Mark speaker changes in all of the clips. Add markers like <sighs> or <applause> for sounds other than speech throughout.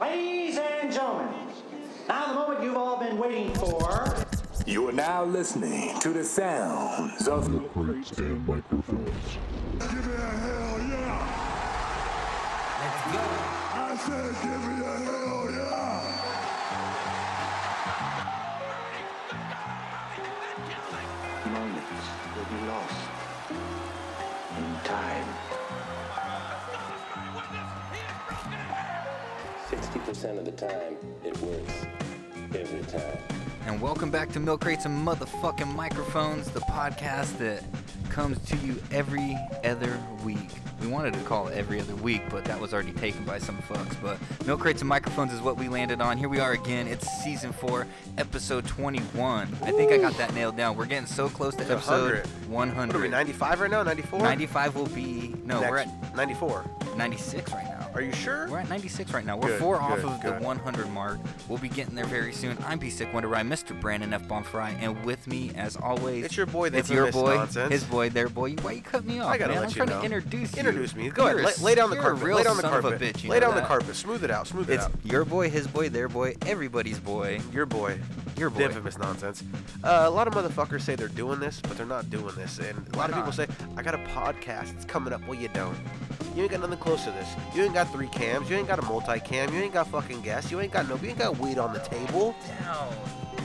Speaker 1: Ladies and gentlemen, now the moment you've all been waiting for.
Speaker 2: You are now listening to the sounds of
Speaker 3: the crates and microphones.
Speaker 4: Give me a hell yeah! Let's go! I said, give me a hell yeah!
Speaker 5: moments will be lost in time.
Speaker 6: 60% of the time, it works every time.
Speaker 7: And welcome back to Milk Crates and Motherfucking Microphones, the podcast that comes to you every other week. We wanted to call it every other week, but that was already taken by some fucks. But Milk Crates and Microphones is what we landed on. Here we are again. It's season four, episode 21. I think I got that nailed down. We're getting so close to episode
Speaker 8: 100.
Speaker 7: 100.
Speaker 8: What are we, 95 right now? 94?
Speaker 7: 95 will be. No,
Speaker 8: Next-
Speaker 7: we're at
Speaker 8: 94.
Speaker 7: 96 right now.
Speaker 8: Are you sure?
Speaker 7: We're at 96 right now. We're
Speaker 8: Good,
Speaker 7: four off
Speaker 8: good,
Speaker 7: of
Speaker 8: good.
Speaker 7: the 100 mark. We'll be getting there very soon. I'm P Sick Wonder Rye, Mr. Brandon F. Bonfry, and with me, as always,
Speaker 8: It's your boy, the
Speaker 7: it's your
Speaker 8: infamous
Speaker 7: boy,
Speaker 8: nonsense.
Speaker 7: his boy, their boy. You- Why you cut me off?
Speaker 8: I gotta let
Speaker 7: man? I'm
Speaker 8: you
Speaker 7: trying
Speaker 8: know.
Speaker 7: to introduce you.
Speaker 8: Introduce me. Go ahead.
Speaker 7: You're a
Speaker 8: Lay, lay down the
Speaker 7: s- you're a
Speaker 8: carpet.
Speaker 7: real
Speaker 8: Lay down the
Speaker 7: son of a
Speaker 8: carpet.
Speaker 7: bitch, you
Speaker 8: lay
Speaker 7: know
Speaker 8: down the
Speaker 7: that.
Speaker 8: carpet. Smooth it out. Smooth it
Speaker 7: It's
Speaker 8: out.
Speaker 7: your boy, his boy, their boy, everybody's boy.
Speaker 8: Your boy.
Speaker 7: Your
Speaker 8: The
Speaker 7: boy.
Speaker 8: infamous nonsense. Uh, a lot of motherfuckers say they're doing this, but they're not doing this. And a lot of people
Speaker 7: not?
Speaker 8: say, I got a podcast. It's coming up. Well, you don't. You ain't got nothing close to this. You ain't got three cams. You ain't got a multi-cam. You ain't got fucking guests. You ain't got no. You ain't got weed on the table.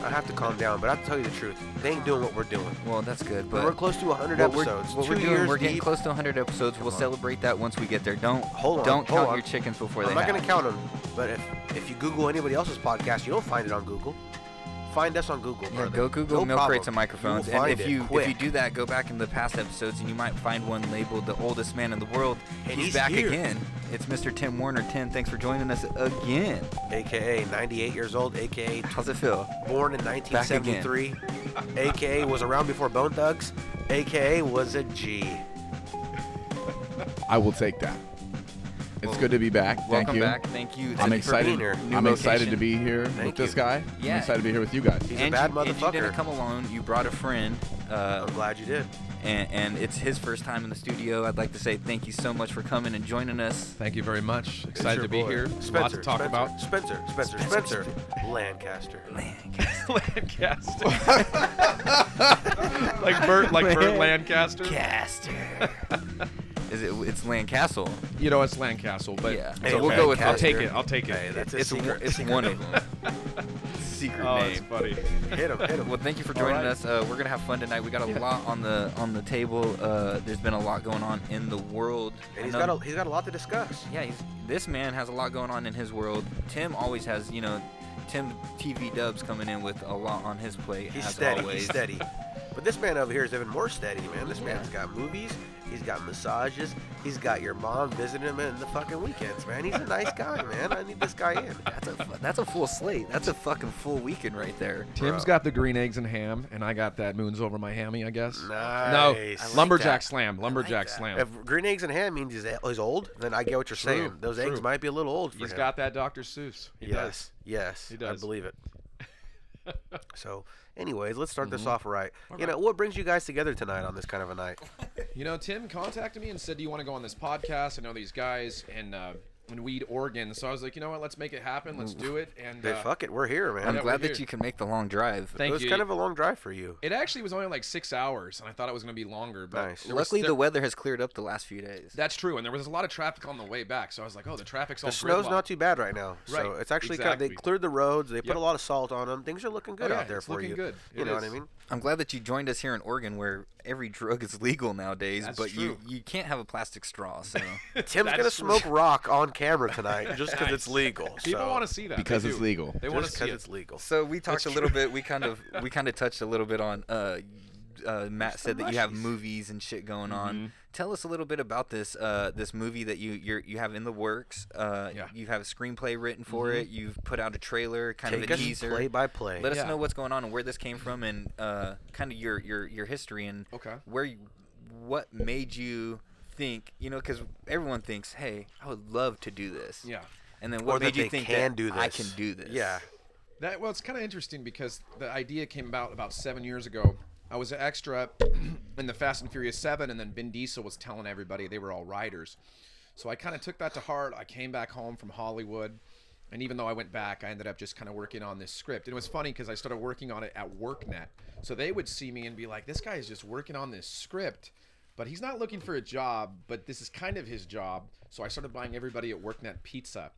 Speaker 8: I have to calm down, but I have to tell you the truth. They ain't doing what we're doing.
Speaker 7: Well, that's good, but
Speaker 8: we're close to 100
Speaker 7: what we're,
Speaker 8: episodes.
Speaker 7: what we're
Speaker 8: Two
Speaker 7: doing,
Speaker 8: years
Speaker 7: we're getting
Speaker 8: deep.
Speaker 7: close to 100 episodes. We'll
Speaker 8: on.
Speaker 7: celebrate that once we get there. Don't
Speaker 8: Hold on,
Speaker 7: don't
Speaker 8: hold
Speaker 7: count
Speaker 8: on.
Speaker 7: your chickens before
Speaker 8: I'm
Speaker 7: they.
Speaker 8: not
Speaker 7: hatch.
Speaker 8: going to count them, but if, if you Google anybody else's podcast, you don't find it on Google. Find us on Google.
Speaker 7: Yeah,
Speaker 8: brother.
Speaker 7: go Google
Speaker 8: No
Speaker 7: milk
Speaker 8: problem.
Speaker 7: crates and microphones,
Speaker 8: You will
Speaker 7: and
Speaker 8: find
Speaker 7: if
Speaker 8: it
Speaker 7: you
Speaker 8: quick.
Speaker 7: if you do that, go back in the past episodes, and you might find one labeled "the oldest man in the world."
Speaker 8: And he's
Speaker 7: back
Speaker 8: here.
Speaker 7: again. It's Mr. Tim Warner. Tim, thanks for joining us again.
Speaker 8: AKA 98 years old, AKA
Speaker 7: How's it feel?
Speaker 8: born in 1973,
Speaker 7: <laughs>
Speaker 8: AKA was around before Bone Thugs, AKA was a G.
Speaker 9: I will take that. It's
Speaker 7: Well,
Speaker 9: good to be back. Thank
Speaker 7: Welcome
Speaker 9: you.
Speaker 7: back. Thank you.
Speaker 9: I'm
Speaker 7: for
Speaker 9: excited.
Speaker 8: being here.
Speaker 9: I'm
Speaker 7: New
Speaker 9: excited to
Speaker 7: location.
Speaker 9: be here
Speaker 8: Thank
Speaker 9: with this
Speaker 8: you.
Speaker 9: guy.
Speaker 7: Yeah.
Speaker 9: I'm excited to be here with you guys.
Speaker 8: He's
Speaker 7: and
Speaker 8: a bad
Speaker 7: you, and you
Speaker 8: motherfucker.
Speaker 7: didn't come alone. You brought a friend. Uh,
Speaker 8: I'm glad you did.
Speaker 7: and, and it's his first time in the studio. I'd like to say thank you so much for coming and joining us.
Speaker 10: Thank you very much.
Speaker 8: It's
Speaker 10: Excited
Speaker 8: your
Speaker 10: to be
Speaker 8: boy.
Speaker 10: here.
Speaker 8: Spencer,
Speaker 10: a lot to talk
Speaker 8: Spencer,
Speaker 10: about.
Speaker 8: Spencer, Spencer,
Speaker 7: Spencer.
Speaker 8: Spencer,
Speaker 7: <laughs>
Speaker 8: Lancaster.
Speaker 10: <laughs>
Speaker 8: <laughs>
Speaker 10: Lancaster. <laughs> like Bert, like Bert Lancaster.
Speaker 7: Lancaster. Is it? It's Lancastle.
Speaker 10: You know, it's Lancaster, but
Speaker 7: Yeah.
Speaker 8: Hey,
Speaker 10: so we'll
Speaker 8: okay.
Speaker 10: go with. I'll
Speaker 8: Lancaster.
Speaker 10: take it. I'll take it.
Speaker 8: Hey, that's a
Speaker 7: It's one-
Speaker 8: secret.
Speaker 7: it's one of them. Secret
Speaker 10: oh,
Speaker 7: name.
Speaker 10: it's funny.
Speaker 8: hit him, hit him.
Speaker 7: Well, thank you for joining
Speaker 10: right.
Speaker 7: us. Uh, we're gonna have fun tonight. We got a lot on the on the table. Uh, there's been a lot going on in the world. I
Speaker 8: And he's
Speaker 7: know-
Speaker 8: got a, he's got a lot to discuss.
Speaker 7: yeah. He's, this man has a lot going on in his world. Tim always has, you know, Tim TV Dubs coming in with a lot on his plate.
Speaker 8: He's
Speaker 7: as
Speaker 8: steady.
Speaker 7: Always.
Speaker 8: He's steady. But this man over here is even more steady, man. This man's got movies. He's got massages. He's got your mom visiting him in the fucking weekends, man. He's a nice guy, man. I need this guy in.
Speaker 7: That's a fu- that's a full slate. That's a fucking full weekend right there.
Speaker 10: Tim's got the green eggs and ham, and I got that moons over my hammy, I guess.
Speaker 8: Nice. I like
Speaker 10: No, lumberjack
Speaker 8: that.
Speaker 10: slam, lumberjack slam.
Speaker 8: If green eggs and ham means he's, he's old, then I get what you're
Speaker 10: True,
Speaker 8: saying. Those eggs
Speaker 10: true.
Speaker 8: might be a little old for
Speaker 10: He's
Speaker 8: him.
Speaker 10: got that Dr. Seuss. He
Speaker 8: yes, yes,
Speaker 10: He
Speaker 8: I
Speaker 10: does.
Speaker 8: believe
Speaker 10: <laughs>
Speaker 8: it. so, anyways, let's start
Speaker 10: Mm-hmm.
Speaker 8: this off right. you know, what brings you guys together tonight on this kind of a night?
Speaker 10: does. You know, Tim contacted me and said, "Do you want to go on this podcast?" I know these guys in uh, in Weed, Oregon. So I was like, you know what? Let's make it happen. Let's do it. And
Speaker 8: Hey,
Speaker 10: uh,
Speaker 8: Mm. fuck it, we're here, man.
Speaker 7: I'm
Speaker 10: Yeah,
Speaker 7: glad
Speaker 10: we're
Speaker 7: that
Speaker 10: here.
Speaker 7: you can make the long drive.
Speaker 8: it
Speaker 10: Thank
Speaker 8: was
Speaker 10: you.
Speaker 8: kind of a long drive for you.
Speaker 10: It actually was only like six hours, and I thought it was going to be longer. But
Speaker 8: Nice.
Speaker 10: there was-
Speaker 7: Luckily,
Speaker 10: there-
Speaker 7: the weather has cleared up the last few days.
Speaker 10: That's true, and there was a lot of traffic on the way back, so I was like, "Oh, the traffic's all
Speaker 8: The snow's
Speaker 10: gridlocked.
Speaker 8: not too bad right now, so
Speaker 10: Right,
Speaker 8: it's actually kind of, they
Speaker 10: exactly.
Speaker 8: cleared the roads. They put
Speaker 10: Yep.
Speaker 8: a lot of salt on them. Things are looking good
Speaker 10: Oh,
Speaker 8: out
Speaker 10: yeah,
Speaker 8: there
Speaker 10: it's
Speaker 8: for
Speaker 10: looking
Speaker 8: you.
Speaker 10: good.
Speaker 8: You
Speaker 10: It
Speaker 8: know what I
Speaker 10: is.
Speaker 8: mean?
Speaker 7: I'm glad that you joined us here in Oregon, where every drug is <laughs> legal nowadays.
Speaker 10: That's
Speaker 7: but
Speaker 10: true.
Speaker 7: you you can't have a plastic straw,
Speaker 10: <laughs>
Speaker 7: so.
Speaker 8: Tim's gonna
Speaker 10: That's-
Speaker 8: smoke rock on camera
Speaker 10: <laughs>
Speaker 8: tonight just because it's legal.
Speaker 10: People
Speaker 8: so.
Speaker 10: want to see that
Speaker 9: Because
Speaker 10: They
Speaker 9: it's
Speaker 10: do.
Speaker 9: legal.
Speaker 10: They want to
Speaker 8: Just
Speaker 10: see
Speaker 8: 'cause
Speaker 10: it.
Speaker 8: it's legal.
Speaker 7: So we talked a little bit. We
Speaker 8: <laughs>
Speaker 7: kind of we kind of touched a little bit on. Uh, uh, Matt said that you have movies and shit going
Speaker 8: Mm-hmm.
Speaker 7: on. Tell us a little bit about this uh, this movie that you you're, you have in the works. Uh,
Speaker 10: Yeah.
Speaker 7: You have a screenplay written for it. You've put out a trailer, kind
Speaker 8: Mm-hmm. Take
Speaker 7: of a
Speaker 8: us
Speaker 7: teaser.
Speaker 8: play by play.
Speaker 7: Let us
Speaker 10: Yeah.
Speaker 7: know what's going on and where this came from, and uh, kind of your your your history and
Speaker 10: Okay.
Speaker 7: where you, what made you think you know because everyone thinks, hey, I would love to do this.
Speaker 10: Yeah.
Speaker 7: And then
Speaker 8: or
Speaker 7: what
Speaker 8: that
Speaker 7: made you
Speaker 8: they
Speaker 7: think
Speaker 8: can
Speaker 7: that
Speaker 8: do this.
Speaker 7: I can do this?
Speaker 8: Yeah.
Speaker 10: That well, it's kind of interesting because the idea came about about seven years ago. I was an extra <clears throat> in the Fast and Furious Seven, and then Vin Diesel was telling everybody they were all riders. So I kind of took that to heart. I came back home from Hollywood, And even though I went back, I ended up just kind of working on this script. And it was funny because I started working on it at WorkNet. So they would see me and be like, this guy is just working on this script, but he's not looking for a job, but this is kind of his job. So I started buying everybody at WorkNet pizza.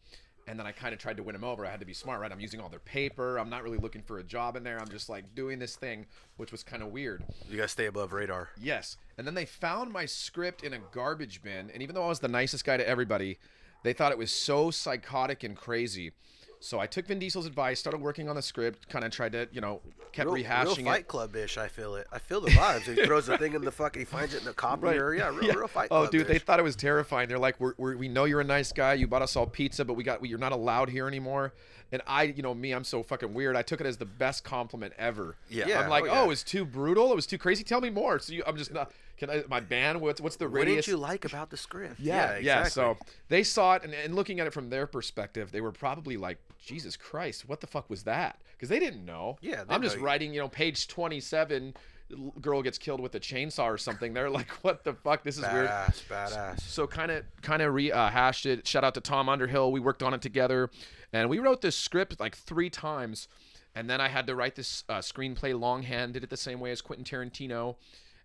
Speaker 10: And then I kind of tried to win them over. I had to be smart, right? I'm using all their paper. I'm not really looking for a job in there. I'm just like doing this thing, which was kind of weird.
Speaker 8: You gotta stay above
Speaker 10: <laughs>
Speaker 8: radar.
Speaker 10: Yes. And then they found my script in a garbage bin. And even though I was the nicest guy to everybody, they thought it was so psychotic and crazy. So I took Vin Diesel's advice, started working on the script, kind of tried to, you know, kept
Speaker 8: Real,
Speaker 10: rehashing
Speaker 8: real
Speaker 10: it.
Speaker 8: Fight Club ish. I feel it. I feel the vibes.
Speaker 10: <laughs>
Speaker 8: he throws the thing in the fucking. He finds it in the copy or yeah, real, real Fight
Speaker 10: Oh,
Speaker 8: Club.
Speaker 10: dude, they thought it was terrifying. They're like, we're, we're, "We know you're a nice guy. You bought us all pizza, but we got you're not allowed here anymore." And I, you know, me, I'm so fucking weird. I took it as the best compliment ever.
Speaker 8: Yeah. Yeah,
Speaker 10: I'm like,
Speaker 8: oh,
Speaker 10: "Oh,
Speaker 8: yeah.
Speaker 10: it's too brutal. It was too crazy. Tell me more." So you, I'm just not. Can I? My band. What's what's the
Speaker 8: What
Speaker 10: radius?
Speaker 8: did you like about the script?
Speaker 10: Yeah, yeah. So they saw it, and, and looking at it from their perspective, they were probably like, "Jesus Christ, what the fuck was that?" Because they didn't know.
Speaker 8: Yeah, they
Speaker 10: I'm just
Speaker 8: know.
Speaker 10: writing, you know, page 27, l- girl gets killed with a chainsaw or something. They're like, <laughs> "What the fuck? This is weird."
Speaker 8: badass, badass.
Speaker 10: So kind of kind of rehashed uh, it. Shout out to Tom Underhill. We worked on it together, and we wrote this script like three times, and then I had to write this uh, screenplay longhand. Did it the same way as Quentin Tarantino,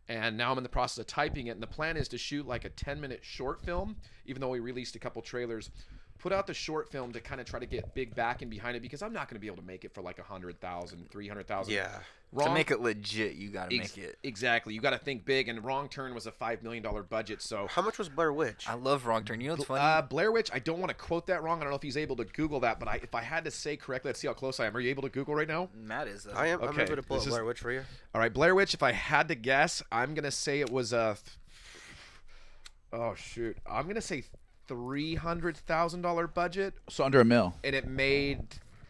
Speaker 10: and now I'm in the process of typing it. And the plan is to shoot like a 10 minute short film, even though we released a couple trailers. Put out the short film to kind of try to get big back and behind it because I'm not going to be able to make it for like a hundred thousand, three hundred thousand.
Speaker 8: Yeah.
Speaker 7: To
Speaker 10: Wrong
Speaker 7: make it legit, you gotta
Speaker 10: Ex-
Speaker 7: make it.
Speaker 10: Exactly. You got to think big. And Wrong Turn was a five million dollar budget, so
Speaker 8: How much was Blair Witch?
Speaker 7: I love Wrong Turn. You know what's funny?
Speaker 10: uh, Blair Witch. I don't want to quote that wrong. I don't know if he's able to Google that, but I, if I had to say correctly, let's see how close I am. Are you able to Google right now?
Speaker 7: Matt is. Though.
Speaker 8: I am. I'm
Speaker 10: okay,
Speaker 8: able to pull
Speaker 10: this
Speaker 8: up
Speaker 10: is-
Speaker 8: Blair Witch for you.
Speaker 10: All right, Blair Witch. If I had to guess, I'm gonna say it was a. Oh shoot! I'm gonna say three hundred thousand dollar budget,
Speaker 9: So under a mil.
Speaker 10: and it made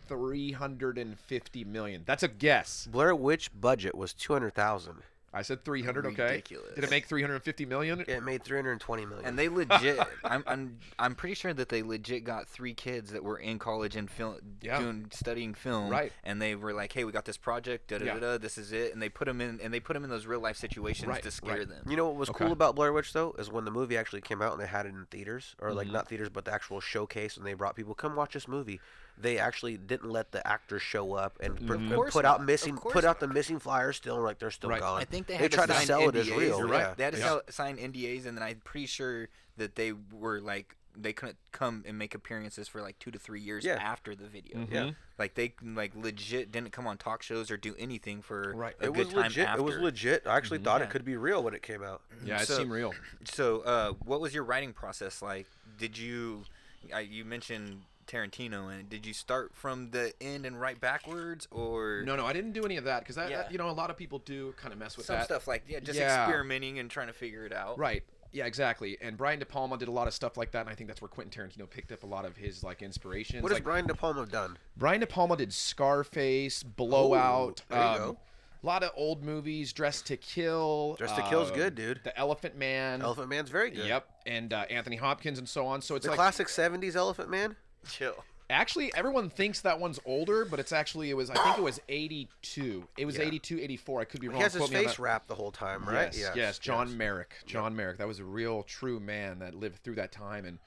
Speaker 10: three hundred and fifty million. That's a guess.
Speaker 8: Blair Witch budget was two hundred thousand.
Speaker 10: I said three hundred. Okay.
Speaker 7: Ridiculous.
Speaker 10: Did it make three hundred fifty million?
Speaker 8: It made three hundred twenty million.
Speaker 7: And they legit. I'm, I'm I'm pretty sure that they legit got three kids that were in college and film
Speaker 10: Yeah.
Speaker 7: doing studying film.
Speaker 10: Right.
Speaker 7: And they were like, "Hey, we got this project. Da da
Speaker 10: Yeah.
Speaker 7: da da. This is it." And they put them in and they put them in those real life situations
Speaker 10: Right,
Speaker 7: to scare
Speaker 10: right.
Speaker 7: them.
Speaker 8: You know what was
Speaker 10: Okay.
Speaker 8: cool about Blair Witch though is when the movie actually came out and they had it in theaters or like not theaters but the actual showcase and they brought people come watch this movie. They actually didn't let the actors show up and, pr- and
Speaker 7: course
Speaker 8: put
Speaker 7: not.
Speaker 8: out
Speaker 7: Of
Speaker 8: missing
Speaker 7: course
Speaker 8: put out the missing flyers still like they're still
Speaker 10: Right.
Speaker 8: gone.
Speaker 7: I think they
Speaker 8: they
Speaker 7: had
Speaker 8: tried
Speaker 7: to,
Speaker 8: to
Speaker 7: sign
Speaker 8: sell
Speaker 7: NDAs.
Speaker 8: it as real.
Speaker 10: You're
Speaker 8: yeah.
Speaker 10: right.
Speaker 7: They had to
Speaker 10: Yeah.
Speaker 7: sell, sign NDAs, and then I'm pretty sure that they were like they couldn't come and make appearances for like two to three years
Speaker 8: Yeah.
Speaker 7: after the video.
Speaker 10: Mm-hmm.
Speaker 8: Yeah.
Speaker 7: Like they like legit didn't come on talk shows or do anything for
Speaker 10: Right.
Speaker 7: a
Speaker 8: It
Speaker 7: good
Speaker 8: was
Speaker 7: time
Speaker 8: legit.
Speaker 7: after.
Speaker 8: It was legit. I actually thought
Speaker 7: Yeah.
Speaker 8: it could be real when it came out.
Speaker 10: Yeah, it
Speaker 7: So-
Speaker 10: seemed real.
Speaker 7: So, uh, what was your writing process like? Did you, uh, you mentioned Tarantino, and did you start from the end and write backwards, or
Speaker 10: No, no, I didn't do any of that because that,
Speaker 7: Yeah.
Speaker 10: that- you know, a lot of people do kind of mess with
Speaker 7: some
Speaker 10: that.
Speaker 7: stuff like yeah, just
Speaker 10: Yeah.
Speaker 7: experimenting and trying to figure it out?
Speaker 10: Right. Yeah, exactly. And Brian De Palma did a lot of stuff like that, and I think that's where Quentin Tarantino picked up a lot of his like inspirations.
Speaker 8: What has
Speaker 10: like,
Speaker 8: Brian De Palma done?
Speaker 10: Brian De Palma did Scarface, Blowout,
Speaker 8: there you
Speaker 10: um,
Speaker 8: go.
Speaker 10: a lot of old movies, Dress to Kill.
Speaker 8: Dress to Kill's
Speaker 10: um,
Speaker 8: good, dude.
Speaker 10: The Elephant Man.
Speaker 8: Elephant Man's very good.
Speaker 10: Yep, and uh, Anthony Hopkins and so on. So it's
Speaker 8: The
Speaker 10: like
Speaker 8: classic '70s Elephant Man.
Speaker 7: Chill.
Speaker 10: actually everyone thinks that one's older, but it's actually it was I think it was 82. It was eighty two, eighty four. 82, 84. I could be wrong.
Speaker 8: He has his
Speaker 10: Quote me on
Speaker 8: face
Speaker 10: that.
Speaker 8: wrapped the whole time, right?
Speaker 10: Yes, yes, John Merrick. John Merrick. That was a real, true man that lived through that time and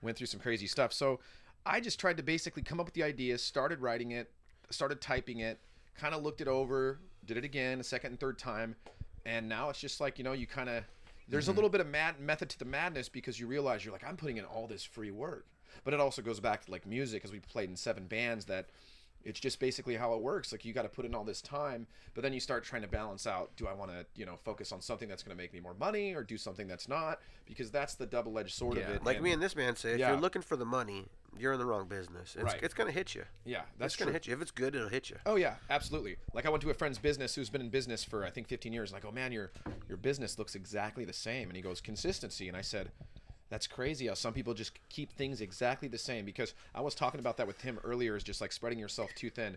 Speaker 10: went through some crazy stuff. So I just tried to basically come up with the ideas, started writing it, started typing it, kind of looked it over, did it again a second and third time, and now it's just like you know you kind of there's a little bit of mad method to the madness because you realize you're like I'm putting in all this free work, but it also goes back to like music because we played in seven bands that it's just basically how it works like you got to put in all this time but then you start trying to balance out do i want to you know focus on something that's going to make me more money or do something that's not because that's the double-edged sword of it
Speaker 8: Like me and this man say, if
Speaker 10: Yeah.
Speaker 8: you're looking for the money, you're in the wrong business. It's,
Speaker 10: Right.
Speaker 8: it's gonna hit you.
Speaker 10: yeah
Speaker 8: That's
Speaker 10: that's
Speaker 8: gonna
Speaker 10: true
Speaker 8: hit you. If it's good, it'll hit you.
Speaker 10: Oh yeah, absolutely. Like I went to a friend's business who's been in business for I think 15 years, and I go, "Man, your your business looks exactly the same." And he goes, "Consistency." And I said, "That's crazy how some people just keep things exactly the same." Because I was talking about that with him earlier, is just like spreading yourself too thin.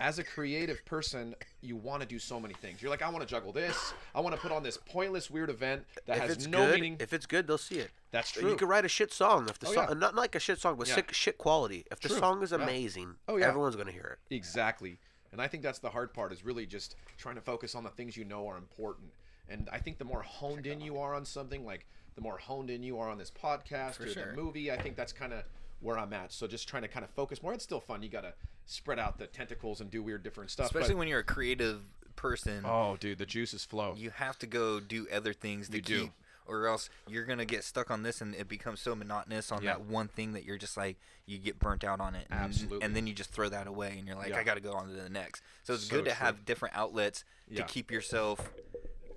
Speaker 10: As a creative person, you want to do so many things. You're like, "I want to juggle this. I want to put on this pointless weird event that
Speaker 8: if
Speaker 10: has
Speaker 8: it's
Speaker 10: no
Speaker 8: good,
Speaker 10: meaning."
Speaker 8: if it's good, they'll see it.
Speaker 10: That's
Speaker 8: You
Speaker 10: true.
Speaker 8: can write a shit song if the
Speaker 10: Oh,
Speaker 8: song,
Speaker 10: yeah.
Speaker 8: not not like a shit song, but
Speaker 10: Yeah.
Speaker 8: sick shit quality. If the
Speaker 10: True.
Speaker 8: song is
Speaker 10: Yeah.
Speaker 8: amazing,
Speaker 10: Oh, yeah.
Speaker 8: everyone's gonna hear it.
Speaker 10: Exactly. And I think that's the hard part is really just trying to focus on the things you know are important. And I think the more honed in you are on something, like the more honed in you are on this podcast or the movie, I think that's kind of where I'm at. So just trying to kind of focus more. It's still fun. You got to spread out the tentacles and do weird different stuff. but-
Speaker 7: Especially when you're a creative person,
Speaker 10: oh, dude, the juices flow.
Speaker 7: you have to go do other things to
Speaker 10: You do.
Speaker 7: keep, or else you're gonna get stuck on this, and it becomes so monotonous on
Speaker 10: Yeah.
Speaker 7: that one thing that you're just like you get burnt out on it. and-
Speaker 10: Absolutely.
Speaker 7: And then you just throw that away, and you're like,
Speaker 10: Yeah.
Speaker 7: I got to go on to the next. So it's
Speaker 10: So
Speaker 7: good to
Speaker 10: true.
Speaker 7: have different outlets to
Speaker 10: Yeah.
Speaker 7: keep yourself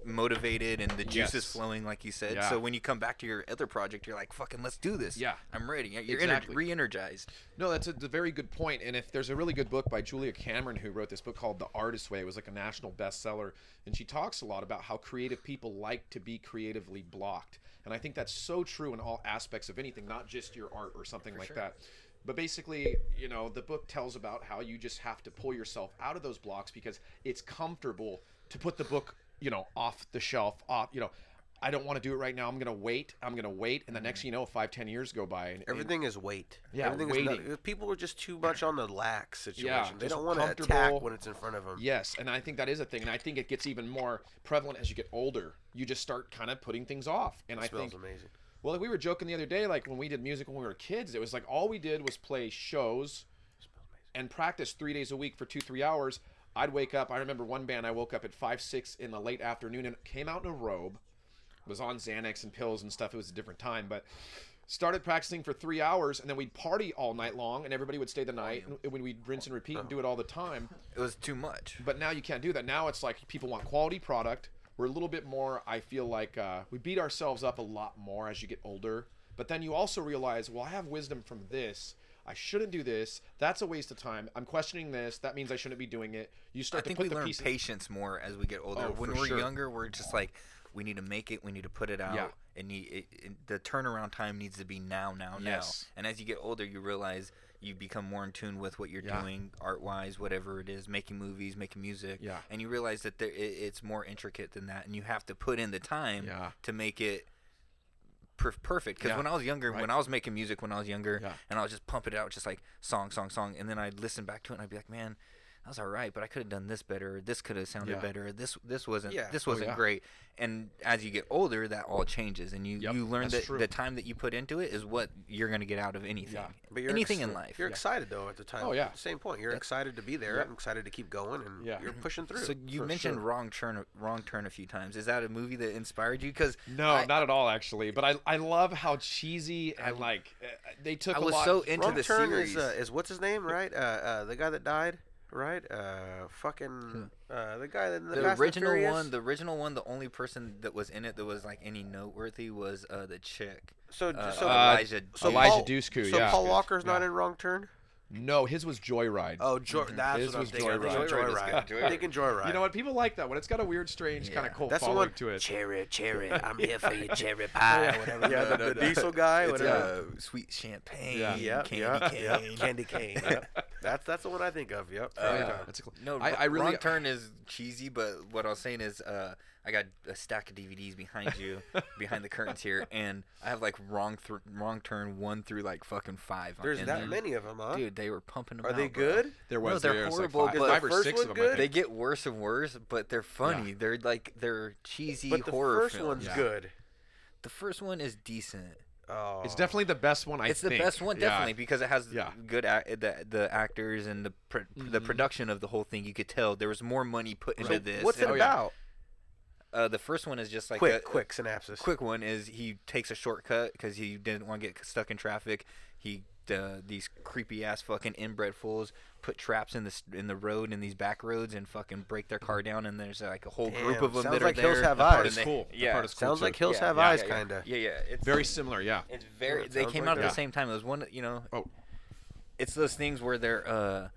Speaker 7: motivated and the juices
Speaker 10: Yes.
Speaker 7: flowing, like you said.
Speaker 10: Yeah.
Speaker 7: So when you come back to your other project, you're like, fucking, let's do this.
Speaker 10: Yeah.
Speaker 7: I'm ready. You're ener-
Speaker 10: Exactly.
Speaker 7: re-energized.
Speaker 10: No, that's a, a very good point. And if there's a really good book by Julia Cameron who wrote this book called The Artist Way, it was like a national bestseller, and she talks a lot about how creative people like to be creatively blocked. And I think that's so true in all aspects of anything, not just your art or something like that. But basically, you know, the book tells about how you just have to pull yourself out of those blocks because it's comfortable to put the book, you know, off the shelf, off, you know, I don't want to do it right now. I'm gonna wait. I'm gonna wait, and the next thing you know, five, ten years go by, and and-
Speaker 8: Everything is weight.
Speaker 10: Yeah,
Speaker 8: Everything Is
Speaker 10: waiting.
Speaker 8: no- people are just too much on the lax situation. they
Speaker 10: just
Speaker 8: don't want to attack
Speaker 10: comfortable.
Speaker 8: when it's in front of them.
Speaker 10: Yes, and I think that is a thing, and I think it gets even more prevalent as you get older. You just start kind of putting things off, and I
Speaker 8: smells
Speaker 10: think.
Speaker 8: amazing.
Speaker 10: Well, like we were joking the other day, like when we did music when we were kids, it was like all we did was play shows, and practice three days a week for two three hours. I'd wake up. I remember one band I woke up at five six in the late afternoon and came out in a robe, was on Xanax and pills and stuff. It was a different time, but started practicing for three hours, and then we'd party all night long, and everybody would stay the night, and when we'd rinse and repeat and do it all the time.
Speaker 7: It was too much.
Speaker 10: But now you can't do that. Now it's like people want quality product. We're a little bit more. I feel like uh, we beat ourselves up a lot more as you get older. But then you also realize, well, I have wisdom from this. I shouldn't do this. That's a waste of time. I'm questioning this. That means I shouldn't be doing it. You
Speaker 7: I
Speaker 10: start to
Speaker 7: think
Speaker 10: put
Speaker 7: we
Speaker 10: the
Speaker 7: learn
Speaker 10: piece.
Speaker 7: patience more as we get older.
Speaker 10: Oh,
Speaker 7: when
Speaker 10: for
Speaker 7: we're
Speaker 10: sure.
Speaker 7: younger, we're just like, we need to make it, we need to put it out,
Speaker 10: Yeah.
Speaker 7: and you, it, it- the turnaround time needs to be now, now,
Speaker 10: Yes.
Speaker 7: now. And as you get older, you realize you become more in tune with what you're
Speaker 10: Yeah.
Speaker 7: doing, art wise, whatever it is, making movies, making music,
Speaker 10: Yeah.
Speaker 7: and you realize that there, it, it's more intricate than that, and you have to put in the time
Speaker 10: Yeah.
Speaker 7: to make it. per- Perfect, because
Speaker 10: Yeah,
Speaker 7: when I was younger,
Speaker 10: right.
Speaker 7: when I was making music when I was younger,
Speaker 10: Yeah.
Speaker 7: and I was just pumping it out, just like song, song, song, and then I'd listen back to it and I'd be like, man, that was all right, but I could have done this better. or This could have sounded
Speaker 10: Yeah. Oh,
Speaker 7: better. or This this wasn't
Speaker 8: Yeah.
Speaker 7: this wasn't
Speaker 10: yeah.
Speaker 7: great. And as you get older, that all changes, and you
Speaker 10: Yep,
Speaker 7: you learn
Speaker 10: that's
Speaker 7: that
Speaker 10: true.
Speaker 7: the time that you put into it is what you're gonna get out of anything.
Speaker 10: Yeah.
Speaker 8: But you're
Speaker 7: anything
Speaker 8: ex-
Speaker 7: in life.
Speaker 8: You're excited though at the time.
Speaker 10: Oh, yeah.
Speaker 8: Same point. You're excited to be there.
Speaker 10: Yep.
Speaker 8: and excited to keep going, and
Speaker 10: Yeah.
Speaker 8: you're pushing through.
Speaker 7: So you mentioned wrong turn, wrong turn a few times. Is that a movie that inspired you? Because
Speaker 10: No, not at all, actually. But I, I love how cheesy and like uh, they took
Speaker 7: I
Speaker 10: a
Speaker 7: was
Speaker 10: lot.
Speaker 7: so into
Speaker 8: Wrong
Speaker 7: the
Speaker 8: Turn
Speaker 7: series.
Speaker 8: is, uh, is what's his name, right? Uh, uh, the guy that died, right? Uh, fucking uh, the guy that in the, Fast
Speaker 7: the
Speaker 8: and
Speaker 7: original
Speaker 8: Furious?
Speaker 7: one, the original one, the only person that was in it that was like any noteworthy was uh, the chick.
Speaker 8: So,
Speaker 7: uh,
Speaker 8: so
Speaker 7: Elijah.
Speaker 8: so
Speaker 10: Elijah
Speaker 8: Paul,
Speaker 10: Dushku,
Speaker 8: So
Speaker 10: yeah.
Speaker 8: Paul Walker's not
Speaker 10: Yeah.
Speaker 8: in Wrong Turn.
Speaker 10: no, his was Joyride.
Speaker 8: Oh, Joy, that's
Speaker 10: His
Speaker 8: what I'm
Speaker 10: was
Speaker 8: thinking. of.
Speaker 10: Joyride.
Speaker 7: Joyride is
Speaker 8: Joyride.
Speaker 7: good.
Speaker 8: I'm thinking Joyride.
Speaker 10: You know what? People like that one. It's got a weird, strange, kind of cult
Speaker 8: That's the
Speaker 10: following
Speaker 8: one-
Speaker 10: to it.
Speaker 8: Cherry,
Speaker 10: <laughs>
Speaker 8: cherry, I'm here for you, cherry pie, or whatever. Yeah, the, the diesel guy,
Speaker 7: It's,
Speaker 8: whatever.
Speaker 7: uh, sweet champagne,
Speaker 10: Yeah.
Speaker 8: Yeah,
Speaker 7: candy
Speaker 8: yeah,
Speaker 7: cane. <laughs>
Speaker 8: yeah. <laughs> Candy cane. Yep. That's that's the one I think of. Yep.
Speaker 10: Oh,
Speaker 8: every
Speaker 10: yeah.
Speaker 8: time.
Speaker 10: That's a cl-
Speaker 7: uh, No,
Speaker 10: I, I really
Speaker 7: Wrong Turn is cheesy, but what I was saying is, uh, I got a stack of DVDs behind
Speaker 10: <laughs>
Speaker 7: you, behind the curtains here, and I have like Wrong Thr Wrong Turn one through like fucking five. on-
Speaker 8: There's
Speaker 7: in
Speaker 8: that
Speaker 7: there.
Speaker 8: many of them, huh?
Speaker 7: Dude, they were pumping them.
Speaker 8: Are
Speaker 7: out,
Speaker 8: they
Speaker 7: bro.
Speaker 8: good?
Speaker 10: There
Speaker 7: No,
Speaker 10: was
Speaker 7: they're
Speaker 10: there was, like,
Speaker 7: horrible,
Speaker 10: five-
Speaker 7: but
Speaker 10: five
Speaker 8: the
Speaker 10: or
Speaker 8: first
Speaker 10: six
Speaker 8: one
Speaker 10: of them. I
Speaker 8: good?
Speaker 10: think.
Speaker 7: They get worse and worse, but they're funny. They're like they're cheesy
Speaker 8: But the
Speaker 7: horror
Speaker 8: first
Speaker 7: films.
Speaker 8: one's good.
Speaker 7: The first one is decent.
Speaker 8: Oh,
Speaker 10: It's definitely the best one. I
Speaker 7: it's the
Speaker 10: think.
Speaker 7: best one
Speaker 10: Yeah.
Speaker 7: definitely because it has
Speaker 10: Yeah.
Speaker 7: good ac the the actors and the pr-
Speaker 8: Mm-hmm.
Speaker 7: the production of the whole thing. You could tell there was more money put into
Speaker 8: So
Speaker 7: this.
Speaker 8: what's it
Speaker 10: oh,
Speaker 7: and-
Speaker 8: about?
Speaker 7: Uh, the first one is just like
Speaker 8: Quick,
Speaker 7: a,
Speaker 8: quick synopsis.
Speaker 7: quick one is he takes a shortcut because he didn't want to get stuck in traffic. He uh, these creepy ass fucking inbred fools put traps in the s- in the road in these back roads and fucking break their car down and there's like a whole group
Speaker 8: Damn,
Speaker 7: of them
Speaker 8: sounds
Speaker 7: that
Speaker 8: like
Speaker 7: are
Speaker 8: Hills
Speaker 7: there.
Speaker 8: Have
Speaker 7: and
Speaker 10: That part
Speaker 8: Eyes.
Speaker 10: is
Speaker 7: they-
Speaker 10: cool. That
Speaker 7: Yeah,
Speaker 10: part is cool
Speaker 8: Sounds
Speaker 10: too.
Speaker 8: like Hills Have
Speaker 7: yeah,
Speaker 8: Eyes,
Speaker 7: yeah, yeah.
Speaker 8: kinda.
Speaker 7: Yeah, yeah. It's
Speaker 10: very similar. Yeah.
Speaker 7: It's very.
Speaker 8: it
Speaker 7: they
Speaker 8: sounds
Speaker 7: came
Speaker 8: like
Speaker 7: out at
Speaker 8: that.
Speaker 7: the same time. It was one. You know,
Speaker 10: Oh,
Speaker 7: it's those things where they're uh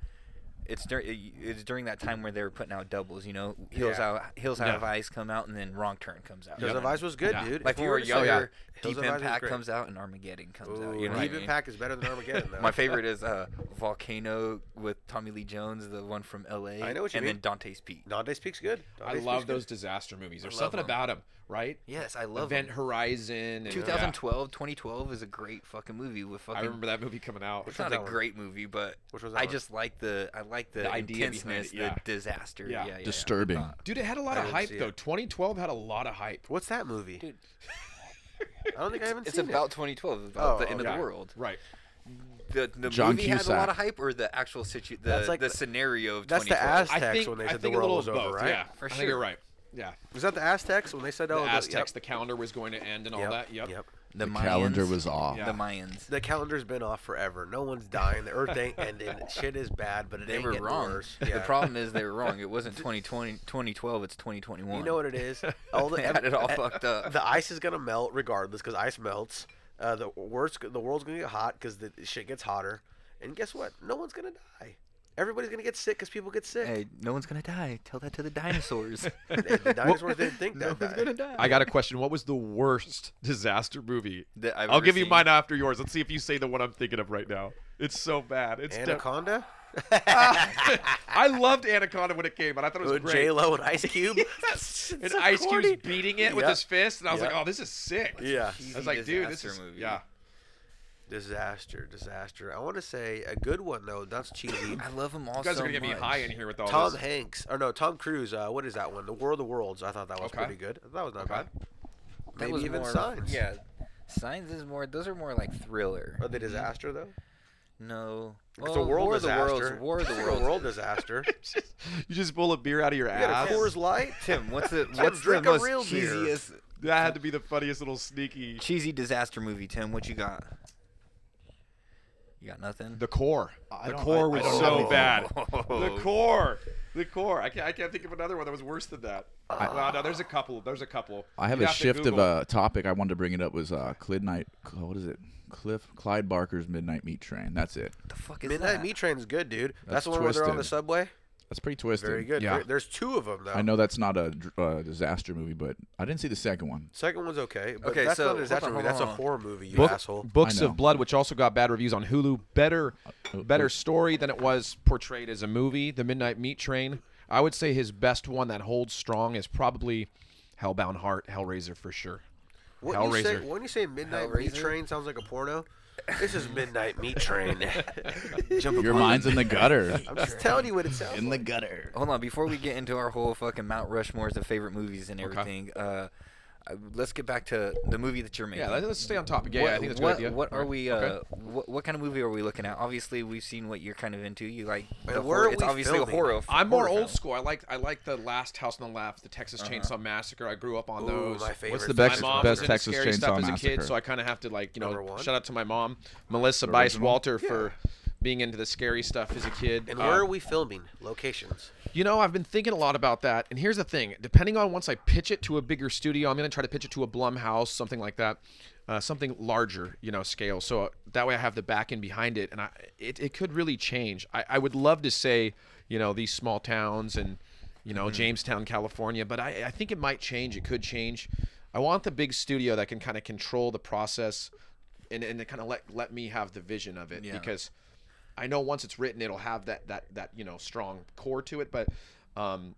Speaker 7: it's during it's during that time where they were putting out doubles, you know. Hills
Speaker 8: Yeah.
Speaker 7: out Hills Out of
Speaker 10: Yeah.
Speaker 7: Ice come out and then Wrong Turn comes out.
Speaker 8: Hills
Speaker 7: you
Speaker 8: of
Speaker 7: know?
Speaker 8: Eyes was good,
Speaker 10: Yeah.
Speaker 8: dude.
Speaker 7: Like
Speaker 8: If you
Speaker 7: when we were
Speaker 8: were to say-
Speaker 7: younger,
Speaker 8: Hills
Speaker 7: Deep
Speaker 8: of Eyes was
Speaker 7: Impact
Speaker 8: great.
Speaker 7: comes out and Armageddon comes out.
Speaker 8: Ooh,
Speaker 7: You know what I
Speaker 8: Deep
Speaker 7: mean?
Speaker 8: Impact is better than
Speaker 7: <laughs>
Speaker 8: Armageddon. Though. <laughs>
Speaker 7: My favorite is uh Volcano with Tommy Lee Jones, the one from LA.
Speaker 8: I know what you
Speaker 7: and
Speaker 8: mean.
Speaker 7: then Dante's Peak.
Speaker 8: Nowadays speaks good.
Speaker 10: I
Speaker 8: Nowadays
Speaker 10: love
Speaker 8: Speaks Good.
Speaker 10: those disaster movies. There's
Speaker 7: love
Speaker 10: something
Speaker 7: them.
Speaker 10: about them, right?
Speaker 7: Yes, I love
Speaker 10: Event
Speaker 7: them.
Speaker 10: Horizon. and-
Speaker 7: 2012, 2012 is a great fucking movie with
Speaker 10: Yeah.
Speaker 7: fucking
Speaker 10: I remember that movie coming out.
Speaker 7: It's not
Speaker 8: that
Speaker 7: a
Speaker 8: one?
Speaker 7: great movie, but
Speaker 8: Which was that
Speaker 7: I
Speaker 8: one?
Speaker 7: just like the I like the,
Speaker 10: The idea behind
Speaker 7: intenseness,
Speaker 10: it, yeah.
Speaker 7: the disaster.
Speaker 10: Yeah.
Speaker 7: Yeah, yeah, yeah.
Speaker 9: Disturbing.
Speaker 10: Dude, it had a lot
Speaker 8: I
Speaker 10: of
Speaker 8: didn't
Speaker 10: hype
Speaker 8: see
Speaker 10: though.
Speaker 8: it.
Speaker 10: 2012 had a lot of hype.
Speaker 8: What's that movie?
Speaker 7: Dude.
Speaker 8: I don't think I haven't
Speaker 7: It's
Speaker 8: seen
Speaker 7: about
Speaker 8: it.
Speaker 7: 2012, about
Speaker 8: Oh,
Speaker 7: the end
Speaker 10: Yeah.
Speaker 7: of the world.
Speaker 10: Right.
Speaker 7: the, the
Speaker 9: John
Speaker 7: movie had a lot
Speaker 9: Cusack.
Speaker 7: of hype, or the actual situ- the,
Speaker 8: That's like
Speaker 7: the
Speaker 8: the-
Speaker 7: scenario of
Speaker 8: That's the
Speaker 7: 2012?
Speaker 8: Aztecs
Speaker 10: I think
Speaker 8: when they
Speaker 10: I
Speaker 8: said the
Speaker 10: think a
Speaker 8: world
Speaker 10: little
Speaker 8: was
Speaker 10: of both.
Speaker 8: over, right?
Speaker 10: Yeah,
Speaker 7: For sure.
Speaker 10: I think you're right. Yeah,
Speaker 8: Was that the Aztecs when they said, "Oh,
Speaker 10: the Aztecs,
Speaker 8: yep,
Speaker 10: the calendar was going to end and all
Speaker 8: yep,
Speaker 10: that. Yep.
Speaker 8: yep.
Speaker 7: The, Mayans,
Speaker 9: calendar was off.
Speaker 7: the Mayans.
Speaker 8: The calendar's been off forever. No one's dying. The Earth ain't ended. Shit is bad, but it
Speaker 7: They
Speaker 8: ain't
Speaker 7: were
Speaker 8: getting
Speaker 7: wrong.
Speaker 8: worse.
Speaker 7: The
Speaker 8: Yeah.
Speaker 7: problem
Speaker 8: <laughs>
Speaker 7: is they were wrong. It wasn't 2020, 2012. It's 2021.
Speaker 8: You know what it is? All
Speaker 10: <laughs>
Speaker 8: the
Speaker 7: <laughs> They had it all
Speaker 8: eh,
Speaker 7: fucked
Speaker 8: <laughs>
Speaker 7: up.
Speaker 8: The ice is gonna melt regardless because ice melts. Uh, the world's the world's gonna get hot because the shit gets hotter. And guess what? No one's gonna die. Everybody's gonna get sick because people get sick.
Speaker 7: Hey, no one's gonna die. Tell that to the <laughs> dinosaurs.
Speaker 8: And the dinosaurs didn't think that. died.
Speaker 10: I got a question. What was the worst disaster movie?
Speaker 7: That I've
Speaker 10: I'll
Speaker 7: ever
Speaker 10: give you
Speaker 7: seen.
Speaker 10: mine after yours. Let's see if you say the one I'm thinking of right now. It's so bad. It's de-
Speaker 8: Anaconda,
Speaker 10: <laughs> I loved Anaconda when it came, but I thought it was great.
Speaker 8: J Lo, Uh, and Ice
Speaker 7: <laughs>
Speaker 8: Cube. <laughs>
Speaker 10: and Ice
Speaker 8: corny.
Speaker 10: Cube's beating it with
Speaker 8: Yeah.
Speaker 10: his fist, and I was
Speaker 8: Yeah.
Speaker 10: like, "Oh, this is sick."
Speaker 8: Yeah.
Speaker 10: I was like, "Dude, this
Speaker 7: Disaster
Speaker 10: is
Speaker 7: movie.
Speaker 10: yeah."
Speaker 8: Disaster, disaster. I want to say a good one though.
Speaker 7: <coughs>
Speaker 8: That's cheesy.
Speaker 7: I love them all.
Speaker 10: You guys
Speaker 7: so
Speaker 10: are gonna get
Speaker 7: much.
Speaker 10: me high in here with all
Speaker 8: Tom
Speaker 10: this.
Speaker 8: Hanks, or no, Tom Cruise. Uh, what is that one? The War of the Worlds. I thought that was
Speaker 10: Okay.
Speaker 8: pretty good. That was not
Speaker 10: Okay.
Speaker 8: bad.
Speaker 7: That
Speaker 8: Maybe
Speaker 7: was
Speaker 8: even
Speaker 7: more-
Speaker 8: Signs.
Speaker 7: Yeah, Mm-hmm. signs is more. Those are more like thriller.
Speaker 8: Are they disaster though?
Speaker 7: No.
Speaker 8: It's a
Speaker 7: Well,
Speaker 8: world
Speaker 7: War of the
Speaker 8: disaster.
Speaker 7: Worlds. War of the
Speaker 8: <laughs> It's like
Speaker 7: Worlds.
Speaker 8: A world disaster.
Speaker 10: you just pull a beer out of your
Speaker 8: You got
Speaker 10: ass.
Speaker 8: a Coors Light.
Speaker 7: <laughs> Tim, what's the what's the
Speaker 8: drink a
Speaker 7: most
Speaker 8: real beer.
Speaker 7: cheesiest
Speaker 10: That had to be the funniest little sneaky.
Speaker 7: cheesy disaster movie? Tim, what you got? You got nothing.
Speaker 9: The core. the core was
Speaker 10: So
Speaker 9: so
Speaker 10: bad. The core. The core. I can't, I can't think of another one that was worse than that. wow, no, there's a couple. There's a couple.
Speaker 9: I have
Speaker 10: You'd
Speaker 9: a
Speaker 10: to
Speaker 9: shift of
Speaker 10: Google.
Speaker 9: a topic I wanted to bring it up was uh, Clid Night. Cl- What is it? Cliff Clyde Barker's Midnight Meat Train. That's it.
Speaker 7: the fuck is
Speaker 8: Midnight
Speaker 7: <laughs> that?
Speaker 8: Meat Train's good, dude. That's,
Speaker 9: That's
Speaker 8: the one where they're on the
Speaker 9: twisted.
Speaker 8: subway.
Speaker 9: That's pretty twisted.
Speaker 8: Very good.
Speaker 9: Yeah.
Speaker 8: There- there's two of them though.
Speaker 9: I know that's not a dr- uh, disaster movie, but I didn't see the second one.
Speaker 8: Second one's okay. But
Speaker 7: Okay,
Speaker 8: that's
Speaker 7: so-
Speaker 8: not a disaster
Speaker 7: hold on,
Speaker 8: movie. That's a
Speaker 7: hold on.
Speaker 8: horror movie. You
Speaker 10: Book-
Speaker 8: asshole.
Speaker 10: Books
Speaker 9: I
Speaker 10: of
Speaker 9: know.
Speaker 10: Blood, which also got bad reviews on Hulu, better
Speaker 9: uh,
Speaker 10: better
Speaker 9: uh.
Speaker 10: story than it was portrayed as a movie. The Midnight Meat Train. I would say his best one that holds strong is probably Hellbound Heart, Hellraiser for sure.
Speaker 8: When you say,
Speaker 10: Hellraiser.
Speaker 8: when you say Midnight Meat
Speaker 7: Hellraiser?
Speaker 8: Train sounds like a porno, this is Midnight
Speaker 7: <laughs>
Speaker 8: Meat Train.
Speaker 9: Your mind's in the gutter.
Speaker 8: I'm just telling you what
Speaker 9: <laughs>
Speaker 8: it sounds
Speaker 9: in the
Speaker 8: like.
Speaker 9: gutter.
Speaker 7: Hold on, before we get into our whole fucking Mount Rushmore's of favorite movies and everything, uh, uh, let's get back to the movie that you're making.
Speaker 10: Yeah, let's, let's stay on topic. Yeah,
Speaker 7: what,
Speaker 10: yeah, I think that's a
Speaker 7: what,
Speaker 10: good idea.
Speaker 7: What are
Speaker 10: Alright.
Speaker 7: we? Uh,
Speaker 10: Okay.
Speaker 7: what, what kind of movie are we looking at? Obviously, we've seen what you're kind of into. You like
Speaker 8: Wait,
Speaker 7: the
Speaker 8: where
Speaker 7: horror-
Speaker 8: are
Speaker 7: It's
Speaker 8: we
Speaker 7: obviously
Speaker 8: filming?
Speaker 7: a horror. f-
Speaker 10: I'm more
Speaker 7: horror
Speaker 10: old
Speaker 7: film.
Speaker 10: school. I like I like the Last House on the Left, the Texas Chainsaw Massacre. I grew up on
Speaker 8: Ooh,
Speaker 10: those.
Speaker 8: my favorite.
Speaker 9: What's the
Speaker 10: Uh-huh. My
Speaker 9: Texas-
Speaker 10: mom
Speaker 9: best
Speaker 10: was into
Speaker 9: Texas
Speaker 10: scary
Speaker 9: Chainsaw
Speaker 10: stuff as a kid,
Speaker 9: Massacre?
Speaker 10: so I kind of have to like you
Speaker 8: Number
Speaker 10: know
Speaker 8: one?
Speaker 10: shout out to my mom, Melissa
Speaker 9: The
Speaker 10: Bice
Speaker 9: original?
Speaker 10: Walter for being into the scary stuff as a kid.
Speaker 8: And
Speaker 10: Uh,
Speaker 8: where are we filming? Locations.
Speaker 10: You know, I've been thinking a lot about that. And here's the thing: depending on once I pitch it to a bigger studio, I'm going to try to pitch it to a Blumhouse, something like that, uh, something larger, you know, scale. So uh, that way, I have the back end behind it, and I it, it could really change. I, I would love to say, you know, these small towns and you know Jamestown, California, but I, I think it might change. It could change. I want the big studio that can kind of control the process, and and kind of let let me have the vision of it
Speaker 7: Yeah.
Speaker 10: because. I know once it's written, it'll have that that that you know strong core to it, but um,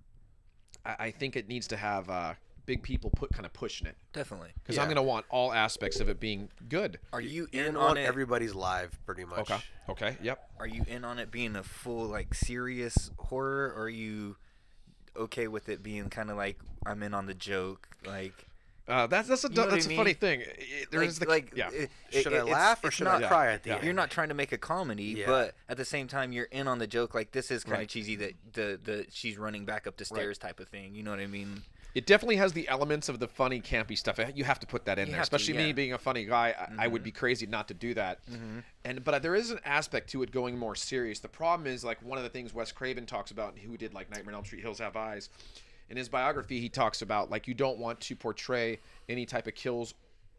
Speaker 10: I, I think it needs to have uh, big people put kind of pushing it
Speaker 7: Definitely.
Speaker 10: because I'm gonna want all aspects of it being good.
Speaker 7: Are you
Speaker 8: You're
Speaker 7: in
Speaker 8: gonna
Speaker 7: on
Speaker 8: want
Speaker 7: it?
Speaker 8: everybody's live, pretty much.
Speaker 10: Okay. Okay. Yep.
Speaker 7: are you in on it being a full like serious horror? Or are you okay with it being kind of like I'm in on the joke? Like
Speaker 10: Uh, that's that's a
Speaker 7: know what
Speaker 10: that's
Speaker 7: I
Speaker 10: a
Speaker 7: mean?
Speaker 10: funny thing. It- it- there
Speaker 7: like,
Speaker 10: is the
Speaker 7: like
Speaker 10: yeah.
Speaker 7: it- it-
Speaker 8: Should I
Speaker 7: it's-
Speaker 8: laugh or
Speaker 7: it's
Speaker 8: should
Speaker 7: not-
Speaker 8: I cry at the end?
Speaker 7: You're not trying to make a comedy,
Speaker 8: Yeah.
Speaker 7: but at the same time, you're in on the joke. Like this is kind
Speaker 10: Right.
Speaker 7: of cheesy that the the she's running back up the stairs type of thing. You know what I mean?
Speaker 10: It definitely has the elements of the funny, campy stuff. Eh, You have to put that in there,
Speaker 7: have to,
Speaker 10: especially me
Speaker 7: yeah. Mm-hmm.
Speaker 10: being a funny guy. I, I would be crazy not to do that. And but there is an aspect to it going more serious. The problem is like one of the things Wes Craven talks about, who did like Nightmare on Elm Street, Hills Have Eyes. In his biography, he talks about like you don't want to portray any type of kills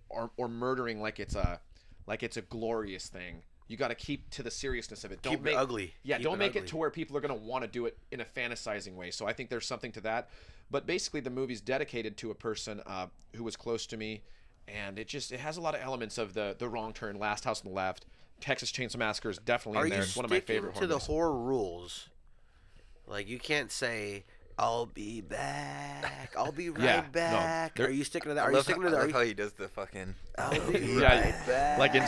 Speaker 10: or, or murdering like it's a like it's a glorious thing. You got to keep to the seriousness of it. Don't
Speaker 8: Keep it
Speaker 10: make
Speaker 8: ugly.
Speaker 10: Yeah,
Speaker 8: Keep
Speaker 10: don't
Speaker 8: it
Speaker 10: make
Speaker 8: ugly.
Speaker 10: it to where people are going to want to do it in a fantasizing way. So I think there's something to that. But basically, the movie's dedicated to a person uh, who was close to me, and it just it has a lot of elements of the the wrong turn, Last House on the Left, Texas Chainsaw Massacre is definitely
Speaker 8: Are
Speaker 10: in
Speaker 8: you
Speaker 10: there. It's
Speaker 8: sticking
Speaker 10: one of my favorite
Speaker 8: to
Speaker 10: horror
Speaker 8: the
Speaker 10: movies.
Speaker 8: horror rules? Like you can't say, "I'll be back. I'll be right
Speaker 10: <laughs> Yeah, no,
Speaker 8: back."
Speaker 10: there-
Speaker 8: are you sticking to that? Are you
Speaker 7: love how-
Speaker 8: sticking to
Speaker 7: I
Speaker 8: that? Are
Speaker 7: love
Speaker 8: you,
Speaker 7: how he does the fucking.
Speaker 8: I'll be
Speaker 10: Yeah,
Speaker 8: right back.
Speaker 10: like in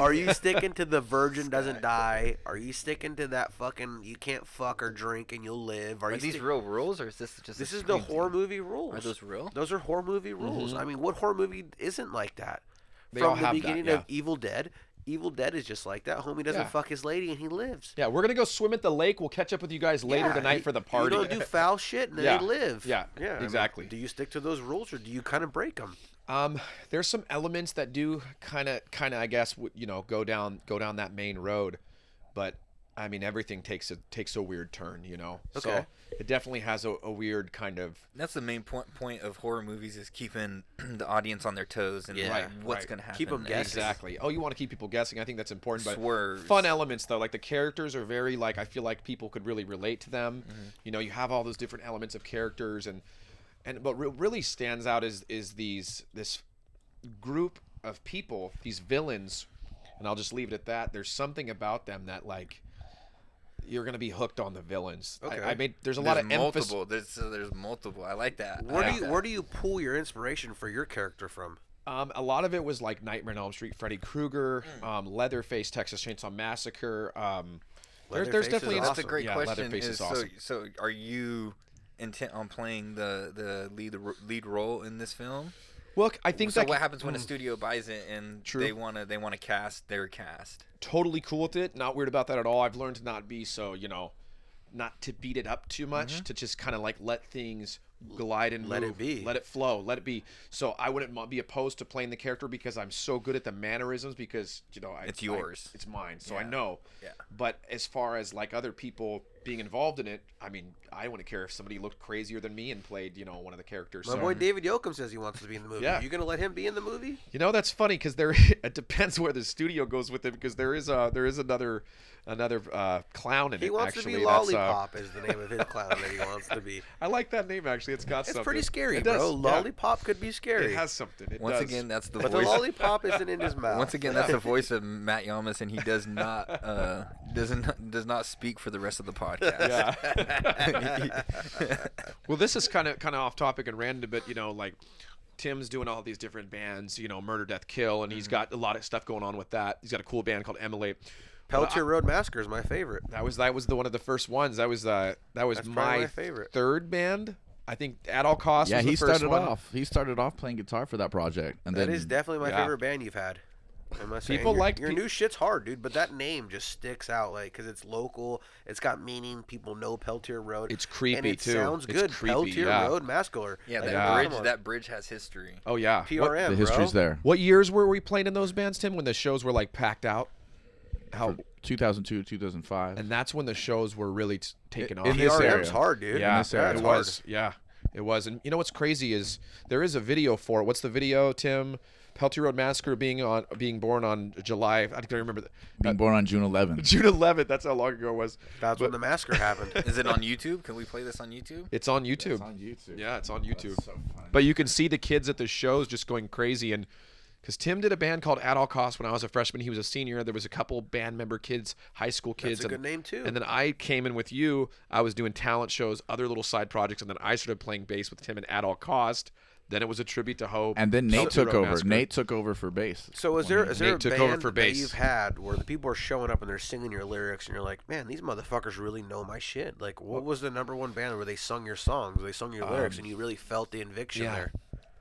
Speaker 8: <laughs> Are you sticking to the virgin doesn't die? Are you sticking to that fucking you can't fuck or drink and you'll live? Are,
Speaker 7: Are
Speaker 8: you
Speaker 7: these
Speaker 8: stick-
Speaker 7: real rules, or is this just? a
Speaker 8: This is the
Speaker 7: screen
Speaker 8: horror
Speaker 7: thing?
Speaker 8: movie rules.
Speaker 7: Are those real?
Speaker 8: Those are horror movie rules. I mean, what horror movie isn't like that?
Speaker 10: Mm-hmm. They
Speaker 8: From
Speaker 10: all
Speaker 8: the
Speaker 10: have that,
Speaker 8: beginning of
Speaker 10: yeah.
Speaker 8: Evil Dead Evil Dead is just like that. Homie doesn't
Speaker 10: Yeah.
Speaker 8: fuck his lady and he lives.
Speaker 10: <laughs> Yeah, we're gonna go swim at the lake. We'll catch up with you guys later
Speaker 8: Yeah,
Speaker 10: tonight
Speaker 8: you-
Speaker 10: for the party.
Speaker 8: You don't
Speaker 10: <laughs>
Speaker 8: do foul shit and
Speaker 10: Yeah,
Speaker 8: they live.
Speaker 10: yeah,
Speaker 8: I mean,
Speaker 10: exactly.
Speaker 8: do you stick to those rules or do you kind of break them?
Speaker 10: Um, there's some elements that do kind of, kind of, I guess, w- you know, go down, go down that main road, but I mean, everything takes a takes a weird turn, you know. So
Speaker 8: Okay.
Speaker 10: it definitely has a, a weird kind of.
Speaker 7: That's the main point point of horror movies is keeping <clears throat> the audience on their toes and
Speaker 8: Yeah.
Speaker 7: like
Speaker 10: Right,
Speaker 7: what's
Speaker 10: right.
Speaker 7: gonna happen.
Speaker 8: Keep 'em
Speaker 7: next.
Speaker 8: guessing.
Speaker 10: Exactly. Oh, you want to keep people guessing. I think that's important. But
Speaker 7: Swerves.
Speaker 10: fun elements, though, like the characters are very like I feel like people could really relate to them. You know, you have all those different elements of characters, and and what re- really stands out is is these this group of people, these villains, and I'll just leave it at that. There's something about them that like you're gonna be hooked on the villains.
Speaker 8: Okay.
Speaker 10: I, I made there's a lot
Speaker 7: There's
Speaker 10: of emphasis.
Speaker 7: multiple. There's so there's multiple. I like that. I
Speaker 8: Where
Speaker 7: like
Speaker 8: do you
Speaker 7: that.
Speaker 8: where do you pull your inspiration for your character from?
Speaker 10: Um, a lot of it was like Nightmare on Elm Street, Freddy Krueger,
Speaker 7: Mm.
Speaker 10: um, Leatherface, Texas Chainsaw Massacre. Um, there-
Speaker 8: Leatherface
Speaker 10: there's
Speaker 8: is
Speaker 10: definitely
Speaker 7: That's
Speaker 8: awesome.
Speaker 7: a great
Speaker 10: yeah,
Speaker 7: question.
Speaker 10: Leatherface
Speaker 7: Is,
Speaker 10: is, awesome.
Speaker 7: So so are you intent on playing the the lead ro- lead role in this film?
Speaker 10: Look, I think
Speaker 7: So
Speaker 10: that
Speaker 7: what happens when a studio buys it and
Speaker 10: True.
Speaker 7: they wanna they wanna cast their cast?
Speaker 10: totally cool with it. Not weird about that at all. I've learned to not be so, you know, not to beat it up too much,
Speaker 7: Mm-hmm.
Speaker 10: to just kind of like let things glide and
Speaker 8: Let it
Speaker 10: move.
Speaker 8: be.
Speaker 10: let it flow, let it be. So I wouldn't mo- be opposed to playing the character because I'm so good at the mannerisms because you know I,
Speaker 7: It's
Speaker 10: I-
Speaker 7: yours.
Speaker 10: it's mine, so I
Speaker 7: Yeah.
Speaker 10: know.
Speaker 7: Yeah.
Speaker 10: But as far as like other people being involved in it, I mean, I wouldn't care if somebody looked crazier than me and played, you know, one of the characters.
Speaker 8: My
Speaker 10: so,
Speaker 8: boy David Yoakum says he wants to be in the movie.
Speaker 10: Yeah.
Speaker 8: You gonna let him be in the movie?
Speaker 10: you know that's funny because there <laughs> it depends where the studio goes with it because there is a there is another another uh, clown in
Speaker 8: He
Speaker 10: it.
Speaker 8: wants
Speaker 10: actually,
Speaker 8: to be
Speaker 10: That's, uh,
Speaker 8: Lollipop is the name of his clown that he
Speaker 10: <laughs>
Speaker 8: wants to be.
Speaker 10: I like that name actually. It's got
Speaker 8: It's
Speaker 10: something.
Speaker 8: pretty scary,
Speaker 10: It
Speaker 8: bro.
Speaker 10: does, yeah.
Speaker 8: Lollipop could be scary.
Speaker 10: It has something. It
Speaker 7: Once
Speaker 10: does.
Speaker 7: again, that's the
Speaker 8: but the
Speaker 7: voice.
Speaker 8: lollipop isn't in
Speaker 10: <laughs>
Speaker 8: his mouth.
Speaker 7: <laughs> Once again, that's the voice of Matt Yamas, and he does not uh, doesn't does not speak for the rest of the podcast.
Speaker 10: Yeah. well, this is kind of kind of off topic and random, but you know, like Tim's doing all these different bands, you know, Murder, Death, Kill, and he's
Speaker 9: Mm-hmm.
Speaker 10: got a lot of stuff going on with that. He's got a cool band called Emily.
Speaker 8: Peltier Road Massacre is my favorite.
Speaker 10: That was that was the one of the first ones. That was uh that was
Speaker 8: That's probably
Speaker 10: my,
Speaker 8: my favorite.
Speaker 10: third band. I think At All Costs.
Speaker 9: yeah,
Speaker 10: was
Speaker 9: he
Speaker 10: the first
Speaker 9: started
Speaker 10: one.
Speaker 9: off. He started off playing guitar for that project, and
Speaker 8: That
Speaker 9: then
Speaker 8: is definitely my
Speaker 10: yeah.
Speaker 8: favorite band you've had. I must say. And
Speaker 10: People
Speaker 8: your,
Speaker 10: like
Speaker 8: your
Speaker 10: pe-
Speaker 8: new shit's hard, dude. But that name just sticks out, like, because it's local. It's got meaning. People know Peltier Road.
Speaker 10: It's creepy,
Speaker 8: and it
Speaker 10: too.
Speaker 8: Sounds
Speaker 10: It's
Speaker 8: good.
Speaker 10: creepy,
Speaker 8: Peltier
Speaker 10: yeah.
Speaker 8: Road Massacre.
Speaker 7: Yeah,
Speaker 8: Like,
Speaker 7: that
Speaker 10: Yeah.
Speaker 7: bridge
Speaker 8: come on.
Speaker 7: that bridge has history.
Speaker 10: Oh yeah. What,
Speaker 8: PRM. bro.
Speaker 9: the history's there.
Speaker 10: what years were we playing in those bands, Tim? When the shows were like packed out. How
Speaker 9: 2002, 2005.
Speaker 10: and that's when the shows were really t- taken off.
Speaker 9: in this
Speaker 8: PRM's
Speaker 9: area.
Speaker 8: hard, dude.
Speaker 10: Yeah,
Speaker 9: this area.
Speaker 10: it
Speaker 8: That's hard.
Speaker 10: was. Yeah, it was. And you know what's crazy is there is a video for it. What's the video, Tim? Peltier Road Massacre being on being born on July. I can't remember the,
Speaker 9: being born on June 11th.
Speaker 10: <laughs> June 11th. That's how long ago it was.
Speaker 8: That's when the massacre
Speaker 10: <laughs>
Speaker 8: happened.
Speaker 7: Is it on YouTube? Can we play this on YouTube?
Speaker 10: It's on YouTube.
Speaker 9: YouTube.
Speaker 10: Yeah, it's on YouTube.
Speaker 9: funny.
Speaker 10: but you can see the kids at the shows just going crazy and because Tim did a band called At All Costs when I was a freshman. He was a senior. There was a couple band member kids, high school kids.
Speaker 8: a good name, too.
Speaker 10: And then I came in with you. I was doing talent shows, other little side projects, and then I started playing bass with Tim and At All Cost. Then it was a tribute to Hope.
Speaker 9: And then Nate
Speaker 10: Hope
Speaker 9: took
Speaker 10: Road
Speaker 9: over.
Speaker 10: Massacre.
Speaker 9: Nate took over for bass.
Speaker 8: So is there is there a
Speaker 10: Nate took
Speaker 8: band
Speaker 10: over for
Speaker 8: that
Speaker 10: bass.
Speaker 8: you've had where the people are showing up and they're singing your lyrics and you're like, man, these motherfuckers really know my shit. Like, what was the number one band where they sung your songs, they sung your lyrics, and you really felt the conviction
Speaker 10: Um, yeah.
Speaker 8: there?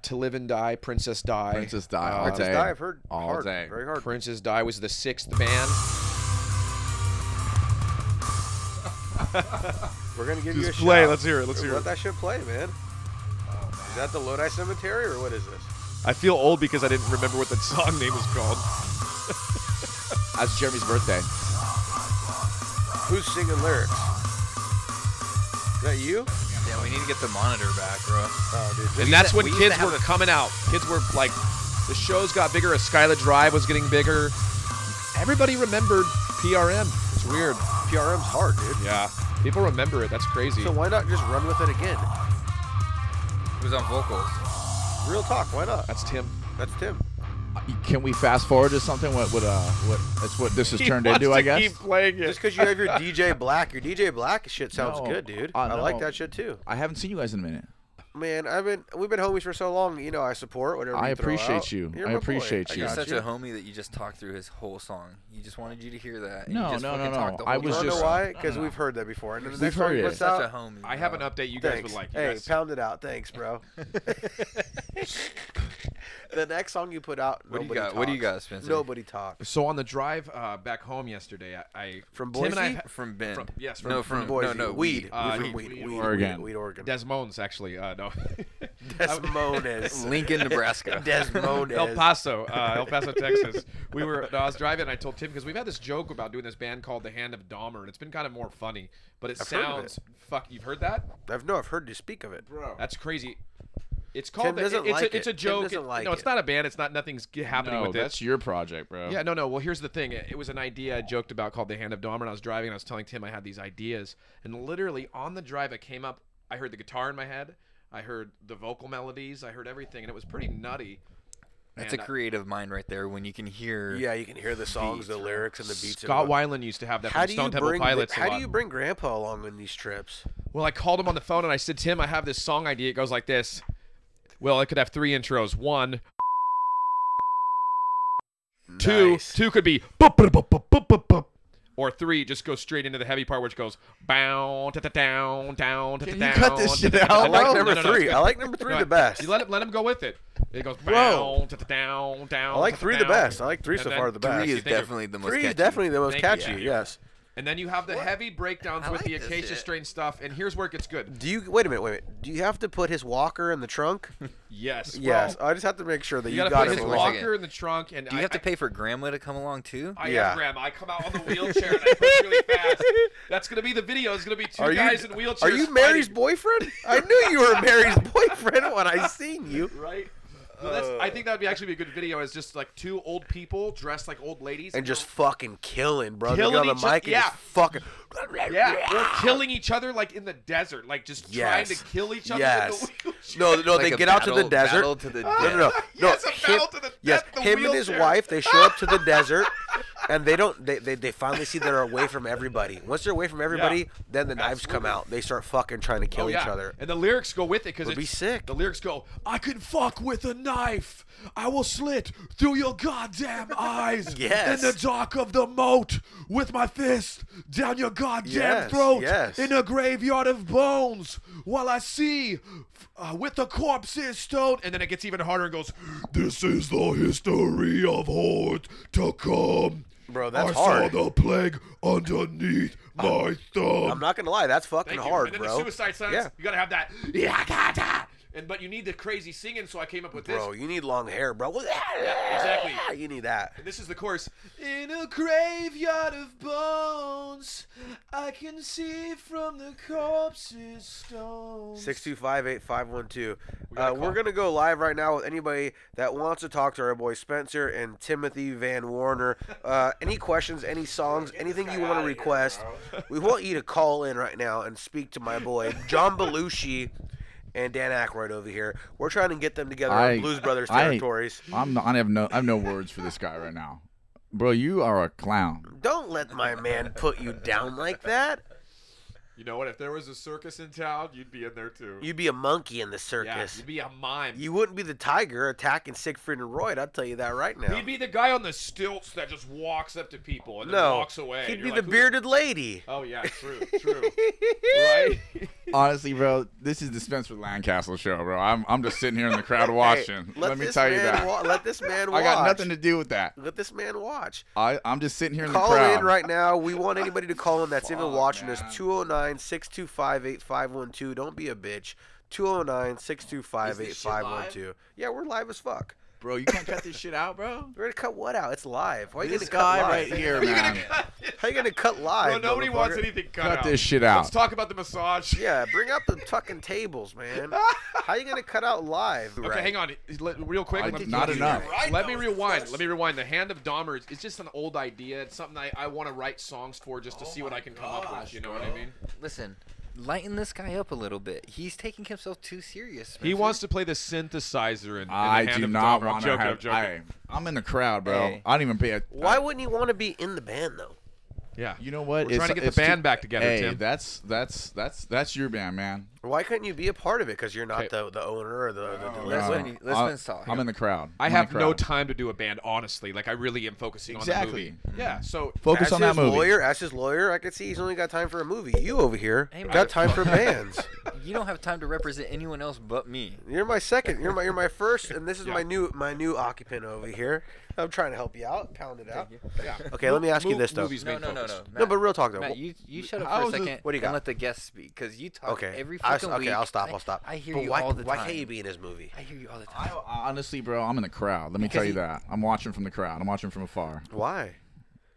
Speaker 10: To Live and Die, Princess Die. Uh,
Speaker 9: Princess Die all
Speaker 8: Princess
Speaker 9: day.
Speaker 8: Die, I've heard
Speaker 9: all
Speaker 8: hard,
Speaker 9: day.
Speaker 8: very hard.
Speaker 10: Princess Die was the sixth band.
Speaker 8: We're gonna give you a
Speaker 10: Just play.
Speaker 8: shot.
Speaker 10: Let's hear it. Let's hear
Speaker 8: Let
Speaker 10: it.
Speaker 8: that shit play, man. Is that the Lodi Cemetery or what is this?
Speaker 10: I feel old because I didn't remember what that song name was called. <laughs>
Speaker 9: That's Jeremy's birthday.
Speaker 8: Who's singing lyrics? Is that you?
Speaker 7: Yeah, we need to get the monitor back, bro.
Speaker 8: Oh, dude.
Speaker 10: and
Speaker 8: this-
Speaker 10: that's when
Speaker 7: we used to
Speaker 10: kids
Speaker 7: have
Speaker 10: were
Speaker 7: a-
Speaker 10: coming out. Kids were like, the shows got bigger. As Skylar Drive was getting bigger. Everybody remembered PRM. It's weird.
Speaker 8: PRM's hard, dude.
Speaker 10: Yeah, people remember it. That's crazy.
Speaker 8: So why not just run with it again?
Speaker 7: It was on vocals.
Speaker 8: Real talk, why not?
Speaker 10: That's Tim.
Speaker 8: That's Tim.
Speaker 9: Can we fast forward to something? What what uh what that's what this has
Speaker 10: He
Speaker 9: turned
Speaker 10: wants
Speaker 9: into, I
Speaker 10: to
Speaker 9: guess.
Speaker 10: Keep playing
Speaker 8: Just
Speaker 10: it.
Speaker 8: because you have your
Speaker 9: <laughs>
Speaker 8: DJ Black, your DJ Black shit sounds
Speaker 9: No.
Speaker 8: good, dude.
Speaker 9: Uh,
Speaker 8: I like
Speaker 9: no.
Speaker 8: that shit too.
Speaker 9: I haven't seen you guys in a minute.
Speaker 8: Man, I've been we've been homies for so long. You know, I support whatever.
Speaker 9: I
Speaker 8: you throw
Speaker 9: appreciate
Speaker 8: out.
Speaker 9: you.
Speaker 8: You're
Speaker 9: I
Speaker 8: my boy.
Speaker 9: appreciate
Speaker 8: I
Speaker 9: you.
Speaker 7: You're
Speaker 8: got
Speaker 7: such a homie that you just talked through his whole song. You just wanted you to hear that. and you
Speaker 9: No,
Speaker 7: just
Speaker 9: no, no,
Speaker 7: fucking
Speaker 9: no.
Speaker 7: talked the
Speaker 9: I
Speaker 7: whole
Speaker 9: was
Speaker 8: You
Speaker 7: time.
Speaker 8: wanna know
Speaker 9: just-
Speaker 8: why? Because we've heard that before. And then the next
Speaker 9: heard
Speaker 8: one he
Speaker 9: it.
Speaker 8: puts
Speaker 7: such a
Speaker 8: out.
Speaker 7: homie.
Speaker 10: I have an
Speaker 7: bro.
Speaker 10: update you guys
Speaker 8: Thanks.
Speaker 10: <laughs> would like. You
Speaker 8: hey,
Speaker 10: guys-
Speaker 8: pound it out. Thanks, bro. the next song you put out.
Speaker 7: What do you
Speaker 8: nobody
Speaker 7: got- what do you
Speaker 8: talks.
Speaker 7: got, Spencer?
Speaker 8: Nobody
Speaker 10: <laughs>
Speaker 8: talks.
Speaker 10: So on the drive uh, back home yesterday, I, I
Speaker 8: From
Speaker 10: Tim and I
Speaker 8: Boise? <laughs>
Speaker 10: ha-
Speaker 7: from Ben.
Speaker 10: From- yes,
Speaker 7: no,
Speaker 10: from-
Speaker 7: from,
Speaker 10: from
Speaker 8: Boise.
Speaker 7: no, no,
Speaker 8: weed.
Speaker 7: weed.
Speaker 10: Uh,
Speaker 8: weed,
Speaker 10: weed,
Speaker 8: weed,
Speaker 10: weed,
Speaker 8: weed, weed,
Speaker 9: Oregon.
Speaker 8: Weed,
Speaker 10: <laughs>
Speaker 8: Oregon.
Speaker 10: Desmones actually. Uh, no, <laughs>
Speaker 8: Desmones. <laughs>
Speaker 7: Lincoln, Nebraska.
Speaker 8: Desmones.
Speaker 10: El Paso,
Speaker 8: <laughs>
Speaker 10: uh, El Paso, Texas. We were. No, I was driving, and I told Tim because we've had this joke about doing this band called The Hand of Dahmer, and it's been kind of more funny, but it
Speaker 8: I've heard of
Speaker 10: sounds fuck. You've heard that?
Speaker 8: I've no. I've heard you speak of it.
Speaker 10: That's crazy. It's called. The,
Speaker 8: doesn't
Speaker 10: it's,
Speaker 8: like
Speaker 10: a, it's
Speaker 8: it.
Speaker 10: a
Speaker 8: Tim
Speaker 10: joke.
Speaker 8: doesn't like
Speaker 10: no, it's
Speaker 8: it.
Speaker 10: not a band. It's not nothing's g- happening
Speaker 9: No,
Speaker 10: with it.
Speaker 9: that's your project, bro.
Speaker 10: Yeah, no, no. Well, here's the thing. It it was an idea I joked about called the Hand of Dahmer, and I was driving, and I was telling Tim I had these ideas, and literally on the drive, I came up. I heard the guitar in my head. I heard the vocal melodies. I heard everything, and it was pretty nutty.
Speaker 7: That's a
Speaker 10: And, uh,
Speaker 7: creative mind right there when you can hear.
Speaker 8: Yeah, you can hear the songs, the lyrics, and the beats.
Speaker 10: Scott
Speaker 8: Why?
Speaker 10: Weiland used to have that
Speaker 8: How
Speaker 10: from
Speaker 8: do you
Speaker 10: Stone Temple
Speaker 8: bring?
Speaker 10: Pilots. a
Speaker 8: how
Speaker 10: lot.
Speaker 8: do you bring Grandpa along on these trips?
Speaker 10: Well, I called him on the phone and I said, Tim, I have this song idea. It goes like this. Well, it could have three intros. One, two,
Speaker 8: Nice.
Speaker 10: two could be bup, bup, bup, bup, bup, bup, bup. or three just goes straight into the heavy part, which goes bound da, da, down down. Can down,
Speaker 9: cut this shit
Speaker 10: da, da,
Speaker 9: out,
Speaker 8: I
Speaker 10: down.
Speaker 8: like
Speaker 10: No,
Speaker 8: number
Speaker 10: no, no.
Speaker 8: three. I like number three
Speaker 10: No,
Speaker 8: the best.
Speaker 10: You let him let him go with it. It goes
Speaker 8: Bro.
Speaker 10: down da, da, down down.
Speaker 8: I like
Speaker 10: da, da,
Speaker 8: three the
Speaker 10: down.
Speaker 8: best. I like three
Speaker 10: And
Speaker 8: so
Speaker 10: then
Speaker 8: far the
Speaker 10: three
Speaker 8: best.
Speaker 7: Three
Speaker 10: You
Speaker 7: is
Speaker 10: think you're-
Speaker 7: definitely the most.
Speaker 8: Three
Speaker 7: catchy.
Speaker 8: is definitely the most
Speaker 10: Thank you.
Speaker 8: catchy.
Speaker 10: Yeah.
Speaker 8: Yes.
Speaker 10: And then you have the heavy breakdowns
Speaker 7: I
Speaker 10: with
Speaker 7: like
Speaker 10: the
Speaker 7: this
Speaker 10: acacia
Speaker 7: shit.
Speaker 10: strain stuff. And here's where it gets good.
Speaker 8: Do you wait a minute? Wait a minute. Do you have to put his walker in the
Speaker 10: <laughs>
Speaker 8: trunk?
Speaker 10: Yes. bro.
Speaker 8: yes. I just have to make sure that
Speaker 10: You
Speaker 8: you,
Speaker 10: gotta
Speaker 8: got
Speaker 10: put his
Speaker 8: it.
Speaker 7: Wait a walk- second.
Speaker 10: walker in the trunk, and
Speaker 7: Do
Speaker 10: I,
Speaker 7: you have to
Speaker 10: I-
Speaker 7: pay for Grandma to come along too?
Speaker 10: I
Speaker 8: Yeah.
Speaker 10: am Graham. I come out on the wheelchair and I
Speaker 8: <laughs>
Speaker 10: push really fast. That's gonna be the video. It's gonna be two
Speaker 8: Are
Speaker 10: guys
Speaker 8: you
Speaker 10: in wheelchairs.
Speaker 8: are you Mary's
Speaker 10: fighting,
Speaker 8: boyfriend? I knew you were Mary's <laughs> boyfriend when I seen you.
Speaker 10: right? No, that's, I think that'd be actually be a good video. Is just like two old people dressed like old ladies
Speaker 8: And just fucking killing, bro. They
Speaker 10: Killing
Speaker 8: get on
Speaker 10: each
Speaker 8: the mic
Speaker 10: oth- yeah.
Speaker 8: and just fucking.
Speaker 10: yeah,
Speaker 8: <laughs>
Speaker 10: or killing each other like in the desert, like just trying
Speaker 8: Yes.
Speaker 10: to kill each other.
Speaker 8: Yes.
Speaker 10: In the <laughs> wheelchair. Oh,
Speaker 8: No, no,
Speaker 7: Like
Speaker 8: they
Speaker 7: a
Speaker 8: get out to the
Speaker 7: battle-
Speaker 8: desert.
Speaker 7: battle to
Speaker 8: <laughs>
Speaker 7: the
Speaker 8: no, no, no, no.
Speaker 10: <laughs> Yes, a
Speaker 8: him,
Speaker 10: battle to the
Speaker 8: yes,
Speaker 10: death, the
Speaker 8: him and his
Speaker 10: wheelchair.
Speaker 8: wife, they show up to
Speaker 10: <laughs>
Speaker 8: the desert, and they don't. They, they, they finally see they're away from everybody. Once they're away from everybody, then the knives come out. They start fucking trying to kill
Speaker 10: Oh, yeah.
Speaker 8: each other.
Speaker 10: And the lyrics go with it because
Speaker 8: Would be sick.
Speaker 10: The lyrics go, "I can fuck with a knife. I will slit through your goddamn eyes
Speaker 8: <laughs> Yes.
Speaker 10: in the dark of the moat with my fist down your goddamn
Speaker 8: Yes,
Speaker 10: throat
Speaker 8: yes.
Speaker 10: in a graveyard of bones while I see." Uh, with the corpses stoned, and then it gets even harder and goes,
Speaker 11: This is the history of horde to come.
Speaker 8: Bro, that's
Speaker 11: I
Speaker 8: hard.
Speaker 11: saw the plague underneath my thumb.
Speaker 8: I'm not gonna lie, that's fucking
Speaker 10: Thank you.
Speaker 8: hard,
Speaker 10: and then
Speaker 8: bro.
Speaker 10: the suicide silence,
Speaker 8: Yeah.
Speaker 10: you gotta have that, "Yeah, gotta." and but you need the crazy singing, so I came up with this.
Speaker 8: Bro, you need long hair, bro.
Speaker 10: exactly.
Speaker 8: You need that.
Speaker 10: This is the chorus. In a graveyard of bones, I can see from the corpses stones.
Speaker 8: Six two five eight five one two.
Speaker 10: gotta
Speaker 8: Uh, we're
Speaker 10: call.
Speaker 8: gonna go live right now with anybody that wants to talk to our boy Spencer and Timothy Van
Speaker 10: <laughs>
Speaker 8: Warner. Uh, any questions, any songs, anything you want to request,
Speaker 10: <laughs>
Speaker 8: we want you to call in right now and speak to my boy John Belushi and Dan Aykroyd over here. We're trying to get them together on Blues Brothers
Speaker 9: I-
Speaker 8: territories.
Speaker 9: I'm not, I have no I have no words for this guy right now. Bro, you are a clown.
Speaker 8: Don't let my man put you down like that.
Speaker 10: You know what? If there was a circus in town, you'd be in there too.
Speaker 8: You'd be a monkey in the
Speaker 10: yeah,
Speaker 8: circus.
Speaker 10: you'd be a mime.
Speaker 8: you wouldn't be the tiger attacking Siegfried and Roy. I'll tell you that right now.
Speaker 10: He'd be the guy on the stilts that just walks up to people and then
Speaker 8: No,
Speaker 10: walks away.
Speaker 8: He'd
Speaker 10: You're
Speaker 8: be
Speaker 10: like,
Speaker 8: the
Speaker 10: "Who-"
Speaker 8: bearded lady.
Speaker 10: Oh yeah, true,
Speaker 9: <laughs>
Speaker 10: true. right?
Speaker 9: Honestly, bro, this is the Spencer Lancaster show, bro. I'm I'm just sitting here in the crowd
Speaker 8: Hey,
Speaker 9: watching. let, me
Speaker 8: this
Speaker 9: tell you
Speaker 8: man
Speaker 9: that.
Speaker 8: wa- let this man watch.
Speaker 9: <laughs> I got nothing to do with that.
Speaker 8: Let this man watch.
Speaker 9: I I'm just sitting here in
Speaker 8: Call
Speaker 9: the crowd.
Speaker 8: in right now. We want anybody to call in that's even
Speaker 9: Fuck,
Speaker 8: watching us.
Speaker 9: man.
Speaker 8: 209 625 8512. Don't be a bitch. 209 625 8512. Yeah, we're live as fuck.
Speaker 9: Bro, you can't cut this shit out, bro.
Speaker 8: We're going to cut what out? It's live. Why are you going
Speaker 9: This
Speaker 8: to cut
Speaker 9: guy
Speaker 8: live?
Speaker 9: right here, man.
Speaker 8: How you going to cut live?
Speaker 10: Bro, nobody wants
Speaker 8: motherfucker?
Speaker 10: anything cut,
Speaker 9: Cut
Speaker 10: out.
Speaker 9: this shit
Speaker 10: Let's
Speaker 9: out.
Speaker 10: talk about the massage.
Speaker 8: Yeah, bring out the fucking tables, man. How you going to cut out live? <laughs>
Speaker 10: <laughs> Okay, hang on, Let- real quick.
Speaker 9: I
Speaker 10: let me-
Speaker 9: did not enough.
Speaker 10: Let me rewind. Let me rewind. The Hand of Dahmer is it's just an old idea. It's something I, I want to write songs for just to see what I can come up with. You know what I mean?
Speaker 7: Listen, lighten this guy up a little bit. He's taking himself too serious.
Speaker 10: He
Speaker 7: Spencer.
Speaker 10: wants to play the synthesizer
Speaker 9: <laughs>
Speaker 10: in,
Speaker 9: I
Speaker 10: the Hand
Speaker 9: do
Speaker 10: of
Speaker 9: not
Speaker 10: Dahmer. I'm
Speaker 9: want to
Speaker 10: joking.
Speaker 9: have.
Speaker 10: I'm joking.
Speaker 9: I, I'm in the crowd, bro.
Speaker 7: Hey.
Speaker 9: I don't even pay. A,
Speaker 8: Why wouldn't you want to be in the band, though?
Speaker 10: yeah.
Speaker 9: You know what?
Speaker 10: We're trying to get the band back together,
Speaker 9: Hey,
Speaker 10: Tim.
Speaker 9: that's that's that's that's your band, man.
Speaker 8: Why couldn't you be a part of it? Because you're not the, the owner or the, the delinquent.
Speaker 7: Lenny, let's
Speaker 9: I-
Speaker 7: finish talk.
Speaker 9: Uh, I'm in the crowd.
Speaker 10: I
Speaker 9: I'm in the
Speaker 10: have no
Speaker 9: crowd.
Speaker 10: time to do a band, honestly. Like I really am focusing
Speaker 9: Exactly.
Speaker 10: on the movie. Yeah. So
Speaker 9: Focus
Speaker 8: As
Speaker 9: on that
Speaker 8: his
Speaker 9: movie.
Speaker 8: lawyer, as his lawyer, I could see he's only got time for a movie. You over here
Speaker 7: Hey,
Speaker 8: got time <laughs> for bands.
Speaker 7: You don't have time to represent anyone else but me.
Speaker 8: You're my second. You're my you're my first, and this is my new my new occupant over here. I'm trying to help you out, pound it out.
Speaker 10: Yeah.
Speaker 8: Okay, let me ask you this though.
Speaker 10: Movies
Speaker 7: No,
Speaker 10: main
Speaker 7: no, no, no.
Speaker 10: focus.
Speaker 8: No, but
Speaker 7: Matt-
Speaker 8: real talk though.
Speaker 7: Matt,
Speaker 8: Well,
Speaker 7: you you shut up
Speaker 9: how
Speaker 7: for a
Speaker 9: is this-
Speaker 7: second.
Speaker 8: what do you
Speaker 7: and
Speaker 8: got?
Speaker 7: let the guests speak because you talk
Speaker 8: Okay.
Speaker 7: every
Speaker 8: I,
Speaker 7: fucking
Speaker 8: okay,
Speaker 7: week.
Speaker 8: I'll stop.
Speaker 7: I-
Speaker 8: I'll stop.
Speaker 7: I hear
Speaker 8: but
Speaker 7: you
Speaker 8: why,
Speaker 7: all the
Speaker 8: why
Speaker 7: time.
Speaker 8: can't you be Uh, in his movie?
Speaker 7: I hear you all the time.
Speaker 9: I, honestly, bro, I'm in the crowd. Let me tell you that. I'm watching from the crowd. I'm watching from afar.
Speaker 8: Why?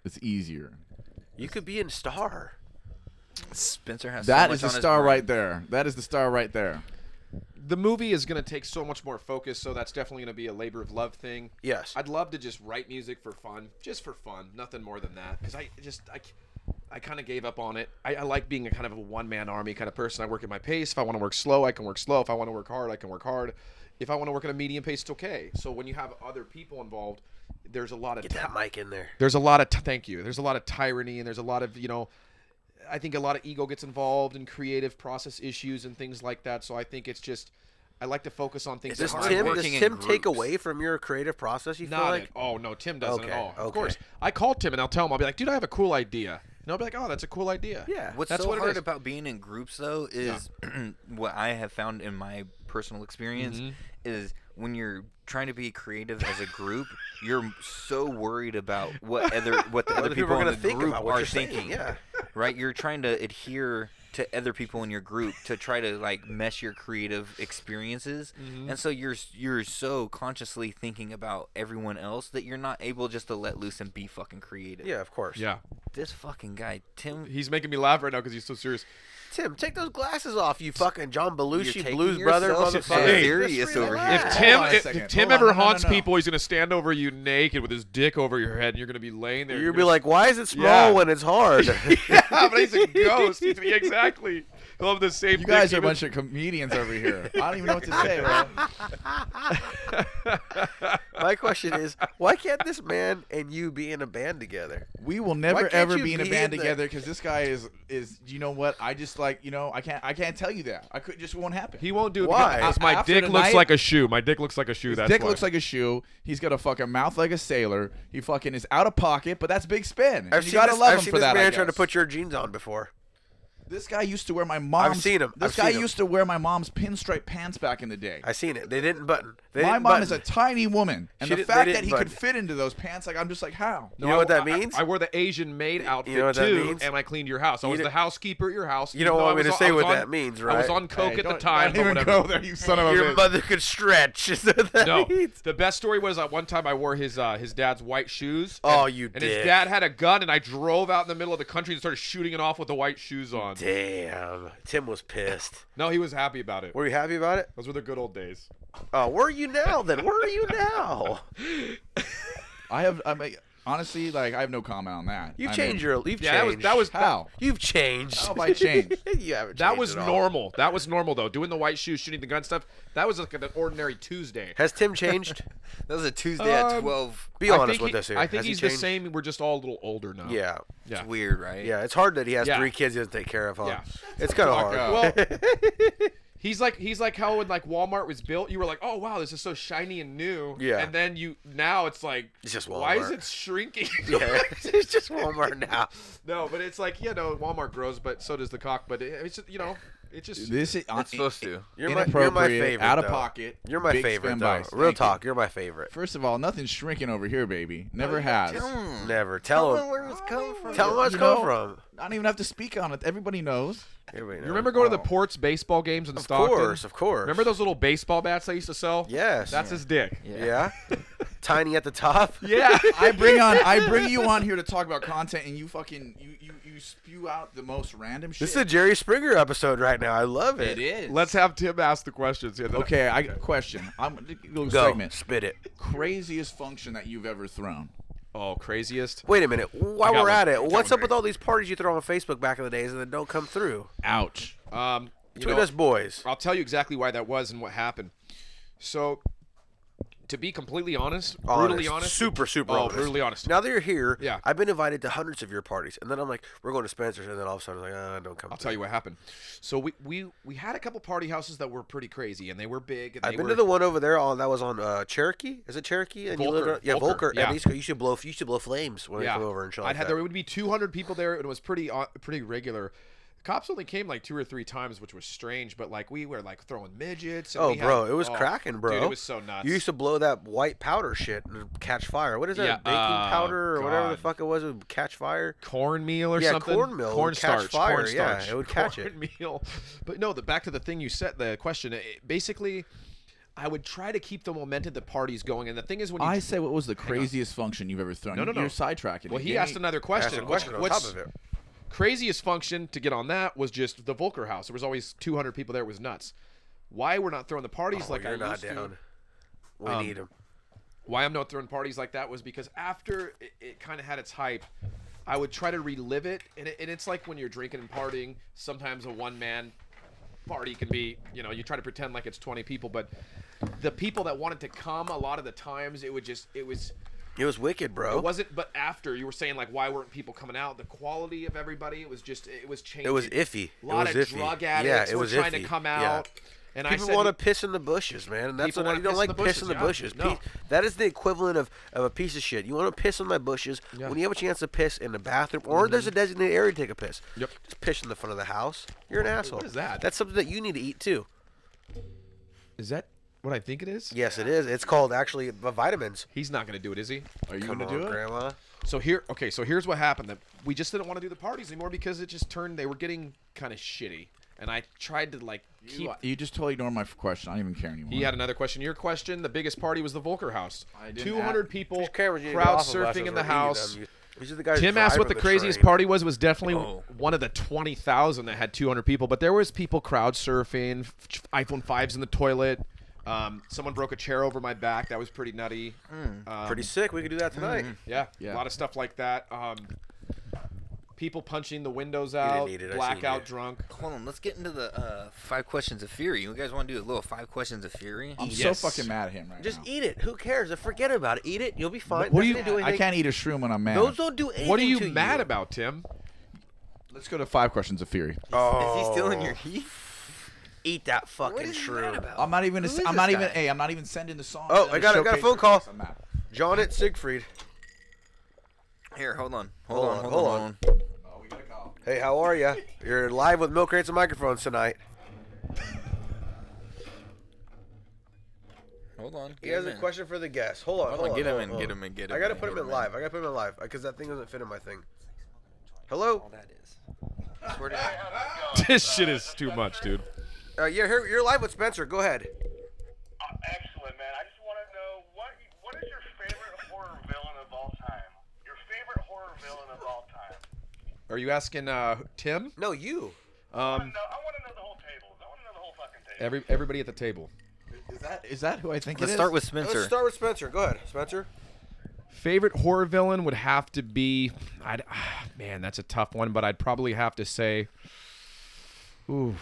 Speaker 9: It's easier.
Speaker 8: You could be in Star.
Speaker 7: Spencer has
Speaker 9: That
Speaker 7: so
Speaker 9: is
Speaker 7: much on
Speaker 9: the
Speaker 7: his
Speaker 9: star
Speaker 7: brain.
Speaker 9: right there. That is the star right there.
Speaker 10: the movie is going to take so much more focus, so that's definitely going to be a labor of love thing.
Speaker 8: Yes.
Speaker 10: I'd love to just write music for fun, just for fun, nothing more than that. Because I just I, c- I kind of gave up on it. I, I like being a kind of a one man army kind of person. I work at my pace. If I want to work slow, I can work slow. If I want to work hard, I can work hard. If I want to work at a medium pace, it's okay. So when you have other people involved, there's a lot of
Speaker 8: Get that mic in there.
Speaker 10: there's a lot of t- thank you there's a lot of tyranny and there's a lot of you know i think a lot of ego gets involved in creative process issues and things like that so i think it's just i like to focus on things
Speaker 7: Is this
Speaker 10: that
Speaker 8: Does
Speaker 7: hard
Speaker 10: aren't
Speaker 8: Tim,
Speaker 10: working.
Speaker 8: does
Speaker 7: working in
Speaker 8: Tim take
Speaker 7: groups.
Speaker 8: away from your creative process? You feel
Speaker 10: Not
Speaker 8: like
Speaker 10: at- oh no tim doesn't
Speaker 8: Okay,
Speaker 10: at all of
Speaker 8: okay.
Speaker 10: course i call tim and i'll tell him i'll be like dude i have a cool idea and i'll be like oh that's a cool idea
Speaker 8: yeah.
Speaker 7: What's
Speaker 10: That's
Speaker 7: so
Speaker 10: what it
Speaker 7: hard
Speaker 10: is.
Speaker 7: about being in groups though is <clears throat> what I have found in my personal experience
Speaker 8: Mm-hmm.
Speaker 7: is when you're trying to be creative as a group, you're so worried about what other what the
Speaker 8: <laughs>
Speaker 7: other
Speaker 8: other people
Speaker 7: people
Speaker 8: are
Speaker 7: in
Speaker 8: gonna
Speaker 7: the
Speaker 8: think
Speaker 7: group
Speaker 8: about what
Speaker 7: are
Speaker 8: you're saying,
Speaker 7: thinking.
Speaker 8: yeah.
Speaker 7: Right? You're trying to adhere to other people in your group to try to like mesh your creative experiences.
Speaker 8: Mm-hmm.
Speaker 7: And so you're s- you're so consciously thinking about everyone else that you're not able just to let loose and be fucking creative.
Speaker 8: Yeah, of course.
Speaker 10: yeah
Speaker 7: This fucking guy, Tim
Speaker 10: he's making me laugh right now because he's so serious
Speaker 8: Tim, take those glasses off, you fucking John Belushi
Speaker 7: taking
Speaker 8: Blues Brother
Speaker 7: yourself so
Speaker 8: motherfucker.
Speaker 7: serious
Speaker 8: Just
Speaker 7: over here.
Speaker 8: relax.
Speaker 10: if
Speaker 9: Hold
Speaker 10: tim
Speaker 9: on a
Speaker 10: if,
Speaker 9: second.
Speaker 10: if tim
Speaker 9: Hold on,
Speaker 10: ever
Speaker 9: no, no, no,
Speaker 10: haunts
Speaker 9: no.
Speaker 10: people he's going to stand over you naked with his dick over your head and you're going to be laying there and
Speaker 8: You'd be
Speaker 10: you're
Speaker 8: like, why is it small
Speaker 10: Yeah.
Speaker 8: when it's
Speaker 9: <laughs>
Speaker 8: hard?
Speaker 10: yeah, <laughs> but he's a ghost. He's- exactly. He'll have the same.
Speaker 9: You guys are
Speaker 10: dick
Speaker 9: a
Speaker 10: even-
Speaker 9: bunch of comedians over <laughs> here. I don't even know what to say, bro.
Speaker 8: <laughs> My question is, why can't this man and you be in a band together?
Speaker 9: We will
Speaker 8: Why
Speaker 9: never
Speaker 8: can't
Speaker 9: ever
Speaker 8: you
Speaker 9: be in a
Speaker 8: be in
Speaker 9: band
Speaker 8: the-
Speaker 9: together because this guy is is. You know what? I just like you know I can't I can't tell you that. I could just won't happen.
Speaker 10: He won't do it.
Speaker 8: Why?
Speaker 10: Because my
Speaker 9: After
Speaker 10: dick looks
Speaker 9: tonight-
Speaker 10: like a shoe. My dick looks like a shoe.
Speaker 9: His
Speaker 10: that's
Speaker 9: dick
Speaker 10: why.
Speaker 9: looks like a shoe. He's got a fucking mouth like a sailor. He fucking is out of pocket, but that's big spin.
Speaker 8: I've
Speaker 9: you
Speaker 8: seen
Speaker 9: gotta
Speaker 8: this,
Speaker 9: love
Speaker 8: I've
Speaker 9: him
Speaker 8: seen
Speaker 9: for
Speaker 8: this
Speaker 9: that. I
Speaker 8: man trying to
Speaker 9: guess.
Speaker 8: put your jeans on before.
Speaker 9: This guy used to wear my mom's.
Speaker 8: seen him.
Speaker 9: This
Speaker 8: I've
Speaker 9: guy
Speaker 8: seen him.
Speaker 9: used to wear my mom's pinstripe pants back in the day.
Speaker 8: I seen it. They didn't button. They
Speaker 9: my
Speaker 8: didn't
Speaker 9: mom
Speaker 8: button.
Speaker 9: is a tiny woman, and
Speaker 8: She
Speaker 9: the
Speaker 8: didn't- they
Speaker 9: fact
Speaker 8: didn't
Speaker 9: that he
Speaker 8: button.
Speaker 9: could fit into those pants, like I'm just like, how?
Speaker 8: You know what that
Speaker 10: I- I-
Speaker 8: means?
Speaker 10: I, wore the Asian maid outfit
Speaker 8: know what that
Speaker 10: too,
Speaker 8: means?
Speaker 10: and I cleaned your house. I was
Speaker 8: di-
Speaker 10: the housekeeper at your house.
Speaker 8: You don't
Speaker 10: even
Speaker 8: want me
Speaker 10: though I
Speaker 8: to
Speaker 10: was-
Speaker 8: say
Speaker 10: I was
Speaker 8: what
Speaker 10: on-
Speaker 8: that means,
Speaker 10: I was
Speaker 8: right?
Speaker 10: on coke
Speaker 9: Hey,
Speaker 10: at the
Speaker 9: don't-
Speaker 10: time.
Speaker 9: don't
Speaker 10: but
Speaker 9: even
Speaker 10: whatever.
Speaker 9: go there, you son of
Speaker 8: <laughs>
Speaker 9: a <laughs>
Speaker 8: Your
Speaker 9: bitch.
Speaker 8: mother could stretch. <laughs> Is that that
Speaker 10: No,
Speaker 8: means?
Speaker 10: the best story was uh, one time I wore his uh, his dad's white shoes.
Speaker 8: Oh,
Speaker 10: and-
Speaker 8: you
Speaker 10: And
Speaker 8: dick.
Speaker 10: his dad had a gun, and I drove out in the middle of the country and started shooting it off with the white shoes on.
Speaker 8: Damn. Tim was pissed.
Speaker 10: No, he was happy about it.
Speaker 8: Were you happy about it?
Speaker 10: Those were the good old days.
Speaker 8: Oh, where are you now then? Where are you now?
Speaker 9: I have. I mean, honestly, like I have no comment on that.
Speaker 8: You've
Speaker 9: I
Speaker 8: changed
Speaker 9: mean,
Speaker 8: your. You've
Speaker 10: Yeah, that was
Speaker 8: changed.
Speaker 10: that was
Speaker 9: how.
Speaker 8: You've changed.
Speaker 9: How have I changed?
Speaker 8: <laughs> you haven't.
Speaker 10: That
Speaker 8: changed
Speaker 10: was
Speaker 8: at all.
Speaker 10: normal. That was normal though. Doing the white shoes, shooting the gun stuff. That was like an ordinary Tuesday.
Speaker 8: Has Tim
Speaker 10: <laughs>
Speaker 8: changed?
Speaker 7: That was a Tuesday at
Speaker 10: Um,
Speaker 7: 12.
Speaker 8: Be
Speaker 10: I
Speaker 8: honest
Speaker 10: think
Speaker 8: with
Speaker 10: he-
Speaker 8: us here.
Speaker 10: I think
Speaker 8: Has he
Speaker 10: he's the
Speaker 8: changed?
Speaker 10: same. We're just all a little older now.
Speaker 8: Yeah.
Speaker 10: Yeah.
Speaker 7: It's weird, right?
Speaker 8: Yeah, it's hard that he has
Speaker 10: Yeah.
Speaker 8: three kids he has to take care of, huh?
Speaker 10: Yeah.
Speaker 8: It's kind of hard.
Speaker 9: up.
Speaker 10: Well, <laughs> he's like he's like how when like Walmart was built, you were like, oh wow, this is so shiny and new.
Speaker 8: Yeah.
Speaker 10: And then you now it's like
Speaker 8: It's just
Speaker 10: Why is
Speaker 8: Walmart.
Speaker 10: it shrinking?
Speaker 8: <laughs>
Speaker 10: <laughs>
Speaker 8: Yeah, <laughs> it's just Walmart now.
Speaker 10: no, but it's like you know Walmart grows, but so does the cock. But it, it's just, you know it just
Speaker 9: This is
Speaker 7: It's supposed to.
Speaker 8: You're my, you're
Speaker 9: inappropriate,
Speaker 8: my favorite.
Speaker 9: out of
Speaker 8: though.
Speaker 9: pocket.
Speaker 8: You're my
Speaker 9: big
Speaker 8: favorite,
Speaker 9: spin
Speaker 8: though.
Speaker 9: bias.
Speaker 8: Real
Speaker 9: Thank you.
Speaker 8: talk. You're my favorite.
Speaker 9: First of all, nothing's shrinking over here, baby. Never has.
Speaker 8: Never tell
Speaker 7: Tell him
Speaker 8: him.
Speaker 7: where it's coming from.
Speaker 8: Tell him where it's
Speaker 9: You
Speaker 8: come
Speaker 9: know-
Speaker 8: from.
Speaker 9: I don't even have to speak on it. Everybody knows.
Speaker 8: Everybody knows.
Speaker 10: You remember going to the Ports baseball games in
Speaker 8: Oh. Of
Speaker 10: Stockton?
Speaker 8: course, of course.
Speaker 10: Remember those little baseball bats I used to sell?
Speaker 8: Yes.
Speaker 10: That's his dick.
Speaker 8: Yeah. Tiny at the top.
Speaker 10: <laughs> Yeah.
Speaker 9: I bring on. I bring you on here to talk about content, and you fucking you you, you spew out the most random shit.
Speaker 8: This is a Jerry Springer episode right now. I love it.
Speaker 9: it is.
Speaker 10: Let's have Tim ask the questions. Yeah, then-
Speaker 9: Okay, I got a question. I'm little
Speaker 8: Go.
Speaker 9: segment.
Speaker 8: Spit it.
Speaker 9: Craziest function that you've ever thrown.
Speaker 10: Oh, craziest.
Speaker 8: Wait a minute. While
Speaker 10: I got
Speaker 8: we're
Speaker 10: one.
Speaker 8: at
Speaker 10: I
Speaker 8: it,
Speaker 10: got
Speaker 8: what's
Speaker 10: one
Speaker 8: up with
Speaker 10: here.
Speaker 8: all these parties you throw on Facebook back in the days and then don't come through?
Speaker 9: Ouch.
Speaker 10: Um, you
Speaker 8: Between
Speaker 10: know,
Speaker 8: us boys.
Speaker 10: I'll tell you exactly why that was and what happened. So, to be completely honest,
Speaker 8: Honest.
Speaker 10: brutally honest,
Speaker 8: super, super
Speaker 10: oh,
Speaker 8: honest.
Speaker 10: brutally honest.
Speaker 8: Now that you're here,
Speaker 10: Yeah.
Speaker 8: I've been invited to hundreds of your parties, and then I'm like, we're going to Spencer's, and then all of a sudden, I'm like, ah, don't come.
Speaker 10: I'll tell you what happened. So we we we had a couple party houses that were pretty crazy, and they were big. And they
Speaker 8: I've been
Speaker 10: were,
Speaker 8: to the one over there on that was on uh, Cherokee. Is it Cherokee? And you
Speaker 10: Volker,
Speaker 8: lived on, yeah,
Speaker 10: Volker,
Speaker 8: Volker.
Speaker 10: yeah.
Speaker 8: At least you should blow you should blow flames when
Speaker 10: yeah.
Speaker 8: I come over and shit
Speaker 10: I'd
Speaker 8: like
Speaker 10: had
Speaker 8: that.
Speaker 10: there would be 200 people there, and it was pretty uh, pretty regular. Cops only came like two or three times, which was strange. But like we were like throwing midgets. And
Speaker 8: Oh,
Speaker 10: we had-
Speaker 8: bro, it was
Speaker 10: oh,
Speaker 8: cracking, bro.
Speaker 10: Dude, it was so nuts.
Speaker 8: You used to blow that white powder shit and it'd catch fire. What is that?
Speaker 10: Yeah,
Speaker 8: Baking
Speaker 10: oh,
Speaker 8: powder or whatever the
Speaker 10: God.
Speaker 8: fuck it was? It would catch fire.
Speaker 10: cornmeal or
Speaker 8: yeah,
Speaker 10: something.
Speaker 8: cornmeal. It would catch
Speaker 10: cornstarch,
Speaker 8: fire.
Speaker 10: cornstarch,
Speaker 8: Yeah, it would catch it.
Speaker 10: cornmeal. <laughs> But no, the back to the thing you said, the question. It, basically, I would try to keep the momentum of the parties going, and the thing is when you
Speaker 9: I say, what was the craziest function you've ever thrown?
Speaker 10: No, no, no.
Speaker 9: You're sidetracking.
Speaker 10: Well,
Speaker 9: it.
Speaker 10: he
Speaker 9: Give
Speaker 10: asked
Speaker 9: me-
Speaker 10: another
Speaker 8: Ask a
Speaker 10: question. What's-
Speaker 8: question on
Speaker 10: what's,
Speaker 8: top of it.
Speaker 10: craziest function to get on that was just the Volker house. There was always 200 people there. It was nuts. Why we're not throwing the parties
Speaker 8: Oh,
Speaker 10: like
Speaker 8: you're
Speaker 10: I
Speaker 8: not
Speaker 10: used to-
Speaker 8: down. We
Speaker 10: Um,
Speaker 8: need him.
Speaker 10: Why I'm not throwing parties like that was because after it, it kind of had its hype, I would try to relive it, and, it, and it's like when you're drinking and partying. Sometimes a one man party can be, you know, you try to pretend like it's 20 people, but the people that wanted to come, a lot of the times it would just, it was.
Speaker 8: It was wicked, bro.
Speaker 10: It wasn't, but after you were saying like, why weren't people coming out? The quality of everybody, it was just, it was changing.
Speaker 8: It was iffy.
Speaker 10: A lot
Speaker 8: it
Speaker 10: of
Speaker 8: was iffy.
Speaker 10: drug
Speaker 8: yeah,
Speaker 10: addicts
Speaker 8: it
Speaker 10: were
Speaker 8: was
Speaker 10: trying
Speaker 8: iffy.
Speaker 10: to come
Speaker 8: Yeah.
Speaker 10: out, and I
Speaker 8: People
Speaker 10: said,
Speaker 8: want to piss in the bushes, man, and that's
Speaker 10: People
Speaker 8: what I
Speaker 10: wanna
Speaker 8: you don't
Speaker 10: piss in
Speaker 8: like.
Speaker 10: the
Speaker 8: piss in
Speaker 10: bushes,
Speaker 8: the
Speaker 10: yeah.
Speaker 8: bushes.
Speaker 10: No.
Speaker 8: Pe- That is the equivalent of, of a piece of shit. You want to piss in my bushes
Speaker 10: Yeah. Mm-hmm.
Speaker 8: when you have a chance to piss in the bathroom, or there's a designated area to take a piss.
Speaker 10: Yep.
Speaker 8: Just piss in the front of the house. You're an asshole.
Speaker 10: is that?
Speaker 8: That's something that you need to eat too.
Speaker 10: "Is that what I think it is?"
Speaker 8: Yes, it is. It's called actually uh, vitamins.
Speaker 10: He's not gonna do it, is he?
Speaker 9: Are you
Speaker 8: Come
Speaker 9: gonna
Speaker 8: on,
Speaker 9: do it?
Speaker 8: Grandma.
Speaker 10: So here, okay, so here's what happened. That we just didn't want to do the parties anymore because it just turned. They were getting kind of shitty, and I tried to like keep.
Speaker 9: You, you just totally ignored my f- question. I don't even care anymore.
Speaker 10: He had another question. Your question. The biggest party was the Volker House.
Speaker 9: I didn't
Speaker 10: Two hundred
Speaker 9: ask-
Speaker 10: people,
Speaker 8: These cameras you need to
Speaker 10: crowd
Speaker 8: off of us
Speaker 10: surfing
Speaker 8: as
Speaker 10: in
Speaker 8: we're
Speaker 10: the
Speaker 8: eating
Speaker 10: house.
Speaker 8: them. You- These are the guys
Speaker 10: Tim asked what the
Speaker 8: driving
Speaker 10: craziest
Speaker 8: train.
Speaker 10: party was. Was definitely
Speaker 8: Oh.
Speaker 10: one of the twenty thousand that had two hundred people, but there was people crowd surfing, f- iPhone fives in the toilet. Um, someone broke a chair over my back. That was pretty nutty.
Speaker 9: Hmm.
Speaker 7: Uh-huh.
Speaker 10: Um,
Speaker 8: Pretty sick. We could do that tonight.
Speaker 10: yeah,
Speaker 9: Yeah.
Speaker 10: a lot of stuff like that. Um, people punching the windows
Speaker 8: didn't
Speaker 10: out,
Speaker 8: need it, I seen
Speaker 10: blackout
Speaker 8: you.
Speaker 10: drunk.
Speaker 7: Hold on, let's get into the uh, five questions of fury. You guys want to do a little five questions of fury?
Speaker 9: I'm
Speaker 10: Yes.
Speaker 9: so fucking mad at him right
Speaker 8: Just
Speaker 9: now.
Speaker 8: eat it. Who cares? Forget about it. Eat it. You'll be fine.
Speaker 9: What do
Speaker 8: Doesn't
Speaker 9: you?
Speaker 8: it do
Speaker 9: I
Speaker 8: anything.
Speaker 9: can't eat a shroom when I'm mad.
Speaker 8: Those don't do anything.
Speaker 10: What are you
Speaker 8: to
Speaker 10: mad about, Tim? <laughs>
Speaker 9: Let's go to five questions of fury.
Speaker 8: Oh,
Speaker 7: Is he still in your heat?
Speaker 8: Eat that fucking
Speaker 7: What is he
Speaker 8: shroom.
Speaker 7: mad about?
Speaker 9: I'm not even.
Speaker 7: Who is
Speaker 9: I'm
Speaker 7: this
Speaker 9: not even.
Speaker 7: guy?
Speaker 9: Hey, I'm not even sending the song.
Speaker 8: Oh,
Speaker 9: to
Speaker 8: I got- I got a
Speaker 9: showcase
Speaker 8: phone
Speaker 9: the
Speaker 8: call.
Speaker 9: songs. I'm mad.
Speaker 8: John at Siegfried.
Speaker 7: Here, hold on. Hold, on, hold, on, hold
Speaker 9: Oh,
Speaker 8: Hey, how are ya? You're live with Milk Crates and Microphones tonight.
Speaker 7: on. Hold on.
Speaker 8: He
Speaker 7: get
Speaker 8: has
Speaker 7: him
Speaker 8: a
Speaker 7: in.
Speaker 8: question for the guest. Hold on,
Speaker 7: Hold
Speaker 8: hold
Speaker 7: on,
Speaker 8: on.
Speaker 7: get him
Speaker 8: hold
Speaker 7: in,
Speaker 8: on,
Speaker 7: get
Speaker 8: hold on.
Speaker 7: him in, get
Speaker 8: I
Speaker 7: him
Speaker 8: gotta
Speaker 7: in,
Speaker 8: put
Speaker 7: get
Speaker 8: him in
Speaker 7: him in.
Speaker 8: live. I gotta put him in live because that thing doesn't fit in my thing. Hello.
Speaker 7: Oh, That is. I swear to God.
Speaker 10: this shit is too much, dude.
Speaker 8: Uh, you're here. You're live with Spencer. Go ahead.
Speaker 12: Uh, excellent, man. I just want to know what what is your favorite horror villain of all time? Your favorite horror villain of all time?
Speaker 10: Are you asking uh, Tim?
Speaker 8: No, you.
Speaker 10: Um,
Speaker 12: No, I want to know the whole table. I want to know the whole fucking table.
Speaker 10: every everybody at the table.
Speaker 9: Is that is that who I think?
Speaker 7: Let's
Speaker 9: it
Speaker 7: start
Speaker 9: is?
Speaker 7: with
Speaker 8: Let's
Speaker 7: Spencer.
Speaker 8: start with Spencer. Go ahead, Spencer.
Speaker 10: Favorite horror villain would have to be, I'd, ah, man, that's a tough one, but I'd probably have to say, ooh,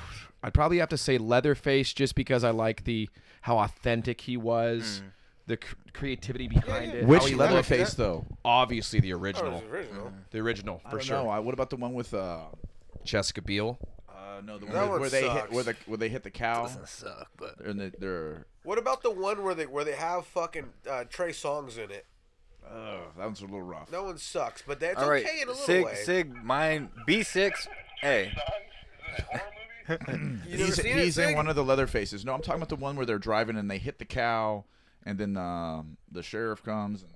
Speaker 10: I'd probably have to say Leatherface just because I like the how authentic he
Speaker 8: Hmm.
Speaker 10: was, the cr- creativity behind it.
Speaker 9: Which
Speaker 10: how he looked.
Speaker 9: Leatherface though?
Speaker 10: Obviously, the original,
Speaker 8: Oh, original.
Speaker 7: Mm-hmm.
Speaker 10: the original
Speaker 9: I
Speaker 10: for
Speaker 9: don't
Speaker 10: sure.
Speaker 9: know. I- What about the one with uh?
Speaker 10: Jessica Biel.
Speaker 9: Uh, no, the
Speaker 8: That
Speaker 9: one
Speaker 8: one
Speaker 9: where they hit
Speaker 8: sucks.
Speaker 9: where the where they hit the cow
Speaker 7: Doesn't suck, but
Speaker 9: and the, they're
Speaker 8: What about the one where they where they have fucking uh, Trey songs in it?
Speaker 9: oh, that one's a little rough.
Speaker 8: That one sucks, but that's
Speaker 7: all right.
Speaker 8: okay in a little
Speaker 7: Sig,
Speaker 8: way.
Speaker 7: Sig, mine B six. Hey,
Speaker 10: <laughs>
Speaker 8: You never
Speaker 9: he's
Speaker 8: seen
Speaker 9: he's
Speaker 8: it,
Speaker 9: in
Speaker 8: Sig?
Speaker 9: one of the leather faces. No, I'm talking about the one where they're driving and they hit the cow, and then um, the sheriff comes. And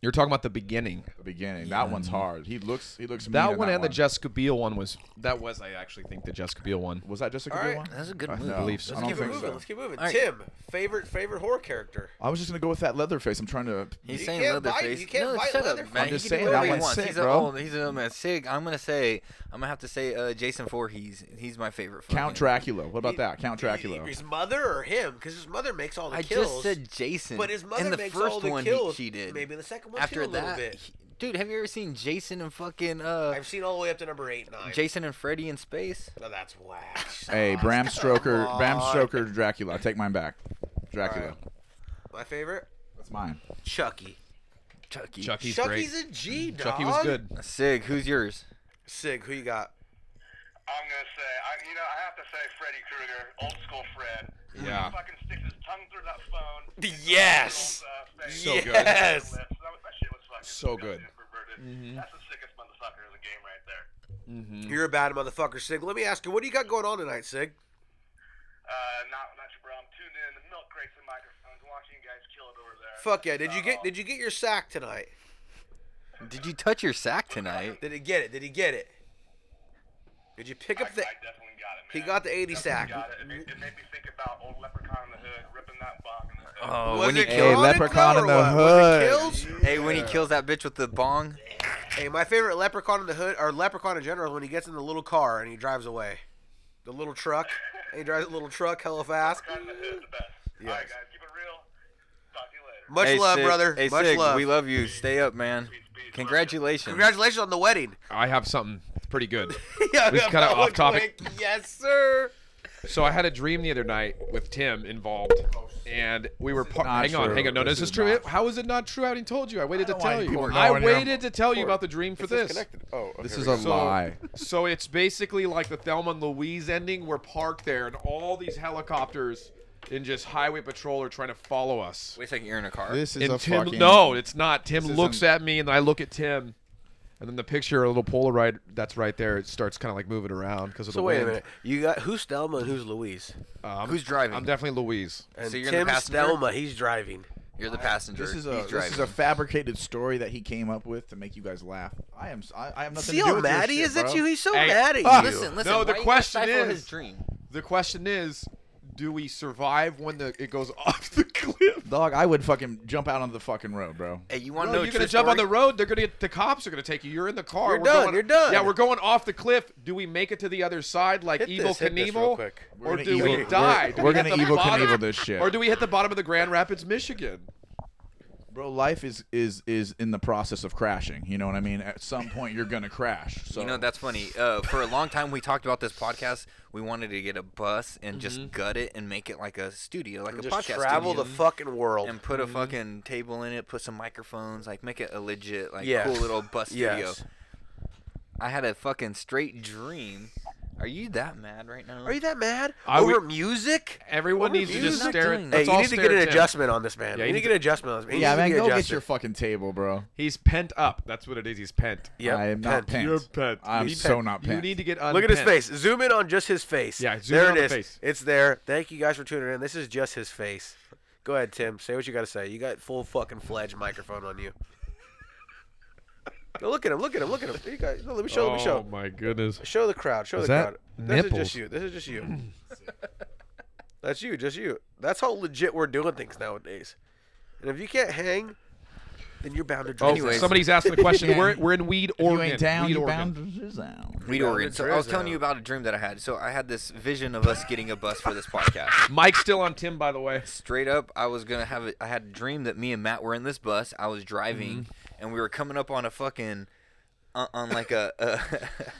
Speaker 10: You're talking about the beginning.
Speaker 9: the beginning, that one's hard. He looks he looks. mean
Speaker 10: That
Speaker 9: in
Speaker 10: one
Speaker 9: that
Speaker 10: and the Jessica Biel one was that was I actually think the Jessica Biel one.
Speaker 9: was that Jessica
Speaker 8: All
Speaker 9: Biel
Speaker 8: right.
Speaker 9: one?
Speaker 7: that's a good
Speaker 9: Uh,
Speaker 7: movie.
Speaker 9: no,
Speaker 7: Let's
Speaker 9: I don't
Speaker 7: keep it
Speaker 9: think
Speaker 8: moving.
Speaker 9: so.
Speaker 8: Let's keep moving.
Speaker 7: All right.
Speaker 8: Tim, favorite favorite horror character.
Speaker 9: I was just gonna go with that Leatherface. I'm trying to.
Speaker 7: He's
Speaker 8: You
Speaker 7: saying
Speaker 8: can't bite-
Speaker 7: Leatherface.
Speaker 8: you can't
Speaker 7: no,
Speaker 8: bite
Speaker 7: shut
Speaker 8: Leatherface.
Speaker 7: up, man.
Speaker 9: I'm just
Speaker 7: he can
Speaker 9: saying
Speaker 7: do
Speaker 9: that
Speaker 7: whatever he
Speaker 9: one's
Speaker 7: wants.
Speaker 9: sick,
Speaker 7: he's an
Speaker 9: bro.
Speaker 7: old, he's an old man. Sig, I'm gonna say, I'm gonna have to say uh, Jason Voorhees. He's my favorite.
Speaker 9: Count
Speaker 7: fucking-
Speaker 9: Dracula. What about that? Count Dracula.
Speaker 8: His mother or him? Because his mother makes all the
Speaker 7: I
Speaker 8: kills.
Speaker 7: just said Jason.
Speaker 8: But his mother
Speaker 7: in the
Speaker 8: makes
Speaker 7: first
Speaker 8: all the
Speaker 7: one,
Speaker 8: kills.
Speaker 7: He, she did.
Speaker 8: Maybe in the second one
Speaker 7: After
Speaker 8: too, a little
Speaker 7: that,
Speaker 8: bit.
Speaker 7: he- dude, have you ever seen Jason and fucking uh,
Speaker 8: I've seen all the way up to number eight, nine.
Speaker 7: Jason and Freddy in space?
Speaker 8: no, that's whack.
Speaker 9: <laughs> Hey, Bram Stoker. Bram Stoker. Dracula. I take mine back. Dracula.
Speaker 8: All My favorite?
Speaker 9: That's mine.
Speaker 8: Chucky.
Speaker 7: Chucky.
Speaker 8: Chucky's Chucky's great. a G, Chucky was dog. good.
Speaker 7: Sig, who's yours?
Speaker 8: Sig, who you got?
Speaker 12: I'm gonna say, I, you know, I have to say Freddy Krueger, old school Fred.
Speaker 10: Yeah.
Speaker 12: He fucking sticks his tongue through that phone.
Speaker 10: Yes. So good. Yes.
Speaker 12: uh, That shit was fucking
Speaker 10: So good. Mm-hmm.
Speaker 12: disgusting, perverted. That's the sickest motherfucker in the game right there.
Speaker 7: Mm.
Speaker 8: You're a bad motherfucker, Sig. Let me ask you, what do you got going on tonight, Sig?
Speaker 12: Uh, not, not your bro. I'm tuned in the milk crates and microphones, watching you guys kill it over there.
Speaker 8: Fuck yeah! Did you get did you get your sack tonight?
Speaker 7: Did you touch your sack tonight?
Speaker 8: Did he get it? Did he get it? Did you pick up the? He got the 80 sack.
Speaker 7: Oh,
Speaker 8: Was
Speaker 10: Oh.
Speaker 7: when he
Speaker 8: it
Speaker 7: killed
Speaker 8: killed? Leprechaun in the Was it Hood. killed?
Speaker 7: Hey, when he kills that bitch with the bong.
Speaker 8: Hey, my favorite leprechaun in the hood, or leprechaun in general, is when he gets in the little car and he drives away, the little truck. and he drives a little truck hella fast. Yes. Much
Speaker 7: Hey,
Speaker 8: love,
Speaker 7: Sig-
Speaker 8: brother.
Speaker 7: Hey,
Speaker 8: Much
Speaker 7: Sig,
Speaker 8: love.
Speaker 7: we love you. Stay up, man. Congratulations.
Speaker 8: Congratulations on the wedding. <laughs>
Speaker 10: I have something pretty good.
Speaker 8: Yeah,
Speaker 10: This is kind
Speaker 8: that
Speaker 10: of
Speaker 8: was
Speaker 10: off topic.
Speaker 8: quick. Yes, sir.
Speaker 10: So I had a dream the other night with Tim involved, and we were. Par-
Speaker 9: not
Speaker 10: hang on,
Speaker 9: true.
Speaker 10: hang on. No,
Speaker 9: This
Speaker 10: this,
Speaker 9: is
Speaker 10: is true. How is it not true? I already told you. I waited to
Speaker 9: don't want
Speaker 10: tell you.
Speaker 9: people
Speaker 10: I
Speaker 9: knowing here.
Speaker 10: waited to tell you about the dream for this.
Speaker 9: Oh, this is a <laughs> lie.
Speaker 10: So it's basically like the Thelma and Louise ending. We're parked there, and all these helicopters and just highway patrol are trying to follow us.
Speaker 7: Wait a second, you're in a car.
Speaker 9: This is
Speaker 10: and
Speaker 9: a
Speaker 10: Tim,
Speaker 9: fucking-
Speaker 10: no, it's not. Tim
Speaker 9: This is
Speaker 10: looks
Speaker 9: an-
Speaker 10: at me, and I look at Tim, and then the picture, a little Polaroid that's right there, it starts kind of like moving around because of
Speaker 8: So
Speaker 10: the
Speaker 8: wait a
Speaker 10: wind.
Speaker 8: minute. You got who's Thelma and who's Louise?
Speaker 10: Um,
Speaker 7: Who's driving?
Speaker 10: I'm definitely Louise.
Speaker 8: And
Speaker 7: So you're the
Speaker 8: Tim's
Speaker 7: passenger?
Speaker 8: Thelma. He's driving.
Speaker 7: You're the passenger.
Speaker 9: This is
Speaker 7: He's
Speaker 9: a this is
Speaker 7: driving.
Speaker 9: a fabricated story that he came up with to make you guys laugh. I am s- I, I have nothing
Speaker 8: See
Speaker 9: to do
Speaker 8: how
Speaker 9: with this
Speaker 8: mad he
Speaker 9: shit,
Speaker 8: is at
Speaker 9: bro.
Speaker 8: you? He's so
Speaker 10: Hey,
Speaker 8: mad at
Speaker 10: fuck.
Speaker 8: you.
Speaker 7: Listen, listen.
Speaker 10: No,
Speaker 7: why
Speaker 10: the
Speaker 7: you gotta
Speaker 10: question
Speaker 7: stifle
Speaker 10: is-
Speaker 7: his dream.
Speaker 10: The question is, do we survive when the it goes <laughs> off the cliff?
Speaker 9: Dog, I would fucking jump out onto the fucking road, bro.
Speaker 7: Hey,
Speaker 8: Oh,
Speaker 7: you want to
Speaker 10: No,
Speaker 7: know?
Speaker 10: you're gonna jump on the road. They're gonna get the cops are gonna take you. You're in the car.
Speaker 8: You're
Speaker 10: we're
Speaker 8: done,
Speaker 10: Going,
Speaker 8: you're done.
Speaker 10: Yeah, we're going off the cliff. Do we make it to the other side like
Speaker 8: Hit
Speaker 10: evil
Speaker 8: this, hit this
Speaker 10: Knievel,
Speaker 8: real quick.
Speaker 9: We're
Speaker 10: or
Speaker 9: gonna
Speaker 10: do
Speaker 9: evil-
Speaker 10: we
Speaker 9: we're-
Speaker 10: die?
Speaker 9: <laughs>
Speaker 10: Do
Speaker 9: we're
Speaker 10: we hit
Speaker 9: gonna
Speaker 10: the
Speaker 9: evil
Speaker 10: bottom-
Speaker 9: Knievel this shit.
Speaker 10: or do we hit the bottom of the Grand Rapids, Michigan?
Speaker 9: Bro, life is is is in the process of crashing. You know what I mean? At some point, you're gonna crash. So
Speaker 7: You know that's funny. Uh, for a long time, we talked about this podcast. We wanted to get a bus and just gut it and make it like a studio, like a
Speaker 8: Mm-hmm. Just
Speaker 7: podcast.
Speaker 8: travel
Speaker 7: studio.
Speaker 8: the Mm-hmm. fucking world.
Speaker 7: and put a fucking table in it, put some microphones, like make it a legit, like
Speaker 8: Yes.
Speaker 7: cool little
Speaker 8: <laughs>
Speaker 7: bus studio.
Speaker 8: Yes.
Speaker 7: I had a fucking straight dream. Are you that mad right now?
Speaker 8: Are you that mad
Speaker 10: I
Speaker 8: over
Speaker 10: would-
Speaker 8: music?
Speaker 10: Everyone needs to
Speaker 7: You're
Speaker 10: just
Speaker 7: not
Speaker 10: stare.
Speaker 7: doing
Speaker 10: At,
Speaker 7: that.
Speaker 8: Hey,
Speaker 10: let's
Speaker 8: you
Speaker 10: all
Speaker 8: need to
Speaker 10: stare
Speaker 8: get an
Speaker 10: at Tim.
Speaker 8: adjustment on this man.
Speaker 10: Yeah,
Speaker 8: you need
Speaker 10: you
Speaker 8: to
Speaker 10: need
Speaker 8: get an adjustment on this man. He
Speaker 9: yeah,
Speaker 8: needs to
Speaker 9: man,
Speaker 8: be
Speaker 9: go get
Speaker 8: adjusted.
Speaker 9: your fucking table, bro.
Speaker 10: He's pent up. That's what it is. He's pent.
Speaker 8: Yep.
Speaker 9: I am not
Speaker 8: Pent.
Speaker 9: pent.
Speaker 10: You're pent.
Speaker 9: I'm
Speaker 10: You need-
Speaker 9: so not pent.
Speaker 10: You need to get
Speaker 8: Look at his
Speaker 10: unpent.
Speaker 8: face. Zoom in on just his face.
Speaker 10: Yeah, zoom
Speaker 8: there
Speaker 10: in on
Speaker 8: it
Speaker 10: the
Speaker 8: is.
Speaker 10: face.
Speaker 8: It's there. Thank you guys for tuning in. This is just his face. Go ahead, Tim. Say what you got to say. You got full fucking fledged microphone on you. <laughs> No, look at him. Look at him. Look at him. You got, no, let me show. let me show.
Speaker 10: Oh my goodness.
Speaker 8: Show the crowd. Show
Speaker 10: Is
Speaker 8: the
Speaker 10: that
Speaker 8: crowd. This is just
Speaker 10: nipples?
Speaker 8: you. This is just you. That's you. Just you. That's how legit we're doing things nowadays. And if you can't hang, then you're bound to
Speaker 10: Oh,
Speaker 8: drink.
Speaker 7: Anyways.
Speaker 10: somebody's asking the question.
Speaker 9: Yeah.
Speaker 10: We're, we're in Weed,
Speaker 9: If
Speaker 10: Oregon.
Speaker 9: you ain't down,
Speaker 10: Weed,
Speaker 9: you
Speaker 10: Oregon.
Speaker 9: bound to down.
Speaker 7: Weed Oregon. So I was telling
Speaker 8: Drizzo.
Speaker 7: you about a dream that I had. So I had this vision of us getting a
Speaker 8: <laughs>
Speaker 7: bus for this podcast.
Speaker 10: Mike's still on Tim, by the way.
Speaker 7: Straight up, I was gonna have. A, I had a dream that me and Matt were in this bus. I was driving,
Speaker 8: Mm-hmm.
Speaker 7: and we were coming up on a fucking, uh, on like a, a, <laughs>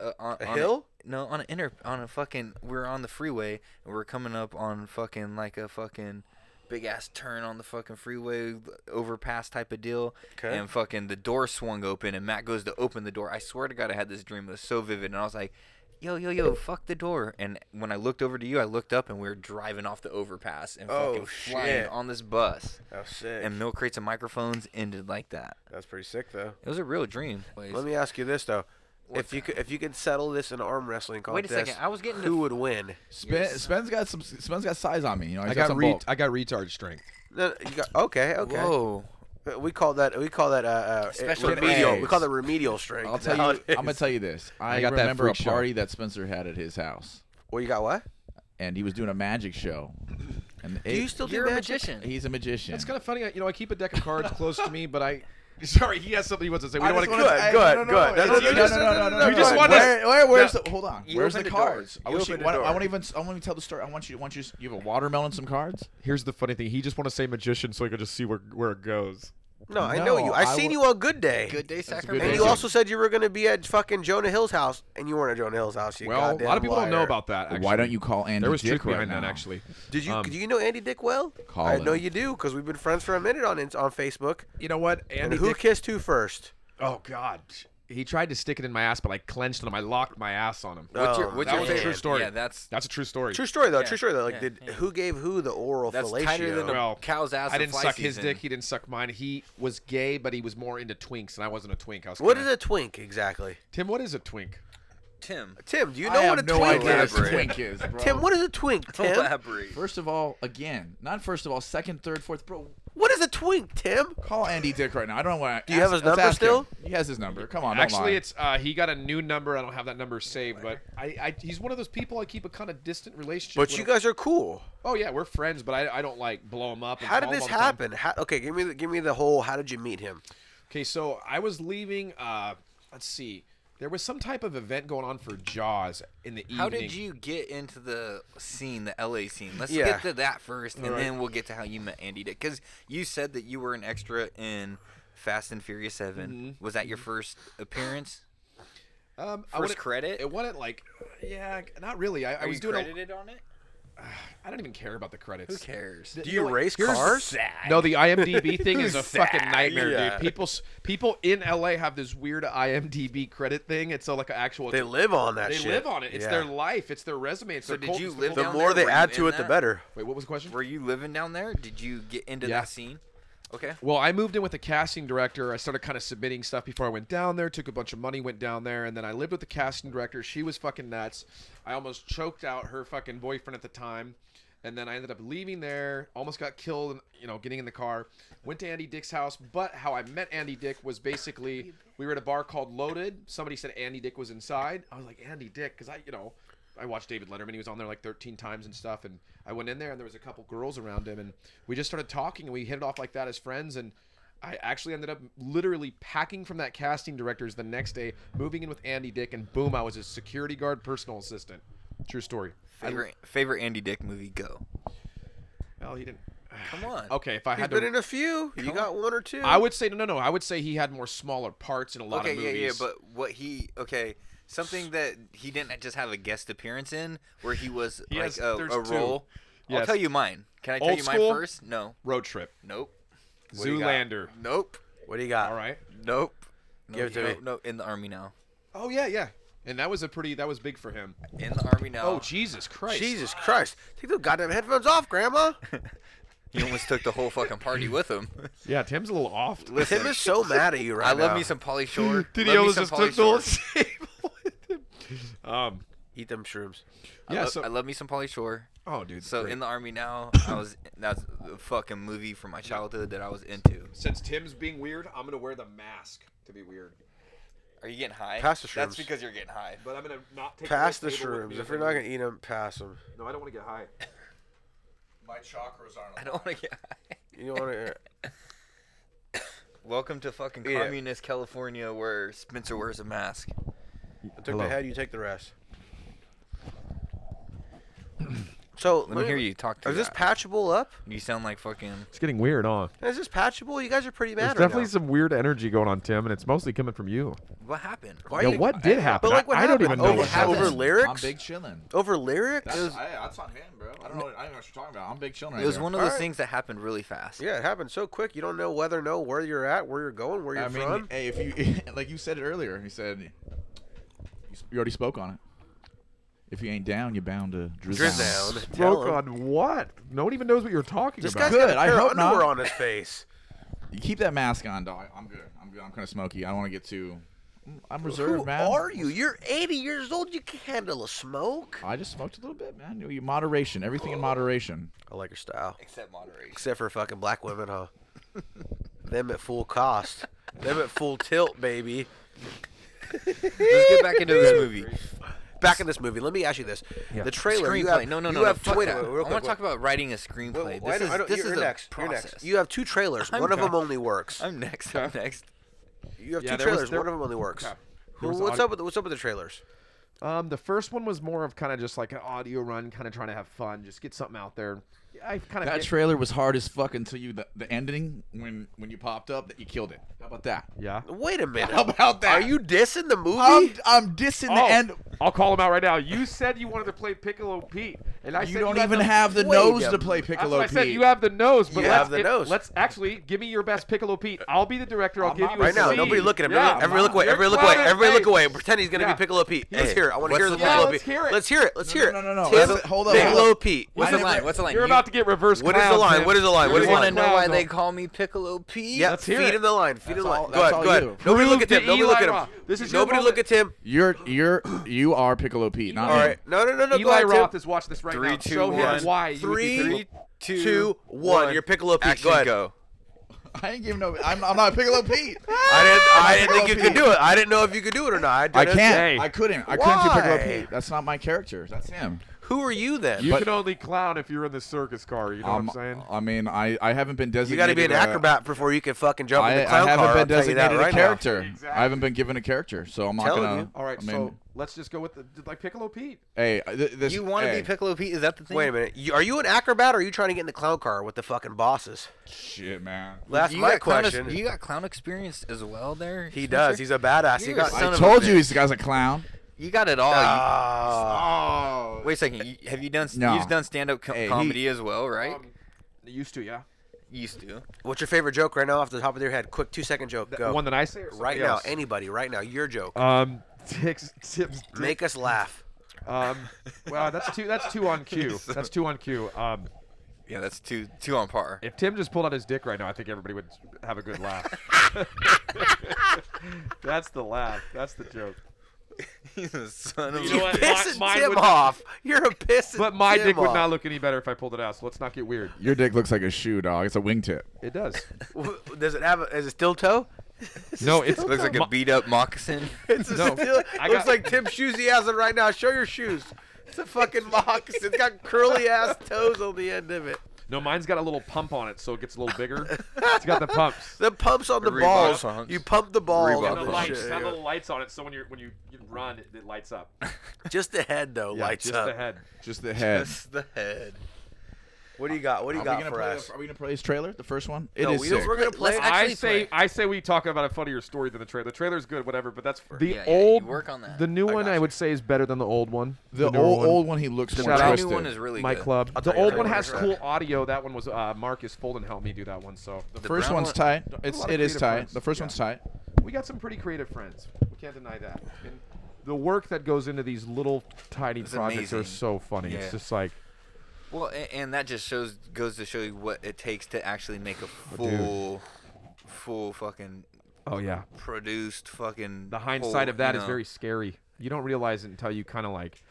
Speaker 7: uh, on,
Speaker 8: A
Speaker 7: on
Speaker 8: hill?
Speaker 7: no, on an inter, on a fucking. We were on the freeway, and we were coming up on fucking like a fucking big ass turn on the fucking freeway overpass type of deal.
Speaker 8: 'Kay.
Speaker 7: And fucking the door swung open, and Matt goes to open the door. I swear to God, I had this dream. It was so vivid, and I was like. Yo, yo, yo, fuck the door. And when I looked over to you, I looked up and we were driving off the overpass and
Speaker 8: Oh,
Speaker 7: fucking flying
Speaker 8: shit.
Speaker 7: on this bus.
Speaker 8: Oh, sick.
Speaker 7: And milk crates and microphones ended like that.
Speaker 8: That's pretty sick though.
Speaker 7: It was a real dream.
Speaker 8: Let me ask you this though: if you could, if you could settle this in arm wrestling
Speaker 7: Wait a
Speaker 8: contest,
Speaker 7: second, I was getting to-
Speaker 8: who would win?
Speaker 9: Spen, Spen's got some. Spen's got size on me. You know, he's
Speaker 10: I got
Speaker 9: some
Speaker 10: re-
Speaker 9: bulk.
Speaker 10: I got retard strength.
Speaker 8: No, no, you got, okay, okay.
Speaker 7: Whoa.
Speaker 8: Uh, We call that we call that uh, uh
Speaker 7: Special
Speaker 8: remedial.
Speaker 9: effects.
Speaker 8: We call that remedial strength.
Speaker 9: <laughs> I'll tell you. I'm gonna tell you this. I,
Speaker 10: got that
Speaker 9: remember a
Speaker 10: freak show.
Speaker 9: party that Spencer had at his house,
Speaker 8: Well, you got what?
Speaker 9: and he was doing a magic show. And
Speaker 8: Do you
Speaker 9: it-
Speaker 8: still
Speaker 7: You're
Speaker 8: do
Speaker 7: a
Speaker 8: magic?
Speaker 7: magician.
Speaker 9: He's a magician.
Speaker 10: It's kind of funny. I- You know, I keep a deck of <laughs> cards close to me, but I. Sorry, he has something he wants to say. We
Speaker 9: I
Speaker 10: don't want
Speaker 9: just
Speaker 10: to.
Speaker 9: wanna-
Speaker 8: Good,
Speaker 9: I-
Speaker 8: good,
Speaker 9: no, no,
Speaker 8: good.
Speaker 9: no,
Speaker 8: That's
Speaker 9: no,
Speaker 8: what you
Speaker 9: no,
Speaker 8: just-
Speaker 9: no, no, no, no,
Speaker 10: you just
Speaker 9: no.
Speaker 10: wanna-
Speaker 9: Where, where- where's
Speaker 10: No.
Speaker 9: the? Hold on.
Speaker 7: You
Speaker 9: where's the
Speaker 7: opened the door.
Speaker 9: cards? I
Speaker 8: You
Speaker 9: wish you,
Speaker 8: opened the
Speaker 9: why don't- I
Speaker 8: door.
Speaker 9: won't even. I won't even tell the story. I want you. I want you. You have a watermelon, some cards.
Speaker 10: Here's the funny thing. He just want to say magician so I could just see where where it goes.
Speaker 8: No, I know you. I, seen you on Good Day.
Speaker 7: Good Day Sacramento.
Speaker 8: And you also said you were going to be at fucking Jonah Hill's house, and you weren't at Jonah Hill's house. You
Speaker 10: Well, a
Speaker 8: goddamn
Speaker 10: lot of people don't know
Speaker 8: liar.
Speaker 10: about that. Actually.
Speaker 9: Why don't you call Andy
Speaker 10: There was
Speaker 9: Dick
Speaker 10: truth
Speaker 9: right
Speaker 10: behind that
Speaker 9: now?
Speaker 10: actually.
Speaker 8: Did you
Speaker 10: Um,
Speaker 8: do you know Andy Dick well?
Speaker 9: Call
Speaker 8: I know
Speaker 9: him.
Speaker 8: you do because we've been friends for a minute on on Facebook.
Speaker 10: You know what?
Speaker 8: and
Speaker 10: Andy
Speaker 8: who
Speaker 10: Dick-
Speaker 8: kissed who first?
Speaker 10: Oh God. He tried to stick it in my ass, but I clenched on him. I locked my ass on him.
Speaker 7: What's your,
Speaker 8: Oh,
Speaker 7: what's
Speaker 10: that
Speaker 7: your
Speaker 10: was a
Speaker 7: favorite?
Speaker 10: true story.
Speaker 7: Yeah, that's
Speaker 10: That's a true story.
Speaker 8: True story though.
Speaker 7: Yeah,
Speaker 8: True story though. Like,
Speaker 7: yeah,
Speaker 8: did
Speaker 7: yeah.
Speaker 8: who gave who the oral
Speaker 7: That's
Speaker 8: fellatio?
Speaker 7: tighter than a-
Speaker 10: well,
Speaker 7: cow's ass
Speaker 10: I
Speaker 7: in
Speaker 10: didn't
Speaker 7: fly
Speaker 10: suck his
Speaker 7: season.
Speaker 10: dick. He didn't suck mine. He was gay, but he was more into twinks, and I wasn't a twink. I was
Speaker 8: what
Speaker 10: kinda-
Speaker 8: is a twink exactly?
Speaker 10: Tim? What is a twink?
Speaker 7: Tim.
Speaker 8: Tim, do you
Speaker 9: I
Speaker 8: know
Speaker 9: have
Speaker 8: what a
Speaker 9: no
Speaker 8: twink
Speaker 9: idea
Speaker 8: is?
Speaker 9: what a twink is, bro.
Speaker 8: Tim, what is a
Speaker 7: <laughs>
Speaker 8: twink? Tim,
Speaker 7: Elaborate.
Speaker 9: First of all, again, not first of all, second, third, fourth, bro.
Speaker 8: what is a twink? Tim,
Speaker 9: Call Andy Dick right now. I don't want to.
Speaker 8: Do you have his number still?
Speaker 9: He has his number. Come on,
Speaker 10: Actually,
Speaker 9: do
Speaker 10: it's uh, he got a new number. I don't have that number saved, but I, I he's one of those people I keep a kind of distant relationship.
Speaker 8: but
Speaker 10: with
Speaker 8: you
Speaker 10: him.
Speaker 8: guys are cool.
Speaker 10: Oh yeah, we're friends, but I, I don't like blow him up. And
Speaker 8: How did
Speaker 10: call him
Speaker 8: this
Speaker 10: all the time.
Speaker 8: happen? How, okay, give me the, give me the whole. How did you meet him?
Speaker 10: Okay, so I was leaving. Uh, let's see. There was some type of event going on for Jaws in the evening.
Speaker 7: How did you get into the scene, the LA scene? Let's
Speaker 8: Yeah.
Speaker 7: get to that first, and
Speaker 10: Alright.
Speaker 7: then we'll get to how you met Andy Dick. Because you said that you were an extra in Fast and Furious 7 Was that your first appearance?
Speaker 10: Um, Mm-hmm. I
Speaker 7: First
Speaker 10: wouldn't-
Speaker 7: credit?
Speaker 10: It wasn't like, yeah, not really. I, I was doing. A,
Speaker 7: on it?
Speaker 10: I don't even care about the credits.
Speaker 7: Who cares?
Speaker 8: Do you race
Speaker 10: here's-
Speaker 8: cars?
Speaker 10: No, the <laughs> IMDb thing is a fucking
Speaker 8: Zag?
Speaker 10: nightmare,
Speaker 8: Yeah.
Speaker 10: dude. People, s- people in LA have this weird IMDb credit thing. It's a, like an actual.
Speaker 8: They live on that.
Speaker 10: they
Speaker 8: shit.
Speaker 10: live on it. It's
Speaker 8: Yeah.
Speaker 10: their life. It's their resume. It's
Speaker 7: So
Speaker 10: their
Speaker 7: did
Speaker 10: cult.
Speaker 7: you
Speaker 10: It's their
Speaker 7: live
Speaker 10: cult.
Speaker 8: The
Speaker 7: down
Speaker 8: more they
Speaker 7: there? Were
Speaker 8: add
Speaker 7: you
Speaker 8: to
Speaker 7: in
Speaker 8: it, the
Speaker 7: that?
Speaker 8: better.
Speaker 10: Wait, what was the question?
Speaker 7: Were you living down there? Did you get into
Speaker 10: Yeah.
Speaker 7: that scene? Okay.
Speaker 10: Well, I moved in with a casting director. I started kind of submitting stuff before I went down there, took a bunch of money, went down there, and then I lived with the casting director. She was fucking nuts. I almost choked out her fucking boyfriend at the time. And then I ended up leaving there, almost got killed, and, you know, getting in the car. Went to Andy Dick's house, but how I met Andy Dick was basically we were at a bar called Loaded. Somebody said Andy Dick was inside. I was like, Andy Dick, because I, you know, I watched David Letterman. He was on there like 13 times and stuff. And I went in there, and there was a couple girls around him, and we just started talking, and we hit it off like that as friends. And I actually ended up literally packing from that casting director's the next day, moving in with Andy Dick, and boom, I was his security guard, personal assistant. True story. I-
Speaker 7: Favorite, favorite Andy Dick movie? Go.
Speaker 10: well, he didn't.
Speaker 7: Come on.
Speaker 10: Okay, if I
Speaker 8: He's
Speaker 10: had
Speaker 8: been
Speaker 10: to,
Speaker 8: in a few. You got one or two.
Speaker 10: I would say no, no, no. I would say he had more smaller parts in a lot
Speaker 7: okay,
Speaker 10: of
Speaker 7: yeah,
Speaker 10: movies.
Speaker 7: yeah, but what he okay, something that he didn't just have a guest appearance in, where he was
Speaker 10: He
Speaker 7: like
Speaker 10: has-
Speaker 7: a,
Speaker 10: there's
Speaker 7: a
Speaker 10: two.
Speaker 7: role. I'll
Speaker 10: Yes.
Speaker 7: tell you mine. Can I tell
Speaker 10: Old
Speaker 7: you
Speaker 10: school?
Speaker 7: mine first? No.
Speaker 10: road trip,
Speaker 7: Nope.
Speaker 10: Zoolander.
Speaker 7: Nope.
Speaker 8: What do you got?
Speaker 10: All right.
Speaker 7: Nope. No,
Speaker 8: Give it to
Speaker 7: no,
Speaker 8: me.
Speaker 7: No, in the army now.
Speaker 10: Oh yeah, yeah. And that was a pretty. That was big for him.
Speaker 7: In the army now.
Speaker 10: Oh Jesus Christ.
Speaker 8: Jesus Christ! Take those goddamn headphones off, Grandma.
Speaker 7: he almost took the whole fucking party with
Speaker 10: <laughs>
Speaker 7: him.
Speaker 10: Yeah, Tim's a little off.
Speaker 7: Listen,
Speaker 8: Tim is so mad at you right
Speaker 7: I
Speaker 8: now.
Speaker 7: love me some Polly Shore.
Speaker 10: <laughs>
Speaker 7: love
Speaker 10: Did he
Speaker 7: me
Speaker 10: almost
Speaker 7: some
Speaker 10: just
Speaker 7: Pauly
Speaker 10: took the whole
Speaker 7: Shore.
Speaker 10: table <laughs> with him? Um,
Speaker 8: Eat them shrooms.
Speaker 10: yeah,
Speaker 7: Lo-
Speaker 10: so,
Speaker 7: I love me some Polly Shore.
Speaker 10: oh, dude.
Speaker 7: So
Speaker 10: great.
Speaker 7: in the army
Speaker 10: <coughs>
Speaker 7: now, I was that's a fucking movie from my childhood that I was into.
Speaker 10: since Tim's being weird, I'm gonna wear the mask to be weird.
Speaker 7: Are you getting high?
Speaker 8: Pass the
Speaker 7: That's
Speaker 8: shrooms.
Speaker 7: because you're getting high.
Speaker 10: But I'm gonna not take
Speaker 8: Pass the
Speaker 10: whole table with me
Speaker 8: shrooms. If
Speaker 10: if
Speaker 8: you're
Speaker 10: I
Speaker 8: not
Speaker 10: leave.
Speaker 8: gonna eat them, pass them.
Speaker 10: No, I don't want to get high. My chakras aren't.
Speaker 7: I don't want to get high.
Speaker 8: You don't want to.
Speaker 7: <coughs> Welcome to fucking
Speaker 8: Yeah.
Speaker 7: communist California where Spencer wears a mask.
Speaker 8: I took
Speaker 9: Hello.
Speaker 8: the head. You take the rest. So
Speaker 7: Let me hear you talk to
Speaker 8: Is this
Speaker 7: that.
Speaker 8: patchable up?
Speaker 7: You sound like fucking.
Speaker 10: It's getting weird, huh?
Speaker 8: Is this patchable? You guys are pretty
Speaker 10: There's
Speaker 8: mad right
Speaker 10: definitely
Speaker 8: now.
Speaker 10: some weird energy going on, Tim, and it's mostly coming from you.
Speaker 7: What happened?
Speaker 8: Why are
Speaker 10: Yo,
Speaker 8: you-
Speaker 10: what did happen?
Speaker 8: But like, what
Speaker 10: I, I don't
Speaker 8: happened? Oh,
Speaker 10: even know
Speaker 8: Over-
Speaker 10: what
Speaker 8: how-
Speaker 10: happened.
Speaker 8: over lyrics?
Speaker 9: I'm big chillin'.
Speaker 8: Over lyrics?
Speaker 9: That's,
Speaker 8: It was-
Speaker 9: I, that's on him, bro. I don't know. I don't know what you're talking about. I'm big chillin' right
Speaker 7: It was
Speaker 9: there.
Speaker 7: one of those
Speaker 8: Alright.
Speaker 7: things that happened really fast.
Speaker 8: yeah, it happened so quick. You don't know whether, no, where you're at, where you're going, where you're
Speaker 9: I mean,
Speaker 8: from.
Speaker 9: hey, if you <laughs> like, you said it earlier. You said you, s- you already spoke on it. If you ain't down, you're bound to drizzle.
Speaker 8: Drizzle down. Tell
Speaker 10: Broke
Speaker 8: 'em.
Speaker 10: on what? No one even knows what you're talking
Speaker 8: This
Speaker 10: about.
Speaker 8: guy's got a
Speaker 9: Good, I
Speaker 8: pair of
Speaker 9: hope not.
Speaker 8: underwear on his face.
Speaker 9: You keep that mask on, dog. I'm good. I'm good. I'm kind of smoky. I don't want to get too. I'm- I'm reserved,
Speaker 8: Who
Speaker 9: man.
Speaker 8: are you? You're 80 years old. You can handle a smoke.
Speaker 9: I just smoked a little bit, man. You moderation. Everything in moderation.
Speaker 8: I like your style.
Speaker 7: Except moderation.
Speaker 8: Except for fucking black women, huh? <laughs> Them at full cost. Them at full tilt, baby.
Speaker 7: Let's get back into this movie.
Speaker 8: Back in this movie, let me ask you this: the trailer. You
Speaker 7: Screenplay.
Speaker 8: have,
Speaker 7: No, no,
Speaker 8: you
Speaker 7: no. no,
Speaker 8: have
Speaker 7: fuck
Speaker 8: wait,
Speaker 7: that.
Speaker 8: wait, real
Speaker 7: I
Speaker 8: quick,
Speaker 7: want to talk
Speaker 8: wait.
Speaker 7: about writing a screenplay.
Speaker 8: Wait, why
Speaker 7: this is
Speaker 8: don't- I don't-
Speaker 7: this
Speaker 8: you're
Speaker 7: is a
Speaker 8: next. You're
Speaker 7: process.
Speaker 8: next. You have two trailers.
Speaker 7: I'm
Speaker 8: one of
Speaker 7: done.
Speaker 8: them only works.
Speaker 7: I'm next. I'm next.
Speaker 8: You have
Speaker 10: Yeah,
Speaker 8: two
Speaker 10: there was-
Speaker 8: trailers.
Speaker 10: there-
Speaker 8: one of them only works.
Speaker 10: Okay.
Speaker 8: Who,
Speaker 10: was
Speaker 8: what's
Speaker 10: audio-
Speaker 8: up with the, what's up with the trailers?
Speaker 10: Um, the first one was more of kind of just like an audio run, kind of trying to have fun, just get something out there. I kind of
Speaker 9: That trailer was hard as fuck until you the, the ending when when you popped up that you killed it. How about that? <laughs>
Speaker 10: Yeah.
Speaker 8: Wait a minute.
Speaker 9: How about that? Are
Speaker 8: you dissing the movie?
Speaker 9: I'm, I'm dissing
Speaker 10: Oh.
Speaker 9: the end.
Speaker 10: I'll call him out right now. You said you wanted to play Piccolo Pete, and I
Speaker 9: You
Speaker 10: said
Speaker 9: don't
Speaker 10: had
Speaker 9: even have the
Speaker 10: Wait
Speaker 9: nose
Speaker 10: a
Speaker 9: to play
Speaker 10: minute. That's
Speaker 9: Piccolo
Speaker 10: what I said
Speaker 9: Pete.
Speaker 10: you have the nose, but
Speaker 9: You
Speaker 10: let's
Speaker 9: have the
Speaker 10: get-
Speaker 9: nose.
Speaker 10: Let's actually give me your best Piccolo Pete. I'll be the director. I'll give you a
Speaker 8: Right now,
Speaker 10: C.
Speaker 8: nobody look at him.
Speaker 10: Yeah,
Speaker 8: everybody look away.
Speaker 10: you're
Speaker 8: Everybody look away.
Speaker 10: clowning.
Speaker 8: Everybody look
Speaker 10: Hey,
Speaker 8: away. Pretend he's gonna
Speaker 10: yeah.
Speaker 8: be Piccolo Pete.
Speaker 10: Hey,
Speaker 8: Let's hear it. I want to
Speaker 10: what's
Speaker 8: hear the
Speaker 10: the
Speaker 8: Piccolo
Speaker 10: line?
Speaker 8: Pete.
Speaker 10: Let's hear it.
Speaker 8: Let's hear it. Let's hear it.
Speaker 10: no, no,
Speaker 8: Tell-
Speaker 10: no. What's the- hold on, hold
Speaker 8: Piccolo
Speaker 10: on.
Speaker 8: Pete.
Speaker 10: What's the line? What's the line? You're about to get reverse
Speaker 8: What is the
Speaker 10: clown,
Speaker 8: line?
Speaker 10: Tim.
Speaker 8: What is the line? What is
Speaker 7: You
Speaker 8: the
Speaker 7: want to
Speaker 8: line?
Speaker 7: know why
Speaker 10: no.
Speaker 7: they call me Piccolo Pete?
Speaker 8: Yeah,
Speaker 10: hear
Speaker 8: feed
Speaker 10: it.
Speaker 8: him the line. Feed him the line.
Speaker 10: all-
Speaker 8: Go ahead.
Speaker 10: that's all
Speaker 8: Go
Speaker 10: you.
Speaker 8: ahead. Nobody
Speaker 10: Prove
Speaker 8: look at
Speaker 10: to
Speaker 8: him. Nobody look
Speaker 10: Eli
Speaker 8: at
Speaker 10: Roth.
Speaker 8: him.
Speaker 10: This is your
Speaker 8: Nobody look at him.
Speaker 9: You're you're you are Piccolo Pete. Not
Speaker 8: All
Speaker 9: me.
Speaker 8: right. No, no, no, no. go
Speaker 10: Eli
Speaker 8: ahead, Tim.
Speaker 10: Roth has watched this right
Speaker 13: Three,
Speaker 10: now.
Speaker 13: two,
Speaker 10: Show
Speaker 13: one.
Speaker 10: him why. you would be
Speaker 8: Three,
Speaker 10: Piccolo-
Speaker 8: two, one. You're Piccolo Pete.
Speaker 13: Action,
Speaker 8: Go ahead.
Speaker 13: go.
Speaker 9: I ain't giving no. I'm, I'm not Piccolo
Speaker 10: <laughs>
Speaker 9: Pete.
Speaker 8: I didn't. I didn't
Speaker 9: Piccolo
Speaker 8: think you could
Speaker 9: Pete.
Speaker 8: do it. I didn't know if you could do it or not. I,
Speaker 9: I
Speaker 8: didn't-
Speaker 9: can't.
Speaker 10: Hey.
Speaker 9: I couldn't. I couldn't do Piccolo
Speaker 8: Why?
Speaker 9: Pete. That's not my character. That's him.
Speaker 8: Who are you then?
Speaker 10: You can only clown if you're in the circus car. You know
Speaker 9: Um,
Speaker 10: what I'm saying?
Speaker 9: I mean, I, I haven't been designated.
Speaker 8: You got to be an
Speaker 9: a-
Speaker 8: acrobat before you can fucking jump
Speaker 9: I,
Speaker 8: in
Speaker 9: I
Speaker 8: the clown
Speaker 9: haven't
Speaker 8: car.
Speaker 9: been
Speaker 8: I'll tell you that
Speaker 9: designated a
Speaker 8: right now.
Speaker 9: character.
Speaker 10: Exactly.
Speaker 9: I haven't been given a character, so I'm not
Speaker 8: Telling
Speaker 9: gonna.
Speaker 8: you.
Speaker 10: All right,
Speaker 9: I mean,
Speaker 10: so let's just go with the, like Piccolo Pete.
Speaker 9: hey, I- th- this.
Speaker 7: You want to
Speaker 9: hey,
Speaker 7: be Piccolo Pete? Is that the thing?
Speaker 8: Wait a minute. You, are you an acrobat or are you trying to get in the clown car with the fucking bosses?
Speaker 9: Shit, man.
Speaker 8: That's
Speaker 7: You
Speaker 8: my
Speaker 7: got clown ex-
Speaker 8: question.
Speaker 7: you got clown experience as well there?
Speaker 8: he does. He's a badass. He
Speaker 7: You're
Speaker 8: got. uh,
Speaker 7: a son
Speaker 9: I
Speaker 7: of
Speaker 9: told
Speaker 7: a
Speaker 9: you
Speaker 7: bitch.
Speaker 9: this guy's a clown.
Speaker 7: You got it all. You-
Speaker 8: Ah.
Speaker 10: Oh,
Speaker 7: Wait a second. You, have you done?
Speaker 9: No.
Speaker 7: You've done stand-up co-
Speaker 9: Hey, he-
Speaker 7: comedy as well, right?
Speaker 10: Um, used to, yeah.
Speaker 7: Used to.
Speaker 8: What's your favorite joke right now off the top of your head? Quick two second joke.
Speaker 10: The
Speaker 8: Go.
Speaker 10: one that I say or somebody
Speaker 8: right
Speaker 10: else?
Speaker 8: now. Anybody. Right now. Your joke.
Speaker 10: Um, Dick's
Speaker 8: <laughs>
Speaker 10: tips.
Speaker 8: Make us laugh.
Speaker 10: Um, wow, that's two. That's
Speaker 8: <laughs>
Speaker 10: two on cue. That's two on cue. Um,
Speaker 7: Yeah, that's two two on par. <laughs>
Speaker 10: if Tim just pulled out his dick right now, I think everybody would have a
Speaker 8: <laughs>
Speaker 10: good laugh. that's the laugh. That's
Speaker 8: <laughs>
Speaker 10: the joke.
Speaker 7: He's a son of.
Speaker 10: <laughs> You
Speaker 7: a
Speaker 10: know
Speaker 8: You <laughs>
Speaker 10: what? Mi-
Speaker 8: pissing
Speaker 10: mine
Speaker 8: Tim
Speaker 10: would-
Speaker 8: off. You're a pissing.
Speaker 10: But my
Speaker 8: Tim
Speaker 10: dick would
Speaker 8: off.
Speaker 10: not look any better if I pulled it out. So let's not get weird.
Speaker 9: Your dick looks like a shoe, dog. It's a wingtip.
Speaker 8: <laughs>
Speaker 10: It does.
Speaker 8: W- Does it have? A, is it still toe?
Speaker 10: no,
Speaker 7: <laughs>
Speaker 10: it
Speaker 7: Looks like a beat
Speaker 8: <laughs>
Speaker 7: up moccasin.
Speaker 8: It's a
Speaker 10: No,
Speaker 8: still,
Speaker 10: I
Speaker 8: looks
Speaker 10: got-
Speaker 8: like Tim shoes he has it right now. Show your shoes. It's a fucking moccasin. It's got curly ass toes on the end of it.
Speaker 10: No, mine's got a little pump on it, so it gets a little
Speaker 8: <laughs>
Speaker 10: bigger. it's got the pumps.
Speaker 8: The pumps on the
Speaker 7: Reebok
Speaker 8: balls.
Speaker 7: punks.
Speaker 8: You pump the balls.
Speaker 7: Reebok
Speaker 8: on
Speaker 10: And the
Speaker 8: the
Speaker 10: lights,
Speaker 8: shit.
Speaker 10: got little lights on it, so when you when you, you run, it, it lights up.
Speaker 8: Just the head though
Speaker 10: Yeah,
Speaker 8: lights
Speaker 10: just
Speaker 8: up.
Speaker 10: the head.
Speaker 9: Just the head.
Speaker 8: Just the head. What do you got? What do you got
Speaker 9: gonna
Speaker 8: for
Speaker 9: play
Speaker 8: us?
Speaker 9: the- are we gonna play his trailer? The first one. It is
Speaker 8: no, we don't-
Speaker 9: sick.
Speaker 8: we're gonna play.
Speaker 7: Let's
Speaker 8: it.
Speaker 10: I
Speaker 7: actually
Speaker 10: say
Speaker 7: play.
Speaker 10: I say we talk about a funnier story than the trailer. The trailer's good, whatever, but that's the
Speaker 7: Yeah, yeah, you
Speaker 10: old.
Speaker 7: work on that.
Speaker 10: The new one
Speaker 8: got
Speaker 10: I
Speaker 8: you.
Speaker 10: would say is better than the old one.
Speaker 9: The,
Speaker 10: newer
Speaker 9: old
Speaker 10: one,
Speaker 9: old one he looks more
Speaker 10: Shout out.
Speaker 7: The
Speaker 9: twisted.
Speaker 7: new one is really
Speaker 10: my
Speaker 7: good.
Speaker 10: club.
Speaker 8: I'll
Speaker 10: The
Speaker 8: tell you
Speaker 10: old
Speaker 8: right
Speaker 10: one
Speaker 8: now.
Speaker 10: has cool audio. That one was uh, Marcus Fulton helped me do that one. So
Speaker 7: The
Speaker 9: first
Speaker 7: brown
Speaker 9: one's
Speaker 7: one-
Speaker 9: tight. It's
Speaker 10: lot of
Speaker 9: it is
Speaker 10: creative
Speaker 9: tight.
Speaker 10: friends.
Speaker 9: The first
Speaker 10: Yeah.
Speaker 9: one's tight.
Speaker 10: we got some pretty creative friends. We can't deny that. And the work that goes into these little tiny
Speaker 7: It's
Speaker 10: projects
Speaker 7: amazing.
Speaker 10: are so funny.
Speaker 7: Yeah.
Speaker 10: It's just like
Speaker 7: Well, and, and that just shows goes to show you what it takes to actually make a
Speaker 9: Oh,
Speaker 10: dude.
Speaker 7: full, full fucking
Speaker 10: oh yeah.
Speaker 7: produced fucking.
Speaker 10: The hindsight
Speaker 7: whole,
Speaker 10: of that
Speaker 7: you
Speaker 10: is
Speaker 7: know.
Speaker 10: very scary. You don't realize it until you kind of like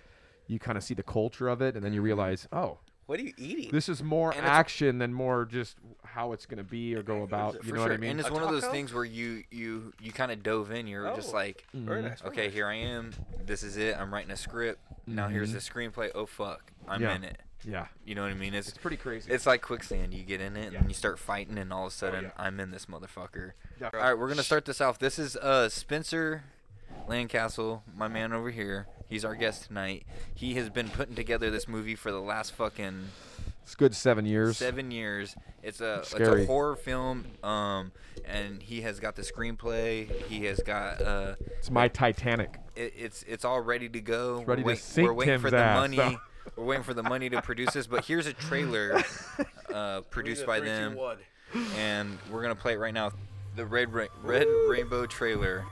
Speaker 10: you kind of see the culture of it, and then you realize oh.
Speaker 8: What are you eating?
Speaker 10: This is more
Speaker 7: And it's-
Speaker 10: action than more just how it's going to be or go about. You
Speaker 7: For
Speaker 10: know
Speaker 7: sure.
Speaker 10: what I mean?
Speaker 7: And it's one of those
Speaker 8: taco? Oh,
Speaker 7: things where you you you kind of dove in. You're just like, "Mm,
Speaker 8: Very nice. very
Speaker 7: okay,
Speaker 8: nice.
Speaker 7: here I am. This is it. I'm writing a script. Now here's the screenplay. Oh fuck, I'm
Speaker 10: Mm-hmm. Yeah.
Speaker 7: in it.
Speaker 10: yeah.
Speaker 7: You know what I mean? It's,
Speaker 10: It's pretty crazy. Oh,
Speaker 7: It's like quicksand. You get in it and
Speaker 10: Yeah.
Speaker 7: you start fighting, and all of a sudden, I'm in this motherfucker.
Speaker 10: Yeah.
Speaker 7: All right, we're gonna start this off. This is uh Spencer Lancaster, my man over here. He's our guest tonight. He has been putting together this movie for the last fucking
Speaker 10: It's good seven years.
Speaker 7: seven years. It's a it's
Speaker 10: Scary.
Speaker 7: a horror film. Um, and he has got the screenplay. He has got uh,
Speaker 10: It's my Titanic.
Speaker 7: it, it's it's all ready to go.
Speaker 10: ready to
Speaker 7: we're, wait-
Speaker 10: sink
Speaker 7: we're waiting for
Speaker 10: Tim's
Speaker 7: the
Speaker 10: ass,
Speaker 7: money.
Speaker 10: though.
Speaker 7: We're waiting for the money to produce this. But here's a
Speaker 10: <laughs>
Speaker 7: trailer uh, produced by
Speaker 8: Three, two,
Speaker 7: them,
Speaker 8: one.
Speaker 7: and we're gonna play it right now. The red Ra- red rainbow trailer.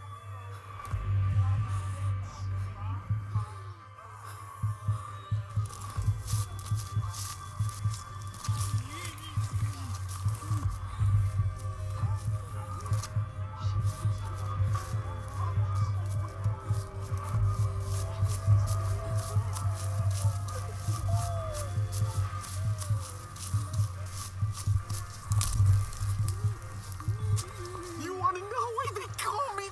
Speaker 12: You wanna know why they call me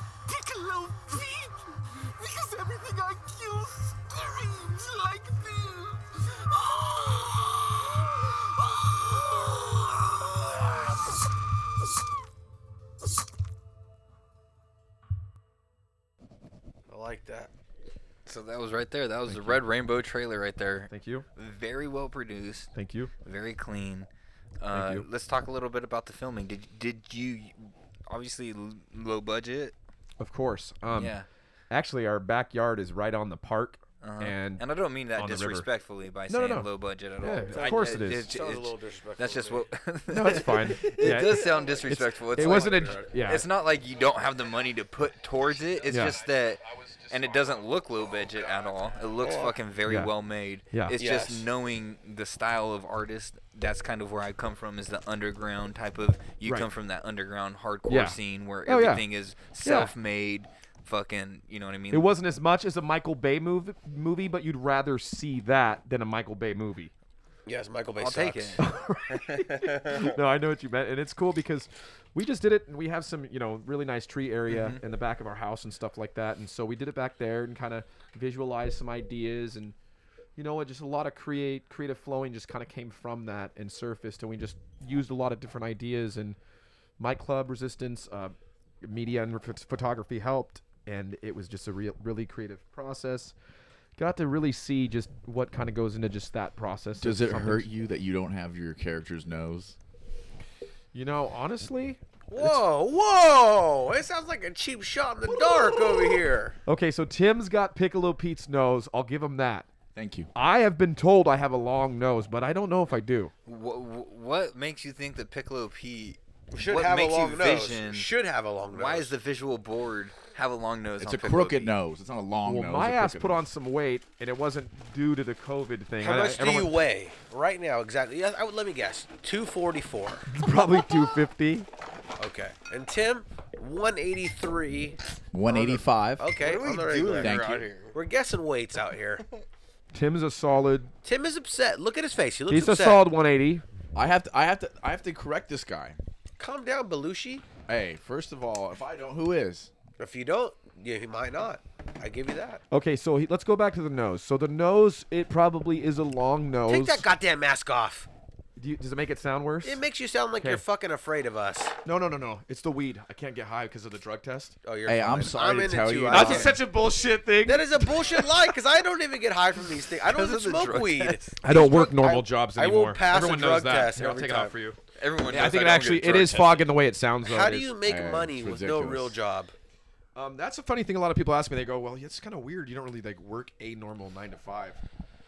Speaker 7: So that was right there. That was the Red Rainbow trailer right there.
Speaker 10: Thank you.
Speaker 7: Very well produced.
Speaker 10: Thank you.
Speaker 7: Very clean. Uh,
Speaker 10: you.
Speaker 7: Let's talk a little bit about the filming. Did did you obviously l- low budget?
Speaker 10: Of course. Um,
Speaker 7: Yeah.
Speaker 10: Actually, our backyard is right on the park,
Speaker 7: Uh-huh.
Speaker 10: and
Speaker 7: I don't mean that
Speaker 10: on the river.
Speaker 7: disrespectfully by
Speaker 10: No, no,
Speaker 7: saying
Speaker 10: no.
Speaker 7: low budget at
Speaker 10: Yeah,
Speaker 7: all.
Speaker 10: of
Speaker 7: I-
Speaker 10: course it
Speaker 7: I-
Speaker 10: is.
Speaker 7: it's-
Speaker 10: Sounds a
Speaker 7: it's-
Speaker 10: little
Speaker 7: That's just what. <laughs>
Speaker 10: <laughs> No, it's fine.
Speaker 7: it
Speaker 10: Yeah.
Speaker 7: does sound
Speaker 10: It's-
Speaker 7: disrespectful.
Speaker 10: it
Speaker 7: It's like-
Speaker 10: wasn't a- yeah.
Speaker 7: It's not like you don't have the money to put towards it. It's
Speaker 10: Yeah.
Speaker 7: just that, and it doesn't look low budget at all. It looks
Speaker 8: Oh.
Speaker 7: fucking very
Speaker 10: Yeah.
Speaker 7: well made.
Speaker 10: Yeah.
Speaker 7: It's
Speaker 10: Yes.
Speaker 7: just knowing the style of artist. That's kind of where I come from. Is the underground type of. You
Speaker 10: Right.
Speaker 7: come from that underground hardcore
Speaker 10: Yeah.
Speaker 7: scene where
Speaker 10: Oh, yeah.
Speaker 7: everything is
Speaker 10: Yeah.
Speaker 7: self-made. Fucking, you know what I mean?
Speaker 10: it wasn't as much as a Michael Bay movie, movie, but you'd rather see that than a Michael Bay movie.
Speaker 8: Yes, Michael Bay
Speaker 7: I'll take
Speaker 8: sucks.
Speaker 10: Right. no, I know what you meant, and it's cool because we just did it, and we have some, you know, really nice tree area
Speaker 9: Mm-hmm.
Speaker 7: Mhm.
Speaker 10: in the back of our house and stuff like that, and so we did it back there and kind of visualized some ideas, and you know what, just a lot of create creative flowing just kind of came from that and surfaced, and we just used a lot of different ideas, and my club resistance, uh, media and phot- photography helped, and it was just a real, really creative process. Got to really see just what kind of goes into just that process. of
Speaker 9: Does it
Speaker 10: something-
Speaker 9: hurt you that you don't have your character's nose?
Speaker 10: You know, honestly,
Speaker 8: <laughs> Whoa, whoa! It sounds like a cheap shot in the dark over here.
Speaker 10: Okay, so Tim's got Piccolo Pete's nose. I'll give him that.
Speaker 9: Thank you.
Speaker 10: I have been told I have a long nose, but I don't know if I do.
Speaker 7: What, what makes you think that Piccolo Pete
Speaker 8: Should
Speaker 7: what
Speaker 8: have a
Speaker 7: makes you
Speaker 8: long nose.
Speaker 7: vision-
Speaker 8: Should have a long
Speaker 7: Why
Speaker 8: nose.
Speaker 7: is the visual board have a long nose?
Speaker 9: It's
Speaker 7: on
Speaker 9: a
Speaker 7: Piccolo
Speaker 9: crooked
Speaker 7: Pete?
Speaker 9: nose. It's not a long
Speaker 10: Well,
Speaker 9: nose.
Speaker 10: my
Speaker 9: a
Speaker 10: ass
Speaker 9: crooked
Speaker 10: put
Speaker 9: nose.
Speaker 10: on some weight, and it wasn't due to the COVID thing.
Speaker 8: How
Speaker 10: I-
Speaker 8: much do
Speaker 10: everyone-
Speaker 8: you weigh right now exactly? Yes, I would let me guess. 244.
Speaker 10: <laughs> Probably 250.
Speaker 8: Okay. And Tim, 183.
Speaker 9: 185.
Speaker 8: Okay.
Speaker 7: What are
Speaker 8: on
Speaker 7: we
Speaker 8: the regular.
Speaker 7: doing
Speaker 9: Thank
Speaker 7: around
Speaker 9: you.
Speaker 7: here?
Speaker 8: We're guessing weights out here.
Speaker 10: Tim's a solid.
Speaker 8: Tim is upset. Look at his face. He looks
Speaker 10: He's a
Speaker 8: upset.
Speaker 10: solid 180.
Speaker 9: I have to. I have to. I have to correct this guy.
Speaker 8: Calm down, Belushi.
Speaker 9: Hey, first of all, if I don't, who is?
Speaker 8: If you don't, yeah, he might not. I give you that.
Speaker 10: Okay, so he, let's go back to the nose. So the nose, it probably is a long nose.
Speaker 8: Take that goddamn mask off.
Speaker 10: do you, does it make it sound worse?
Speaker 8: It makes you sound like
Speaker 10: Okay.
Speaker 8: you're fucking afraid of us.
Speaker 10: no, no, no, no. It's the weed. I can't get high because of the drug test.
Speaker 8: Oh, you're.
Speaker 9: Hey,
Speaker 8: fine.
Speaker 9: I'm sorry to
Speaker 8: in it
Speaker 9: tell
Speaker 8: too.
Speaker 9: you.
Speaker 8: I
Speaker 9: That's
Speaker 8: get
Speaker 9: a
Speaker 8: it.
Speaker 10: a bullshit thing.
Speaker 8: Uh, That is a bullshit lie because I don't even get high from these things. I don't even
Speaker 7: of the
Speaker 8: smoke
Speaker 7: drug
Speaker 8: weed.
Speaker 7: test.
Speaker 10: I don't work
Speaker 8: I-
Speaker 10: normal jobs
Speaker 8: I will
Speaker 10: anymore.
Speaker 8: pass a
Speaker 10: Everyone
Speaker 8: drug
Speaker 10: knows that.
Speaker 8: test
Speaker 10: Here, I'll
Speaker 8: every
Speaker 10: take it
Speaker 8: time.
Speaker 10: out for you.
Speaker 7: Everyone.
Speaker 10: I
Speaker 7: knows
Speaker 10: think it
Speaker 7: don't
Speaker 10: actually
Speaker 7: get a
Speaker 10: it
Speaker 7: drug
Speaker 10: is
Speaker 7: test.
Speaker 10: fogging the way it sounds. though.
Speaker 8: How
Speaker 10: It
Speaker 8: do
Speaker 10: is.
Speaker 8: you make
Speaker 9: Uh,
Speaker 8: money
Speaker 9: it's
Speaker 8: with no real
Speaker 9: ridiculous.
Speaker 8: job?
Speaker 10: Um,
Speaker 14: That's a funny thing. A lot of people ask me. They go, "Well, it's kind of weird. You don't really like work a normal nine to five.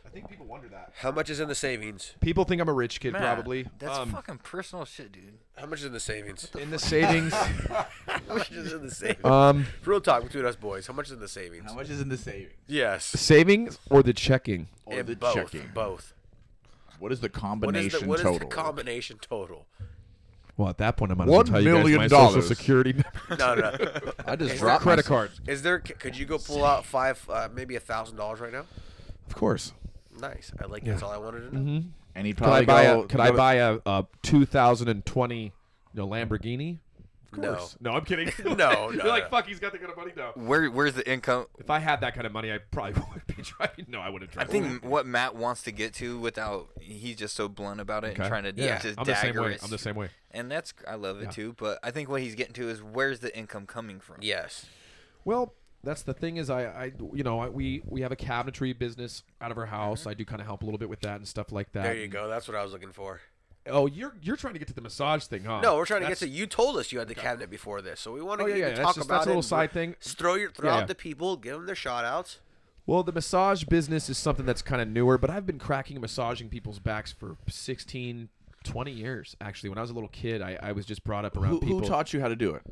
Speaker 14: I think people wonder that.
Speaker 8: How much is in the savings?
Speaker 10: people think I'm a rich kid
Speaker 7: Man,
Speaker 10: probably.
Speaker 7: That's
Speaker 10: um,
Speaker 7: fucking personal shit, dude.
Speaker 8: How much is in the savings?
Speaker 10: in the savings.
Speaker 8: How much is in the savings?
Speaker 10: um,
Speaker 8: real talk between us boys. How much is in the savings?
Speaker 9: How much is in the savings?
Speaker 8: Yes.
Speaker 10: savings or the checking.
Speaker 9: Or
Speaker 8: And
Speaker 9: the
Speaker 8: both.
Speaker 9: checking?
Speaker 8: Both.
Speaker 9: What is
Speaker 8: What is
Speaker 9: the
Speaker 8: the,
Speaker 9: combination
Speaker 8: what is the
Speaker 9: total?
Speaker 8: combination total?
Speaker 10: Well, at that point, I'm gonna
Speaker 9: One
Speaker 10: tell you guys
Speaker 9: million
Speaker 10: my
Speaker 9: dollars.
Speaker 10: social security <laughs> number.
Speaker 8: No, no. no.
Speaker 9: I just
Speaker 8: Is
Speaker 9: dropped
Speaker 8: that
Speaker 9: myself.
Speaker 10: credit card.
Speaker 8: is there? c- Could you go pull out five, uh, maybe a thousand dollars right now?
Speaker 10: Of course.
Speaker 8: Nice. I like. That's all I wanted to know.
Speaker 10: Mm-hmm.
Speaker 9: And he'd
Speaker 10: Could
Speaker 9: probably
Speaker 10: I buy
Speaker 9: go.
Speaker 10: oh, a Could I buy a, a 2020 you know, Lamborghini? Of
Speaker 8: No.
Speaker 10: course. No,
Speaker 7: <laughs>
Speaker 10: I'm kidding.
Speaker 8: No,
Speaker 10: <laughs> You're
Speaker 8: no,
Speaker 10: like
Speaker 8: no.
Speaker 10: fuck. He's got the kind of money now.
Speaker 7: Where where's the income?
Speaker 10: If I had that kind of money, I probably <laughs> would be driving. No, I wouldn't
Speaker 7: I
Speaker 10: drive.
Speaker 7: think what Matt wants to get to without he's just so blunt about it and trying to
Speaker 10: yeah.
Speaker 7: just
Speaker 10: I'm the same
Speaker 7: dagger
Speaker 10: way.
Speaker 7: it.
Speaker 10: I'm the same way.
Speaker 7: And that's I love it
Speaker 10: Yeah.
Speaker 7: too, but I think what he's getting to is where's the income coming from?
Speaker 8: Yes.
Speaker 10: Well, that's the thing is I, I you know I, we we have a cabinetry business out of our house. I do kind of help a little bit with that and stuff like that.
Speaker 8: Mm-hmm. There you go. That's what I was looking for.
Speaker 10: Oh, you're you're trying to get to the massage thing, huh?
Speaker 8: No, we're trying to
Speaker 10: That's-
Speaker 8: get to. You told us you had the cabinet before this, so we want to
Speaker 10: Oh, yeah, yeah,
Speaker 8: talk
Speaker 10: that's just-
Speaker 8: about
Speaker 10: that's a
Speaker 8: it
Speaker 10: little
Speaker 8: and
Speaker 10: side thing.
Speaker 8: just Throw your throw out
Speaker 10: yeah.
Speaker 8: the people, give them their shout outs.
Speaker 10: Well, the massage business is something that's kind of newer, but I've been cracking and massaging people's backs for 16, 20 years actually. When I was a little kid, I, I was just brought up around
Speaker 9: Who,
Speaker 10: people.
Speaker 9: who taught you how to do it?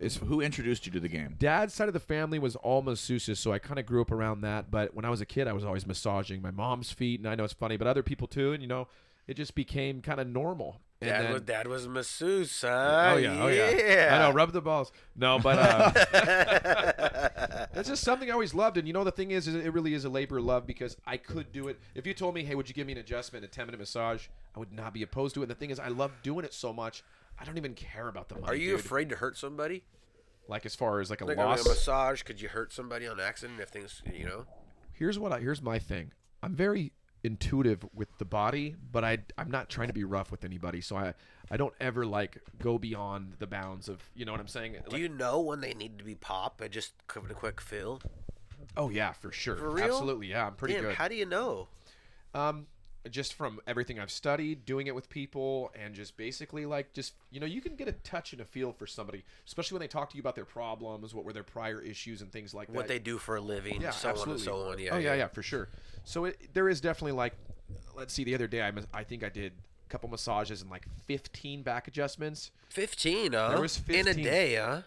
Speaker 9: Is who introduced you to the game?
Speaker 10: dad's side of the family was all masseuses, so I kind of grew up around that. But when I was a kid, I was always massaging my mom's feet, and I know it's funny, but other people too, and you know, it just became kind of normal. And
Speaker 8: Dad
Speaker 10: then-
Speaker 8: was dad was a masseuse, huh?
Speaker 10: Oh yeah, oh yeah. I know, rub the balls. No, but
Speaker 8: <laughs>
Speaker 10: uh, that's just something I always loved. And you know, the thing is, is it really is a labor of love because I could do it. If you told me, hey, would you give me an adjustment, a ten minute massage? I would not be opposed to it. And the thing is, I love doing it so much. I don't even care about the money.
Speaker 8: Are you
Speaker 10: dude.
Speaker 8: afraid to hurt somebody?
Speaker 10: Like as far as like a
Speaker 8: Like
Speaker 10: loss.
Speaker 8: a massage, could you hurt somebody on accident if things, you know?
Speaker 10: here's what I here's my thing. I'm very intuitive with the body, but I I'm not trying to be rough with anybody. So I I don't ever like go beyond the bounds of you know what I'm saying.
Speaker 8: uh, Do you know when they need to be pop and just give it a quick feel?
Speaker 10: Oh yeah, for sure.
Speaker 8: For real?
Speaker 10: Absolutely, yeah. I'm pretty
Speaker 8: Damn,
Speaker 10: good.
Speaker 8: How do you know?
Speaker 10: Um, just from everything I've studied, doing it with people, and just basically like just you know you can get a touch and a feel for somebody, especially when they talk to you about their problems, what were their prior issues, and things like that.
Speaker 8: What they do for a living, so on and so on, yeah,
Speaker 10: oh yeah,
Speaker 8: yeah.
Speaker 10: yeah, for sure. So it, there is definitely like, let's see. The other day I mas- I think I did a couple massages and like 15 back adjustments.
Speaker 8: 15, huh? In a day, huh?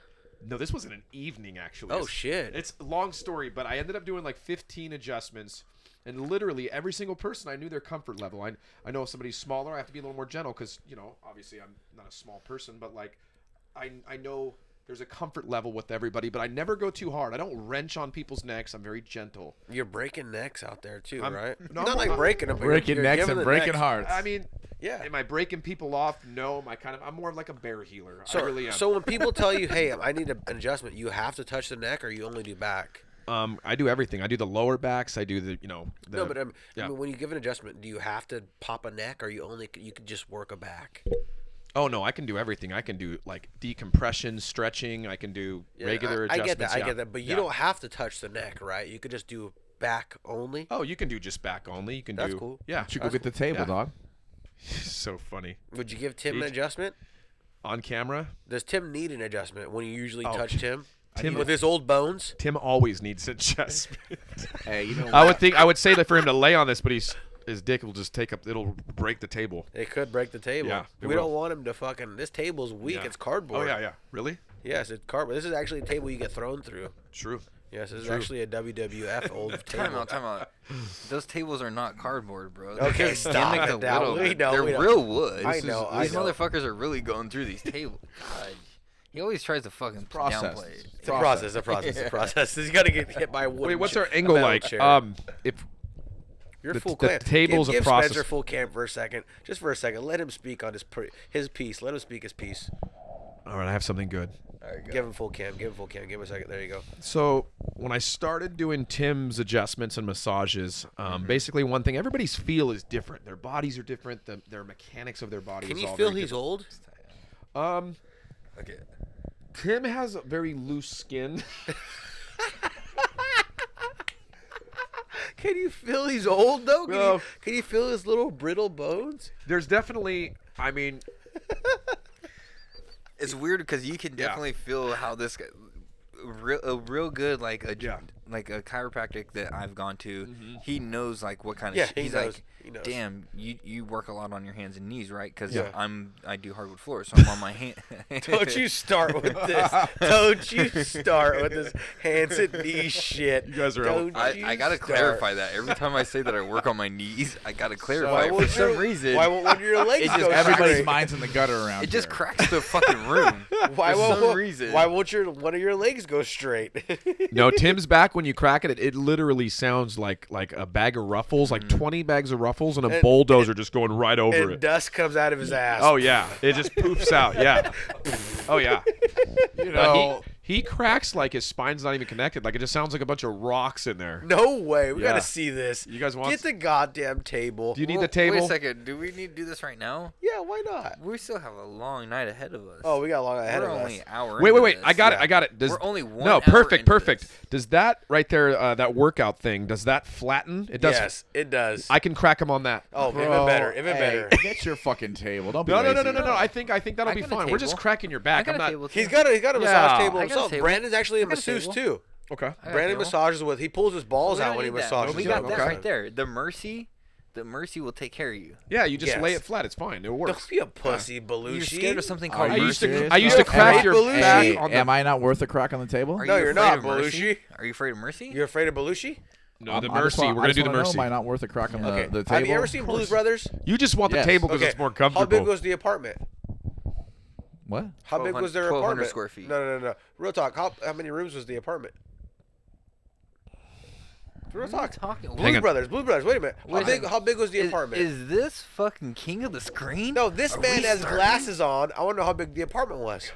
Speaker 10: No, this wasn't an evening actually.
Speaker 8: Oh,
Speaker 10: It's-
Speaker 8: shit.
Speaker 10: It's a long story, but I ended up doing like 15 adjustments, and literally every single person I knew their comfort level. I I know if somebody's smaller, I have to be a little more gentle because you know obviously I'm not a small person, but like I I know there's a comfort level with everybody, but I never go too hard. I don't wrench on people's necks. I'm very gentle.
Speaker 8: You're breaking necks out there too,
Speaker 10: I'm- <laughs>
Speaker 8: right?
Speaker 10: No,
Speaker 8: Not
Speaker 10: I'm-
Speaker 8: like
Speaker 10: I'm-
Speaker 8: breaking them, but you're- you're giving the necks.
Speaker 10: I mean, yeah. Am I breaking people off? No, am I kind of? I'm more of like a bear healer.
Speaker 8: so,
Speaker 10: I really am.
Speaker 8: so
Speaker 10: <laughs>
Speaker 8: when people tell you, "Hey, I need a- an adjustment," you have to touch the neck, or you only do back.
Speaker 10: um, I do everything. I do the lower backs. I do the you know. The,
Speaker 8: no, but um,
Speaker 10: yeah.
Speaker 8: I mean, when you give an adjustment, do you have to pop a neck, or you only you could just work a back?
Speaker 10: Oh no, I can do everything. I can do like decompression, stretching. I can do
Speaker 8: Yeah,
Speaker 10: regular
Speaker 8: I, I
Speaker 10: adjustments.
Speaker 8: get that. I
Speaker 10: yeah.
Speaker 8: get that. But you
Speaker 10: Yeah.
Speaker 8: don't have to touch the neck, right? You could just do back only.
Speaker 10: Oh, you can do just back only. You can
Speaker 8: That's
Speaker 10: do.
Speaker 8: cool. <laughs>
Speaker 10: Yeah,
Speaker 8: You should go That's get the cool. table,
Speaker 9: dog.
Speaker 10: so funny.
Speaker 8: Would you give Tim an
Speaker 10: Each-
Speaker 8: adjustment?
Speaker 10: On camera,
Speaker 8: Does Tim need an adjustment when you usually
Speaker 10: Oh,
Speaker 8: touch Tim?
Speaker 10: Tim-
Speaker 8: with his old bones.
Speaker 10: Tim always <laughs> needs adjustment.
Speaker 9: hey, you know
Speaker 10: I
Speaker 9: what?
Speaker 10: would think I would say that for him to lay on this, but he's his dick will just take up. It'll break the table.
Speaker 8: It could break the table.
Speaker 10: Yeah, it
Speaker 8: we don't
Speaker 10: will.
Speaker 8: want him to fucking. This table's weak.
Speaker 10: Yeah.
Speaker 8: It's cardboard.
Speaker 10: Oh yeah, yeah. Really?
Speaker 8: Yes, it's cardboard. This is actually a table you get thrown through.
Speaker 10: True.
Speaker 8: Yes, this is
Speaker 7: True.
Speaker 8: actually a <laughs> WWF old table.
Speaker 7: Time out, time
Speaker 10: <laughs>
Speaker 7: out. Those tables are not cardboard, bro.
Speaker 8: Okay,
Speaker 7: They're
Speaker 8: stop
Speaker 7: gimmicked
Speaker 8: it <laughs>
Speaker 7: a
Speaker 8: now.
Speaker 7: little
Speaker 8: We
Speaker 7: bit.
Speaker 8: know,
Speaker 7: They're
Speaker 8: we know.
Speaker 7: real wood.
Speaker 8: I
Speaker 7: This is-
Speaker 8: know, I
Speaker 7: These
Speaker 8: know.
Speaker 7: motherfuckers are really going through these tables. <laughs> God. He always tries to fucking
Speaker 8: process.
Speaker 7: downplay it.
Speaker 8: It's a process. It's a process. <laughs> It's a process. He's gotta get hit by a wooden
Speaker 10: Wait, what's
Speaker 8: chair-
Speaker 10: our angle
Speaker 8: a metal
Speaker 10: like?
Speaker 8: chair.
Speaker 10: Um, if
Speaker 8: You're
Speaker 10: the,
Speaker 8: full
Speaker 10: the
Speaker 8: clamp.
Speaker 10: table's
Speaker 8: give,
Speaker 10: a
Speaker 8: give
Speaker 10: process.
Speaker 8: Spencer full camp for a second, just for a second. Let him speak on his pr- his piece. Let him speak his piece.
Speaker 10: All right, I have something good.
Speaker 8: Give him full cam. Give him full cam. Give him a second. There you go.
Speaker 10: So when I started doing Tim's adjustments and massages, um, basically one thing everybody's feel is different. Their bodies are different. The, their mechanics of their body.
Speaker 8: Can
Speaker 10: is
Speaker 8: you
Speaker 10: all
Speaker 8: feel
Speaker 10: very
Speaker 8: he's old?
Speaker 10: different. Um,
Speaker 7: Okay.
Speaker 10: Tim has a very loose skin. <laughs>
Speaker 8: Can you feel he's old though? Can,
Speaker 10: No.
Speaker 8: you, can you feel his little brittle bones?
Speaker 10: There's definitely. I mean,
Speaker 7: It's weird because you can
Speaker 10: Yeah.
Speaker 7: definitely feel how this guy, real, a real good like a
Speaker 10: Yeah.
Speaker 7: like a chiropractic that I've gone to.
Speaker 10: Mhm.
Speaker 7: He knows like what kind of
Speaker 8: Mm-hmm. Yeah,
Speaker 7: shit.
Speaker 8: he
Speaker 7: he's
Speaker 8: knows.
Speaker 7: like,
Speaker 8: He knows.
Speaker 7: damn, you you work a lot on your hands and knees, right? Because
Speaker 8: Yeah.
Speaker 7: I'm I do hardwood floors, so I'm on my hand.
Speaker 8: <laughs> <laughs> Don't you start <laughs> with this. Don't you start with this hands and knees shit. You
Speaker 10: guys are all-
Speaker 8: Don't
Speaker 7: <laughs> I,
Speaker 8: you
Speaker 7: I gotta
Speaker 8: start.
Speaker 7: clarify that every time I say that I work on my knees, I gotta
Speaker 8: Why
Speaker 7: clarify it for
Speaker 8: won't
Speaker 7: some
Speaker 8: your-
Speaker 7: reason.
Speaker 8: Why won't one of your legs
Speaker 7: just
Speaker 8: go
Speaker 9: Everybody's
Speaker 8: straight?
Speaker 9: mind's in the gutter
Speaker 7: <laughs>
Speaker 9: around
Speaker 7: it just
Speaker 9: here.
Speaker 7: cracks the fucking room.
Speaker 8: <laughs> Why
Speaker 7: for
Speaker 8: won't
Speaker 7: some
Speaker 8: one-
Speaker 7: reason.
Speaker 8: Why won't your one of your legs go straight? <laughs>
Speaker 10: <laughs> no, Tim's back when you crack it, it. It literally sounds like like a bag of ruffles, like 20 bags of ruffles, Mm-hmm. and a
Speaker 8: And-
Speaker 10: bulldozer just going right over
Speaker 8: and
Speaker 10: it.
Speaker 8: dust comes out of his ass.
Speaker 10: Oh yeah, it just poofs out. <laughs> Yeah. Oh yeah.
Speaker 9: You
Speaker 10: Uh, he-
Speaker 9: know,
Speaker 10: he, cracks like his spine's not even connected. Like it just sounds like a bunch of rocks in there.
Speaker 8: No way. We
Speaker 10: Yeah.
Speaker 8: gotta see this.
Speaker 10: You guys want
Speaker 8: get
Speaker 10: s-
Speaker 8: the goddamn table.
Speaker 10: Do you need
Speaker 7: Well,
Speaker 10: the table?
Speaker 7: Wait a second. Do we need to do this right now?
Speaker 8: yeah, why not?
Speaker 7: We still have a long night ahead of us.
Speaker 8: Oh, we got a long ahead
Speaker 7: We're
Speaker 8: of
Speaker 7: only
Speaker 8: us.
Speaker 7: an hour.
Speaker 10: Wait, wait,
Speaker 7: into
Speaker 10: wait! I
Speaker 7: this.
Speaker 10: got it!
Speaker 8: Yeah.
Speaker 10: I got it! Does,
Speaker 7: We're only one
Speaker 10: No,
Speaker 7: hour
Speaker 10: perfect,
Speaker 7: into
Speaker 10: perfect.
Speaker 7: this.
Speaker 10: Does that right there, uh, that workout thing? Does that flatten? It does.
Speaker 8: Yes, it does.
Speaker 10: I can crack him on that.
Speaker 8: oh,
Speaker 9: bro,
Speaker 8: even better. Even
Speaker 9: hey,
Speaker 8: better.
Speaker 9: Get your fucking table. Don't be
Speaker 10: No, no, no,
Speaker 9: lazy.
Speaker 10: no, no, no! I think I think that'll
Speaker 7: I
Speaker 10: be
Speaker 7: got a
Speaker 10: fine. We're just
Speaker 7: table.
Speaker 10: cracking your
Speaker 7: I
Speaker 10: back.
Speaker 7: got
Speaker 10: I'm
Speaker 7: a
Speaker 10: not.
Speaker 7: table.
Speaker 8: He's
Speaker 7: too.
Speaker 8: got a he's got a
Speaker 10: Yeah.
Speaker 8: massage table
Speaker 7: I got a
Speaker 8: himself.
Speaker 7: table.
Speaker 8: Brandon's actually a
Speaker 7: I got a
Speaker 8: masseuse
Speaker 7: table.
Speaker 8: too.
Speaker 10: Okay.
Speaker 7: I got a
Speaker 8: Brandon
Speaker 7: table.
Speaker 8: massages with he pulls his balls
Speaker 7: We don't
Speaker 8: out when he
Speaker 7: need that.
Speaker 8: massages.
Speaker 7: We
Speaker 8: them.
Speaker 7: got that
Speaker 10: Okay.
Speaker 7: right there. The mercy, the mercy will take care of you.
Speaker 10: Yeah, you just lay
Speaker 8: Yes.
Speaker 10: it flat. It's fine. It works.
Speaker 8: Don't
Speaker 7: <laughs>
Speaker 8: be a pussy, Belushi.
Speaker 7: You're scared of something
Speaker 9: Are
Speaker 7: called
Speaker 10: I
Speaker 9: you
Speaker 10: used
Speaker 7: mercy.
Speaker 10: to.
Speaker 9: serious?
Speaker 10: I used to
Speaker 8: Okay.
Speaker 10: crack your
Speaker 8: Belushi.
Speaker 10: back
Speaker 9: Hey,
Speaker 10: on the.
Speaker 9: am I not worth a crack on the table?
Speaker 7: Are
Speaker 8: No,
Speaker 7: you
Speaker 8: you're
Speaker 7: afraid
Speaker 8: not,
Speaker 7: of mercy?
Speaker 8: Belushi.
Speaker 7: Are you afraid of mercy?
Speaker 8: You're afraid of Belushi?
Speaker 10: no, the
Speaker 9: I just
Speaker 10: mercy.
Speaker 9: want-
Speaker 10: We're
Speaker 9: I
Speaker 10: gonna
Speaker 9: just
Speaker 10: do the
Speaker 9: wanna know,
Speaker 10: mercy.
Speaker 9: Am I not worth a crack on
Speaker 7: Uh,
Speaker 9: the,
Speaker 8: Okay.
Speaker 9: the table?
Speaker 8: Have you ever seen Blues Brothers?
Speaker 10: You just want
Speaker 9: Yes.
Speaker 10: the table because
Speaker 8: Okay.
Speaker 10: it's more
Speaker 8: How big
Speaker 10: comfortable.
Speaker 8: was the apartment?
Speaker 9: What?
Speaker 8: How big was their
Speaker 7: 1200
Speaker 8: apartment?
Speaker 7: square feet.
Speaker 8: No, no, no, no. Real talk. How, how many rooms was the apartment? Real
Speaker 7: What are you
Speaker 8: talk.
Speaker 7: talking-
Speaker 8: Blues
Speaker 10: on.
Speaker 8: Brothers. Blues Brothers. Wait a minute. How
Speaker 7: Wait a
Speaker 8: big?
Speaker 7: second.
Speaker 8: How big was the
Speaker 7: Is-
Speaker 8: apartment?
Speaker 7: Is, this fucking king of the screen?
Speaker 8: no, this
Speaker 7: Are
Speaker 8: man
Speaker 7: we
Speaker 8: has
Speaker 7: starting?
Speaker 8: glasses on. I want to know how big the apartment was.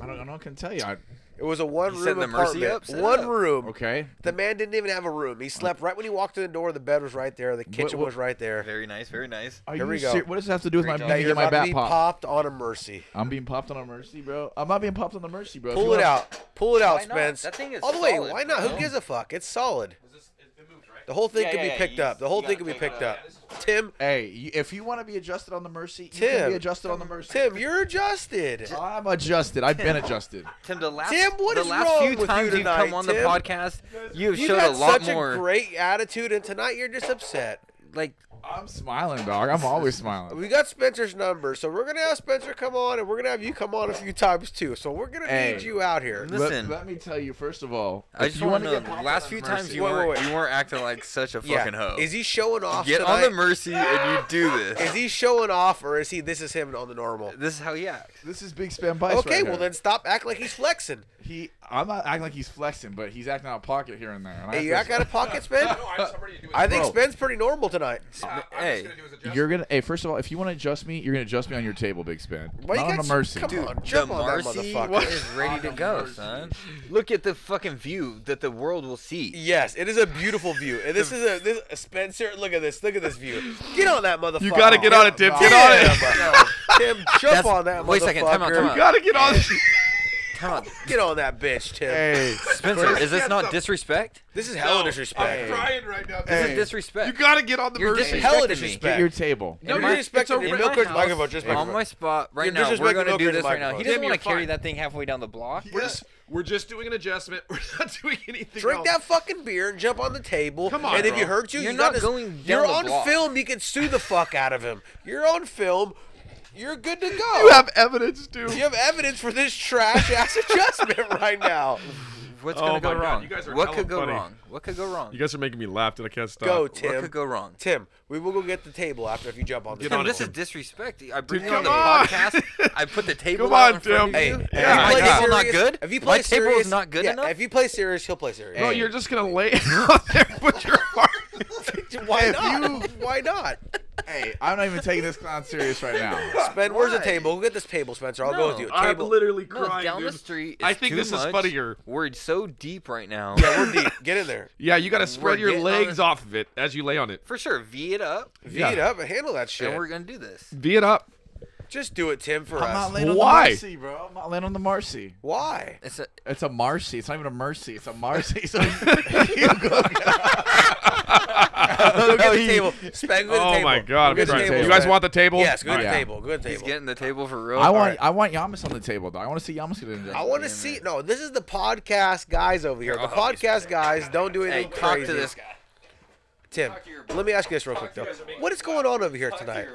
Speaker 9: I don't, I don't can tell you. I,
Speaker 8: It was a one
Speaker 7: He set
Speaker 8: room
Speaker 7: the Mercy
Speaker 8: apartment.
Speaker 7: up, set
Speaker 8: one
Speaker 7: up.
Speaker 8: room.
Speaker 9: Okay.
Speaker 8: The man didn't even have a room. He slept right when he walked in the door. The bed was right there. The kitchen
Speaker 9: what-
Speaker 8: was right there.
Speaker 7: Very nice, very nice.
Speaker 9: Are
Speaker 8: Here
Speaker 9: you
Speaker 8: we go.
Speaker 9: ser- what does it have to do with my,
Speaker 8: Now
Speaker 9: me
Speaker 8: you're
Speaker 9: getting my
Speaker 8: about to
Speaker 9: bat
Speaker 8: be
Speaker 9: popped?
Speaker 8: popped on a mercy.
Speaker 9: I'm being popped on a mercy, bro. I'm not being popped on the mercy, bro. If you
Speaker 8: Pull it
Speaker 9: wanna-
Speaker 8: out. Pull it out,
Speaker 7: Why not?
Speaker 8: Spence.
Speaker 7: That thing is
Speaker 8: All the way.
Speaker 7: solid,
Speaker 8: Why not?
Speaker 7: bro.
Speaker 8: Who gives a fuck? It's solid. The whole thing
Speaker 7: Yeah,
Speaker 8: could
Speaker 7: yeah,
Speaker 8: be
Speaker 7: yeah,
Speaker 8: picked
Speaker 7: you-
Speaker 8: up. The whole
Speaker 7: you
Speaker 8: thing
Speaker 7: gotta
Speaker 8: could be
Speaker 7: pick it
Speaker 8: picked up.
Speaker 7: up.
Speaker 8: Tim,
Speaker 9: Hey, you, if you want to be adjusted on the mercy, you can
Speaker 8: Tim.
Speaker 9: be adjusted on the mercy.
Speaker 8: Tim, you're adjusted.
Speaker 9: I'm adjusted. I've been adjusted.
Speaker 7: Tim, the last,
Speaker 8: Tim, what
Speaker 7: the
Speaker 8: is
Speaker 7: last
Speaker 8: wrong
Speaker 7: few
Speaker 8: with you
Speaker 7: times
Speaker 8: tonight,
Speaker 7: have come on the
Speaker 8: Tim?
Speaker 7: podcast, you have
Speaker 8: You
Speaker 7: showed
Speaker 8: had
Speaker 7: a lot
Speaker 8: such
Speaker 7: more.
Speaker 8: a great attitude, and tonight you're just upset.
Speaker 7: like,
Speaker 9: I'm smiling, dog. I'm always <laughs> smiling.
Speaker 8: We got Spencer's number, so we're gonna have Spencer come on, and we're gonna have you come on a few times too. So we're gonna
Speaker 9: Hey.
Speaker 8: need you out here.
Speaker 9: Let-
Speaker 7: listen,
Speaker 9: let, me tell you, first of all,
Speaker 7: I
Speaker 9: if
Speaker 7: just
Speaker 9: you
Speaker 7: want to know.
Speaker 9: get
Speaker 7: The
Speaker 9: popped
Speaker 7: last
Speaker 9: on
Speaker 7: few
Speaker 9: the
Speaker 7: times
Speaker 9: mercy-
Speaker 7: you
Speaker 8: Wait,
Speaker 7: weren't,
Speaker 8: wait, wait.
Speaker 7: you weren't acting like such a fucking hoe.
Speaker 8: Is he showing off?
Speaker 7: Get on
Speaker 8: tonight?
Speaker 7: the mercy and you do this.
Speaker 8: Is he showing off, or is he? This is him on the normal.
Speaker 7: <laughs> This is how he acts.
Speaker 9: this is Big Spam Bice.
Speaker 8: okay,
Speaker 9: right
Speaker 8: well
Speaker 9: here.
Speaker 8: then stop acting like he's flexing.
Speaker 9: he. I'm not acting like he's flexing, but he's acting out of pocket here and there. and I
Speaker 8: Hey, you
Speaker 9: have
Speaker 8: act
Speaker 9: to-
Speaker 8: out
Speaker 9: <laughs>
Speaker 8: of
Speaker 10: <laughs>
Speaker 8: pocket, Spen.
Speaker 10: I'm just ready to do it.
Speaker 8: I think
Speaker 9: Bro.
Speaker 8: Spen's pretty normal tonight.
Speaker 7: hey,
Speaker 9: You're gonna. Hey, first of all, if you want to adjust me, you're gonna adjust me on your table, Big Span.
Speaker 8: Why you
Speaker 9: not on
Speaker 8: got
Speaker 9: the mercy.
Speaker 8: Come on,
Speaker 7: the
Speaker 8: jump on that
Speaker 7: Marcy
Speaker 8: motherfucker.
Speaker 7: is ready to go, son. Look at the fucking view that the world will see.
Speaker 8: Yes, it is a beautiful view, and this is a this Spencer. Look at this. Look at this view. Get on that motherfucker.
Speaker 10: You gotta get on it, Tim. Get on it.
Speaker 8: it. Tim, jump
Speaker 7: That's-
Speaker 8: on that
Speaker 7: wait
Speaker 8: motherfucker.
Speaker 7: a second, time out, time out.
Speaker 10: <laughs> Gotta get on.
Speaker 7: Come on,
Speaker 8: Get on that bitch, Tim.
Speaker 9: Hey,
Speaker 7: Spencer. Is this not disrespect?
Speaker 8: This is hella disrespect.
Speaker 10: <laughs> Crying right now.
Speaker 7: This
Speaker 9: Hey.
Speaker 7: is disrespect.
Speaker 10: You gotta get on the
Speaker 7: You're
Speaker 10: mercy.
Speaker 7: disrespecting
Speaker 8: Hella
Speaker 7: me.
Speaker 8: disrespect.
Speaker 9: get your <laughs> table.
Speaker 10: No,
Speaker 7: In
Speaker 10: you're
Speaker 7: my-
Speaker 10: disrespecting
Speaker 8: it's
Speaker 10: me.
Speaker 8: over.
Speaker 7: in
Speaker 8: Milk
Speaker 7: my
Speaker 8: Chris
Speaker 7: house,
Speaker 8: microphone, just
Speaker 7: On
Speaker 8: microphone.
Speaker 7: my spot right
Speaker 8: You're
Speaker 7: now. We're
Speaker 8: disrespecting
Speaker 7: gonna
Speaker 8: Milk
Speaker 7: do
Speaker 8: Chris
Speaker 7: this right now. He
Speaker 8: microphone.
Speaker 7: doesn't want
Speaker 10: Tim, you're
Speaker 7: to carry
Speaker 10: fine.
Speaker 7: that thing halfway down the block.
Speaker 10: We're just we're just doing an adjustment. <laughs> We're not doing anything.
Speaker 8: Drink
Speaker 10: else.
Speaker 8: that fucking beer and jump on the table.
Speaker 10: Come on,
Speaker 8: and if
Speaker 10: bro.
Speaker 8: you hurt you,
Speaker 7: You're
Speaker 8: you
Speaker 7: not
Speaker 8: gotta-
Speaker 7: going down
Speaker 8: You're
Speaker 7: the
Speaker 8: on
Speaker 7: block.
Speaker 8: film. You can sue the fuck out of him. You're on film. You're good to go.
Speaker 10: You have evidence, dude.
Speaker 8: You have evidence for this trash ass <laughs> adjustment right now.
Speaker 7: What's
Speaker 10: Oh
Speaker 7: gonna go
Speaker 10: my God,
Speaker 7: wrong?
Speaker 10: you guys are
Speaker 7: What
Speaker 10: hella
Speaker 7: could go
Speaker 10: funny.
Speaker 7: wrong? What could go wrong?
Speaker 10: You guys are making me laugh, and I can't stop.
Speaker 8: Go,
Speaker 7: What
Speaker 8: Tim.
Speaker 7: could go wrong?
Speaker 8: Tim, we will go get the table after if you jump on the
Speaker 10: Get
Speaker 8: table.
Speaker 7: Tim,
Speaker 10: on it,
Speaker 7: this is
Speaker 10: Tim.
Speaker 7: disrespect. I bring
Speaker 10: Dude,
Speaker 7: you on the
Speaker 10: come on.
Speaker 7: podcast. I
Speaker 10: <laughs>
Speaker 7: put the table
Speaker 10: Come
Speaker 7: out
Speaker 10: on,
Speaker 7: in front
Speaker 10: Tim.
Speaker 7: of you.
Speaker 8: Hey,
Speaker 10: Yeah.
Speaker 8: if you
Speaker 7: My
Speaker 8: play
Speaker 7: table's not
Speaker 8: serious-
Speaker 7: good?
Speaker 8: If you play
Speaker 7: My table's
Speaker 8: serious-
Speaker 7: not good
Speaker 8: yeah,
Speaker 7: enough?
Speaker 8: If you play serious, he'll play serious.
Speaker 10: No, Oh, you're just gonna lay <laughs> out there and put your <laughs> arm.
Speaker 8: <laughs> Why not? Why not?
Speaker 9: Hey, I'm not even taking this clown serious right <laughs> now.
Speaker 8: Ben, where's the table? We'll get this table, Spencer. I'll go with you.
Speaker 7: No,
Speaker 10: I'm
Speaker 8: Table.
Speaker 10: literally
Speaker 7: No,
Speaker 10: crying,
Speaker 7: down
Speaker 10: dude.
Speaker 7: the street.
Speaker 10: I
Speaker 7: it's
Speaker 10: think
Speaker 7: too
Speaker 10: this is
Speaker 7: much.
Speaker 10: funnier.
Speaker 7: We're so deep right now.
Speaker 8: Yeah, we're deep. Get in there.
Speaker 10: Yeah, you gotta
Speaker 7: We're
Speaker 10: spread your
Speaker 7: getting on
Speaker 10: legs
Speaker 7: it.
Speaker 10: off of it as you lay on it.
Speaker 7: For sure, V it up,
Speaker 8: Feed up and handle that shit.
Speaker 7: and we're gonna do this.
Speaker 10: Be it up.
Speaker 8: Just do it, Tim, for
Speaker 9: I'm
Speaker 8: us.
Speaker 9: not laying on
Speaker 10: Why?
Speaker 9: the mercy, bro. I'm not laying on the mercy. <laughs>
Speaker 8: Why?
Speaker 7: It's a,
Speaker 9: It's a marcy. It's not even a mercy. <laughs> It's a marcy. So you go.
Speaker 8: Go get the table. Spen, go to the
Speaker 10: Oh
Speaker 8: table.
Speaker 10: my god,
Speaker 8: Go
Speaker 10: I'm
Speaker 8: to the
Speaker 10: crying.
Speaker 8: table,
Speaker 10: You guys
Speaker 8: Spen.
Speaker 10: want the table?
Speaker 8: Yes, go to
Speaker 9: Oh,
Speaker 8: the
Speaker 9: yeah.
Speaker 8: table. Go to the
Speaker 7: he's
Speaker 8: table.
Speaker 7: getting the table for real.
Speaker 9: I
Speaker 7: All
Speaker 9: want
Speaker 7: right.
Speaker 9: I want Yamas on the table, though. I want to see Yamas get in.
Speaker 8: I want to see. No, this is the podcast guys over here.
Speaker 10: Oh,
Speaker 8: The podcast guys don't do
Speaker 7: Hey,
Speaker 8: anything
Speaker 7: talk
Speaker 8: crazy.
Speaker 7: to this guy.
Speaker 8: Tim, let me ask you this real quick though. What is going on over here tonight?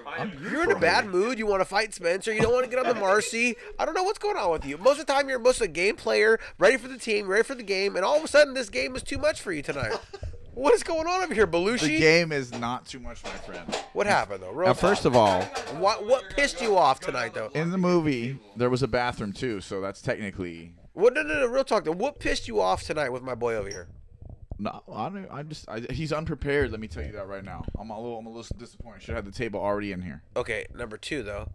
Speaker 8: You're in a bad mood. You want to fight Spencer. You don't want to
Speaker 10: <laughs>
Speaker 8: get on the Marcy. I don't know what's going on with you. Most of the time, you're most of the game player, ready for the team, ready for the game, and all of a sudden, this game is too much for you
Speaker 10: <laughs>
Speaker 8: tonight. What is going on over here,
Speaker 9: The
Speaker 8: Belushi?
Speaker 9: game is not too much, my friend.
Speaker 8: What happened though? Real
Speaker 9: Now, first of
Speaker 8: all,
Speaker 9: all,
Speaker 8: what what pissed you off tonight though?
Speaker 9: in the movie there was a bathroom too, so that's technically.
Speaker 8: What? No, no, no. Real talk though. What pissed you off tonight with my boy over here?
Speaker 9: No, I don't. I'm just. I, he's unprepared. Let me tell you that right now. I'm a little. I'm a little disappointed. Should have the table already in here.
Speaker 8: Okay, number two though.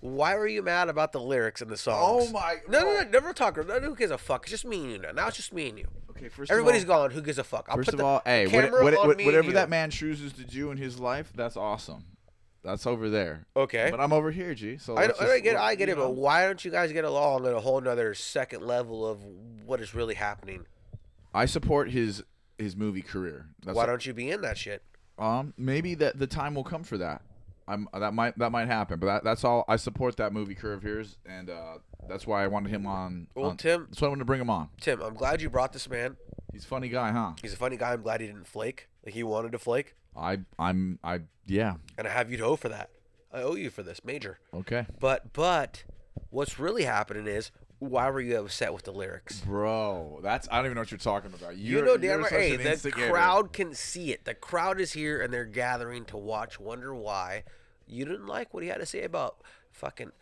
Speaker 8: Why were you mad about the lyrics in the songs?
Speaker 9: Oh my-
Speaker 8: No, no, no, never talk. No, who gives a fuck? It's just me and you now. Now it's just me and you.
Speaker 9: Okay, first.
Speaker 8: Everybody's
Speaker 9: of all,
Speaker 8: gone. Who gives a fuck? I'll
Speaker 9: First
Speaker 8: put
Speaker 9: of
Speaker 8: the
Speaker 9: all, hey, what,
Speaker 8: camera
Speaker 9: what,
Speaker 8: on
Speaker 9: what-
Speaker 8: me and
Speaker 9: whatever
Speaker 8: you.
Speaker 9: that man chooses to do in his life, that's awesome. That's over there.
Speaker 8: Okay.
Speaker 9: But I'm over here, G. So
Speaker 8: I,
Speaker 9: let's
Speaker 8: don't, I
Speaker 9: just-
Speaker 8: don't get. it, I get
Speaker 9: you
Speaker 8: it. But
Speaker 9: know?
Speaker 8: why don't you guys get along at a whole nother second level of what is really happening?
Speaker 9: I support his his movie career. That's
Speaker 8: Why don't you be in that shit?
Speaker 9: um maybe that the time will come for that. I'm uh, that might that might happen, but that, that's all. I support that movie career of yours, and uh, that's why I wanted him on.
Speaker 8: Well,
Speaker 9: on-
Speaker 8: Tim-
Speaker 9: that's why I wanted to bring him on.
Speaker 8: Tim, I'm glad you brought this man.
Speaker 9: He's a funny guy, huh?
Speaker 8: He's a funny guy. I'm glad he didn't flake. Like he wanted to flake,
Speaker 9: I I'm I yeah
Speaker 8: and I have you to owe for that. I owe you for this, major.
Speaker 9: okay,
Speaker 8: But but, what's really happening is why were you upset with the lyrics?
Speaker 9: bro. That's I don't even know what you're talking about.
Speaker 8: You
Speaker 9: You're,
Speaker 8: know damn
Speaker 9: you're
Speaker 8: right,
Speaker 9: such
Speaker 8: hey,
Speaker 9: an
Speaker 8: the
Speaker 9: instigator.
Speaker 8: crowd can see it. The crowd is here and they're gathering to watch. Wonder why you didn't like what he had to say about fucking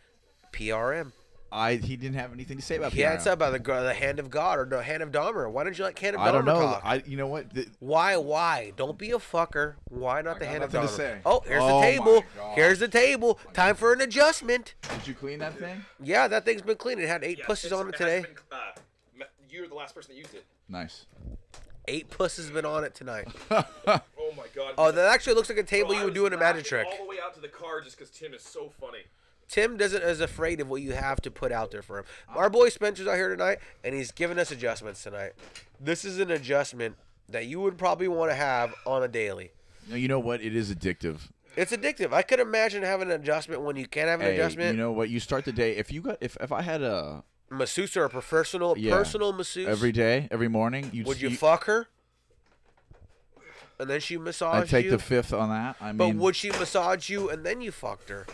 Speaker 8: PRM.
Speaker 9: I he didn't have anything to say about.
Speaker 8: He
Speaker 9: PRM.
Speaker 8: had something about the, go- the hand of God or the hand of Dahmer. Why didn't you like hand of Dahmer?
Speaker 9: I don't know.
Speaker 8: talk?
Speaker 9: I you know what? Th-
Speaker 8: why? Why? Don't be a fucker. Why not the hand of
Speaker 9: nothing
Speaker 8: Dahmer?
Speaker 9: to say.
Speaker 8: Oh, here's
Speaker 9: Oh
Speaker 8: the
Speaker 9: my
Speaker 8: table.
Speaker 9: God.
Speaker 8: Here's the table. Time for an adjustment.
Speaker 9: did you clean that thing?
Speaker 8: Yeah, that thing's been clean. It had eight pussies on it today.
Speaker 10: uh, you're the last person that used it.
Speaker 9: Nice.
Speaker 8: Eight puss has been on it tonight.
Speaker 10: Oh my god.
Speaker 8: Oh, that actually looks like a
Speaker 10: Bro,
Speaker 8: table
Speaker 10: I
Speaker 8: you would
Speaker 10: was
Speaker 8: do in a magic
Speaker 10: laughing
Speaker 8: trick.
Speaker 10: All the way out to the car just because Tim is so funny.
Speaker 8: Tim doesn't is afraid of what you have to put out there for him.
Speaker 10: Uh,
Speaker 8: Our boy Spencer's out here tonight, and he's giving us adjustments tonight. This is an adjustment that you would probably want to have on a daily.
Speaker 9: No, you know what? It is addictive.
Speaker 8: It's addictive. I could imagine having an adjustment when you can't have an
Speaker 9: Hey,
Speaker 8: adjustment.
Speaker 9: You know what? You start the day. If you got, if, if I had a
Speaker 8: masseuse or a professional
Speaker 9: yeah,
Speaker 8: personal masseuse.
Speaker 9: every day, every morning, you'd,
Speaker 8: would you,
Speaker 9: you-
Speaker 8: fuck her? And then she massaged
Speaker 9: I'd take
Speaker 8: you.
Speaker 9: the fifth on that. I mean,
Speaker 8: but would she massage you and then you fucked her?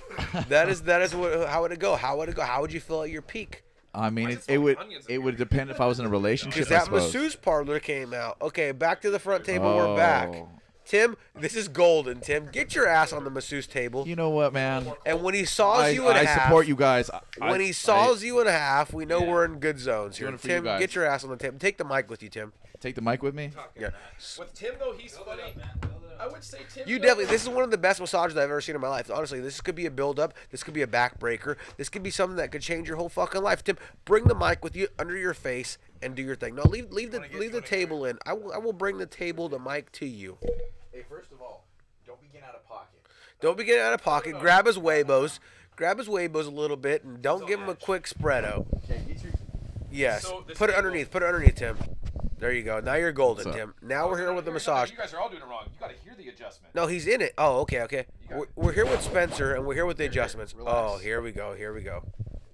Speaker 8: That is that is what how would it go? How would it go? How would you feel at your peak?
Speaker 9: I mean, it, it would it would depend if I was in a relationship.
Speaker 8: Because
Speaker 9: I
Speaker 8: that
Speaker 9: suppose.
Speaker 8: masseuse parlor came out. Okay, back to the front table. We're back.
Speaker 9: Oh.
Speaker 8: Tim, this is golden. Tim, get your ass on the masseuse table.
Speaker 9: You know what, man?
Speaker 8: And when he saws
Speaker 9: I,
Speaker 8: you in
Speaker 9: I
Speaker 8: half,
Speaker 9: support you guys. I-
Speaker 8: when
Speaker 9: I-
Speaker 8: he saws you in half, we know we're in good zones here.
Speaker 9: Doing it for you
Speaker 8: Tim,
Speaker 9: guys.
Speaker 8: get your ass on the table. Take the mic with you, Tim.
Speaker 9: Take the mic with me.
Speaker 8: Yeah.
Speaker 10: With Tim though, he's funny. I would say Tim.
Speaker 8: You
Speaker 10: though-
Speaker 8: definitely. This is one of the best massages I've ever seen in my life. Honestly, this could be a build up. This could be a backbreaker. This could be something that could change your whole fucking life. Tim, bring the mic with you under your face and do your thing. No, leave leave the leave the table in. I will I will bring the table, the mic to you.
Speaker 9: Hey, first of all, don't be getting out of pocket.
Speaker 8: Don't be getting out of pocket. Grab his Weibos. Grab his Weibos a little bit and don't give him a quick spreado. Yes.
Speaker 10: So this
Speaker 8: Put it
Speaker 10: table-
Speaker 8: underneath. Put it underneath, Tim. There you go. Now you're golden,
Speaker 9: What's up?
Speaker 8: Tim. Now we're here with the massage.
Speaker 10: You guys are all doing it wrong. You got to hear the adjustment.
Speaker 8: No, he's in it. Oh, okay, okay. We're, we're here with Spencer, and we're here with the adjustments. Oh, here we go, here we go.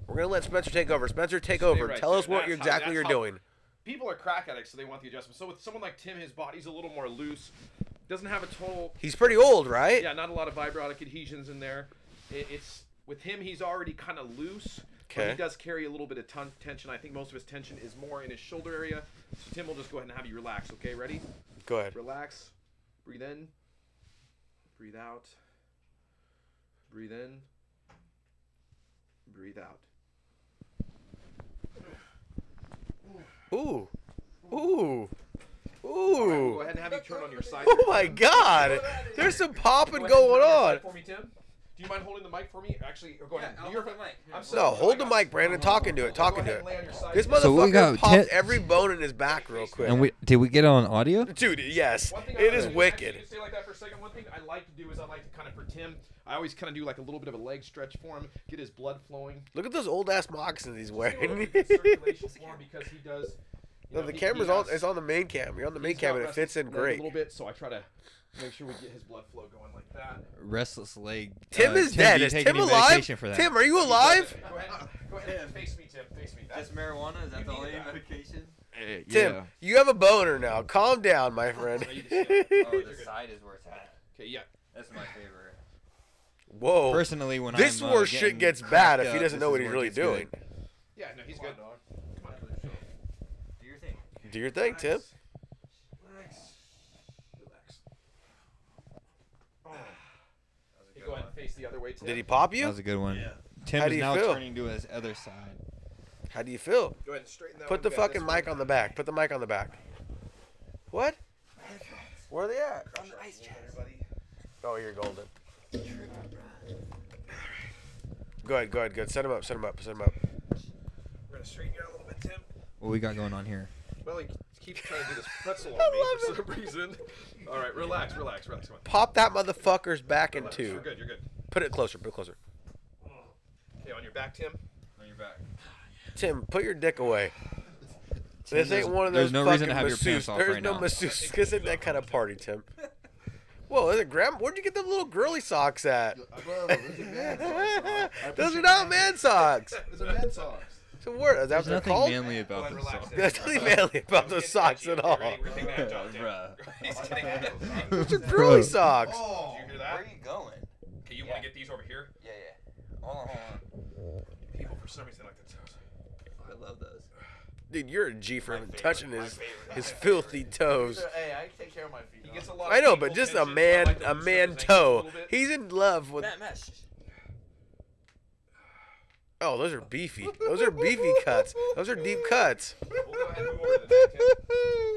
Speaker 8: We're gonna let Spencer take over. Spencer, take over.
Speaker 10: right
Speaker 8: Tell
Speaker 10: there.
Speaker 8: us what
Speaker 10: That's
Speaker 8: you're
Speaker 10: how-
Speaker 8: exactly
Speaker 10: that's
Speaker 8: you're
Speaker 10: how-
Speaker 8: doing.
Speaker 10: People are crack addicts, so they want the adjustment. So with someone like Tim, his body's a little more loose. Doesn't have a total.
Speaker 8: He's pretty old, right?
Speaker 10: Yeah, not a lot of vibrotic adhesions in there. It, it's with him. He's already kind of loose. But
Speaker 8: Okay.
Speaker 10: he does carry a little bit of ton- tension. I think most of his tension is more in his shoulder area. So Tim will just go ahead and have you relax. Okay, ready?
Speaker 8: Go ahead.
Speaker 10: Relax. Breathe in. Breathe out. Breathe in. Breathe out.
Speaker 8: Ooh, ooh, ooh.
Speaker 10: Go ahead and have you turn on your side.
Speaker 8: Oh my God! There's some popping going on.
Speaker 10: For me, Tim. Do you mind holding the mic for me? Actually, or go ahead. You're- I'm
Speaker 8: No,
Speaker 10: sorry.
Speaker 8: hold the mic, Brandon. Talking to it. Talking to it. This
Speaker 15: So what we
Speaker 8: motherfucker
Speaker 15: got,
Speaker 8: popped
Speaker 15: ten-
Speaker 8: every bone in his back real quick.
Speaker 15: And we did we get on audio?
Speaker 8: Dude, yes,
Speaker 10: One thing I
Speaker 8: it
Speaker 10: like
Speaker 8: is
Speaker 10: to do-
Speaker 8: wicked.
Speaker 10: actually, just Stay like that for a second. One thing I like to do is I like to kind of for Tim. I always kind of do like a little bit of a leg stretch for him, get his blood flowing.
Speaker 8: Look at those old ass moccasins he's
Speaker 10: Just do a little
Speaker 8: wearing. <laughs>
Speaker 10: bit of circulation for him because he does. you
Speaker 8: No,
Speaker 10: know,
Speaker 8: the
Speaker 10: he- he
Speaker 8: camera's on.
Speaker 10: has-
Speaker 8: It's on the main cam. You're on the main
Speaker 10: he's
Speaker 8: cam,
Speaker 10: got
Speaker 8: and it
Speaker 10: restless
Speaker 8: fits in
Speaker 10: leg
Speaker 8: great.
Speaker 10: A little bit, so I try to make sure we get his blood flow going like that.
Speaker 15: Restless leg.
Speaker 8: Tim
Speaker 15: Uh,
Speaker 8: is
Speaker 15: Tim,
Speaker 8: dead.
Speaker 15: do you
Speaker 8: Is
Speaker 15: take
Speaker 8: Tim
Speaker 15: any
Speaker 8: alive?
Speaker 15: medication for that?
Speaker 8: Tim, are you alive?
Speaker 10: Go ahead, go ahead and face me, Tim. Face me. That's
Speaker 16: marijuana? Is that the only medication?
Speaker 8: Tim, you have a boner now. Calm down, my friend.
Speaker 16: oh, the side is where it's at.
Speaker 10: Okay, yeah.
Speaker 16: That's my favorite.
Speaker 8: <laughs> Whoa.
Speaker 15: Personally, when
Speaker 8: this
Speaker 15: I'm,
Speaker 8: is
Speaker 15: uh,
Speaker 8: where shit
Speaker 15: getting
Speaker 8: gets
Speaker 15: cracked
Speaker 8: bad if he
Speaker 15: up,
Speaker 8: doesn't
Speaker 15: this
Speaker 8: know
Speaker 15: is
Speaker 8: what he's
Speaker 15: where it
Speaker 8: really
Speaker 15: gets good.
Speaker 8: doing.
Speaker 10: Yeah, no, he's good.
Speaker 16: Do your thing.
Speaker 8: Do your thing, Tim.
Speaker 10: Ah, Hey, go ahead and face the other way, Tim.
Speaker 8: Did he pop you?
Speaker 15: That was a good one. Tim
Speaker 8: How do
Speaker 15: is
Speaker 8: you
Speaker 15: now
Speaker 8: feel?
Speaker 15: turning to his other side.
Speaker 8: How do you feel?
Speaker 10: Go ahead and
Speaker 8: <laughs>
Speaker 10: straighten that.
Speaker 8: Put
Speaker 10: one
Speaker 8: the
Speaker 10: back
Speaker 8: fucking
Speaker 10: this
Speaker 8: mic
Speaker 10: way.
Speaker 8: on the back. Put the mic on the back. What? Where are they at?
Speaker 16: On the ice chest.
Speaker 8: Oh, you're golden. Go ahead, go ahead, good. Set him up, set him up, set him up.
Speaker 10: We're gonna straighten you out a little bit, Tim.
Speaker 15: What we got going on here?
Speaker 10: Well, he keeps trying to do this
Speaker 8: <laughs>
Speaker 10: pretzel on me for some reason. All right, relax, relax, relax. Come on.
Speaker 8: Pop that motherfucker's back in
Speaker 10: Relax.
Speaker 8: two.
Speaker 10: You're good. You're good.
Speaker 8: Put it closer, put it closer.
Speaker 10: Okay, on your back, Tim. On your back.
Speaker 8: Tim, put your dick away.
Speaker 15: Tim,
Speaker 8: this
Speaker 15: there's-
Speaker 8: ain't one of
Speaker 15: there's
Speaker 8: those
Speaker 15: no
Speaker 8: fucking
Speaker 15: reason to have your
Speaker 8: masseuse.
Speaker 15: pants off
Speaker 8: there's
Speaker 15: right
Speaker 8: no
Speaker 15: now.
Speaker 8: masseuse. <laughs> This isn't that kind of party, Tim. Whoa, is it grandma? Where'd you get them little girly socks at? <laughs> those are not man socks.
Speaker 9: It's a man socks.
Speaker 8: So where is that?
Speaker 15: There's
Speaker 8: what they're
Speaker 15: nothing
Speaker 8: called?
Speaker 15: manly about this song.
Speaker 8: <laughs> There's nothing manly about those socks at all.
Speaker 10: <laughs>
Speaker 8: Those are girly
Speaker 15: Bruh.
Speaker 8: socks.
Speaker 10: Oh, Did you hear that?
Speaker 16: Where are you going?
Speaker 10: Okay, you want to get these over here?
Speaker 16: Yeah, yeah. Hold on, hold
Speaker 10: People for some reason like to touch.
Speaker 16: on. I love those.
Speaker 8: Dude, you're a G for even touching his his filthy toes.
Speaker 16: Hey, I take care of my feet.
Speaker 10: He gets a lot.
Speaker 8: I know,
Speaker 10: of
Speaker 8: but
Speaker 10: people
Speaker 8: just a
Speaker 10: attention, so I
Speaker 8: man,
Speaker 10: like to
Speaker 8: a
Speaker 10: disturb
Speaker 8: man
Speaker 10: his ankles a
Speaker 8: toe.
Speaker 10: little bit.
Speaker 8: He's in love with.
Speaker 16: Matt, Matt, shh, shh.
Speaker 8: Oh, those are beefy. Those are beefy cuts. Those are deep
Speaker 16: <laughs>
Speaker 8: cuts.
Speaker 10: We'll go ahead and move over to the next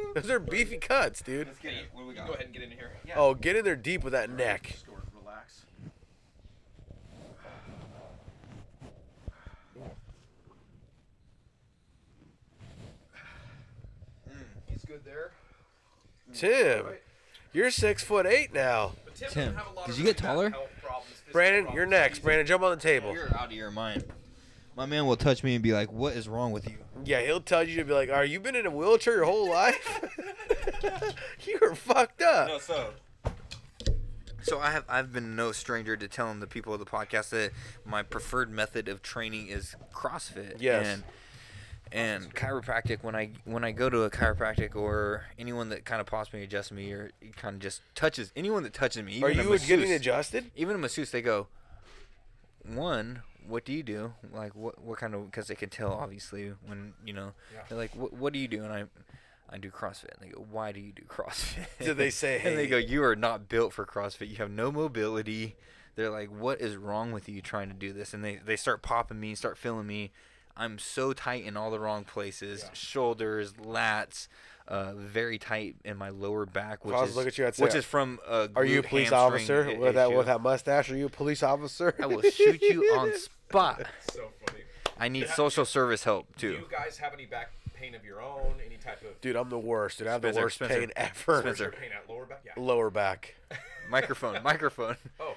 Speaker 10: hand.
Speaker 8: Those are beefy cuts, dude.
Speaker 16: Let's get it. What do we
Speaker 10: You can
Speaker 16: got?
Speaker 10: Go ahead and get in here.
Speaker 8: Oh, get in there deep with that neck.
Speaker 10: Just go relax. <sighs> Hmm,
Speaker 14: good there.
Speaker 8: Tim, you're six foot eight now.
Speaker 15: Tim, did you get taller?
Speaker 8: Brandon, you're next. Brandon, jump on the table.
Speaker 15: You're out of your mind. My man will touch me and be like, "What is wrong with you?"
Speaker 8: Yeah, he'll tell you to be like, "Are you been in a wheelchair your whole life? <laughs> you are fucked up."
Speaker 15: No, so
Speaker 7: So I have I've been no stranger to telling the people of the podcast that my preferred method of training is CrossFit.
Speaker 8: Yes.
Speaker 7: And and chiropractic when I when I go to a chiropractic or anyone that kind of possibly adjusts me or kind of just touches anyone that touches me.
Speaker 8: Are
Speaker 7: even a
Speaker 8: you getting
Speaker 7: masseuse-
Speaker 8: adjusted?
Speaker 7: <laughs> Even a masseuse, they go. One, what do you do? Like what what kind of because they can tell obviously when you know
Speaker 8: Yeah.
Speaker 7: they're like what what do you do and I. I do CrossFit. And they go, why do you do CrossFit?
Speaker 8: Do they say,
Speaker 7: <laughs> And they
Speaker 8: "Hey,
Speaker 7: go, you are not built for CrossFit. You have no mobility. They're like, what is wrong with you trying to do this? And they, they start popping me, start filling me. I'm so tight in all the wrong places shoulders, lats, uh, very tight in my lower back,
Speaker 8: If
Speaker 7: which
Speaker 8: I was
Speaker 7: is,
Speaker 8: to look at you, I'd say,
Speaker 7: which is from a
Speaker 8: Are you a
Speaker 7: glute
Speaker 8: police
Speaker 7: hamstring
Speaker 8: officer
Speaker 7: i-
Speaker 8: with that
Speaker 7: issue.
Speaker 8: with that mustache? Are you a police officer?
Speaker 7: I will shoot you
Speaker 8: <laughs>
Speaker 7: on spot. I need social service help
Speaker 10: Do
Speaker 7: too.
Speaker 10: you guys have any back pain of your own? Any type of
Speaker 8: Dude, I'm the worst. Dude, I have the
Speaker 7: Spencer,
Speaker 8: worst
Speaker 7: Spencer,
Speaker 8: pain ever.
Speaker 7: Spencer.
Speaker 10: pain at lower back? Yeah.
Speaker 8: Lower back.
Speaker 7: microphone, microphone.
Speaker 10: Oh.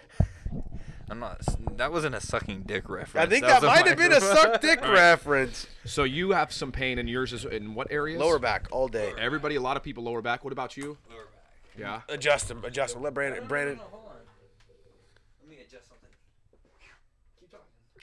Speaker 7: I'm not. That wasn't a sucking dick reference.
Speaker 8: I think that,
Speaker 7: was
Speaker 8: might have been a
Speaker 7: microphone.
Speaker 8: suck
Speaker 7: <laughs>
Speaker 8: dick
Speaker 10: All right.
Speaker 8: reference.
Speaker 10: So you have some pain, and yours is in what areas?
Speaker 8: Lower back all day.
Speaker 10: Everybody, a lot of people lower back. What about you? Lower back. Yeah.
Speaker 8: Adjust him. Adjust him. Let Brandon. Brandon.
Speaker 7: Let me adjust something.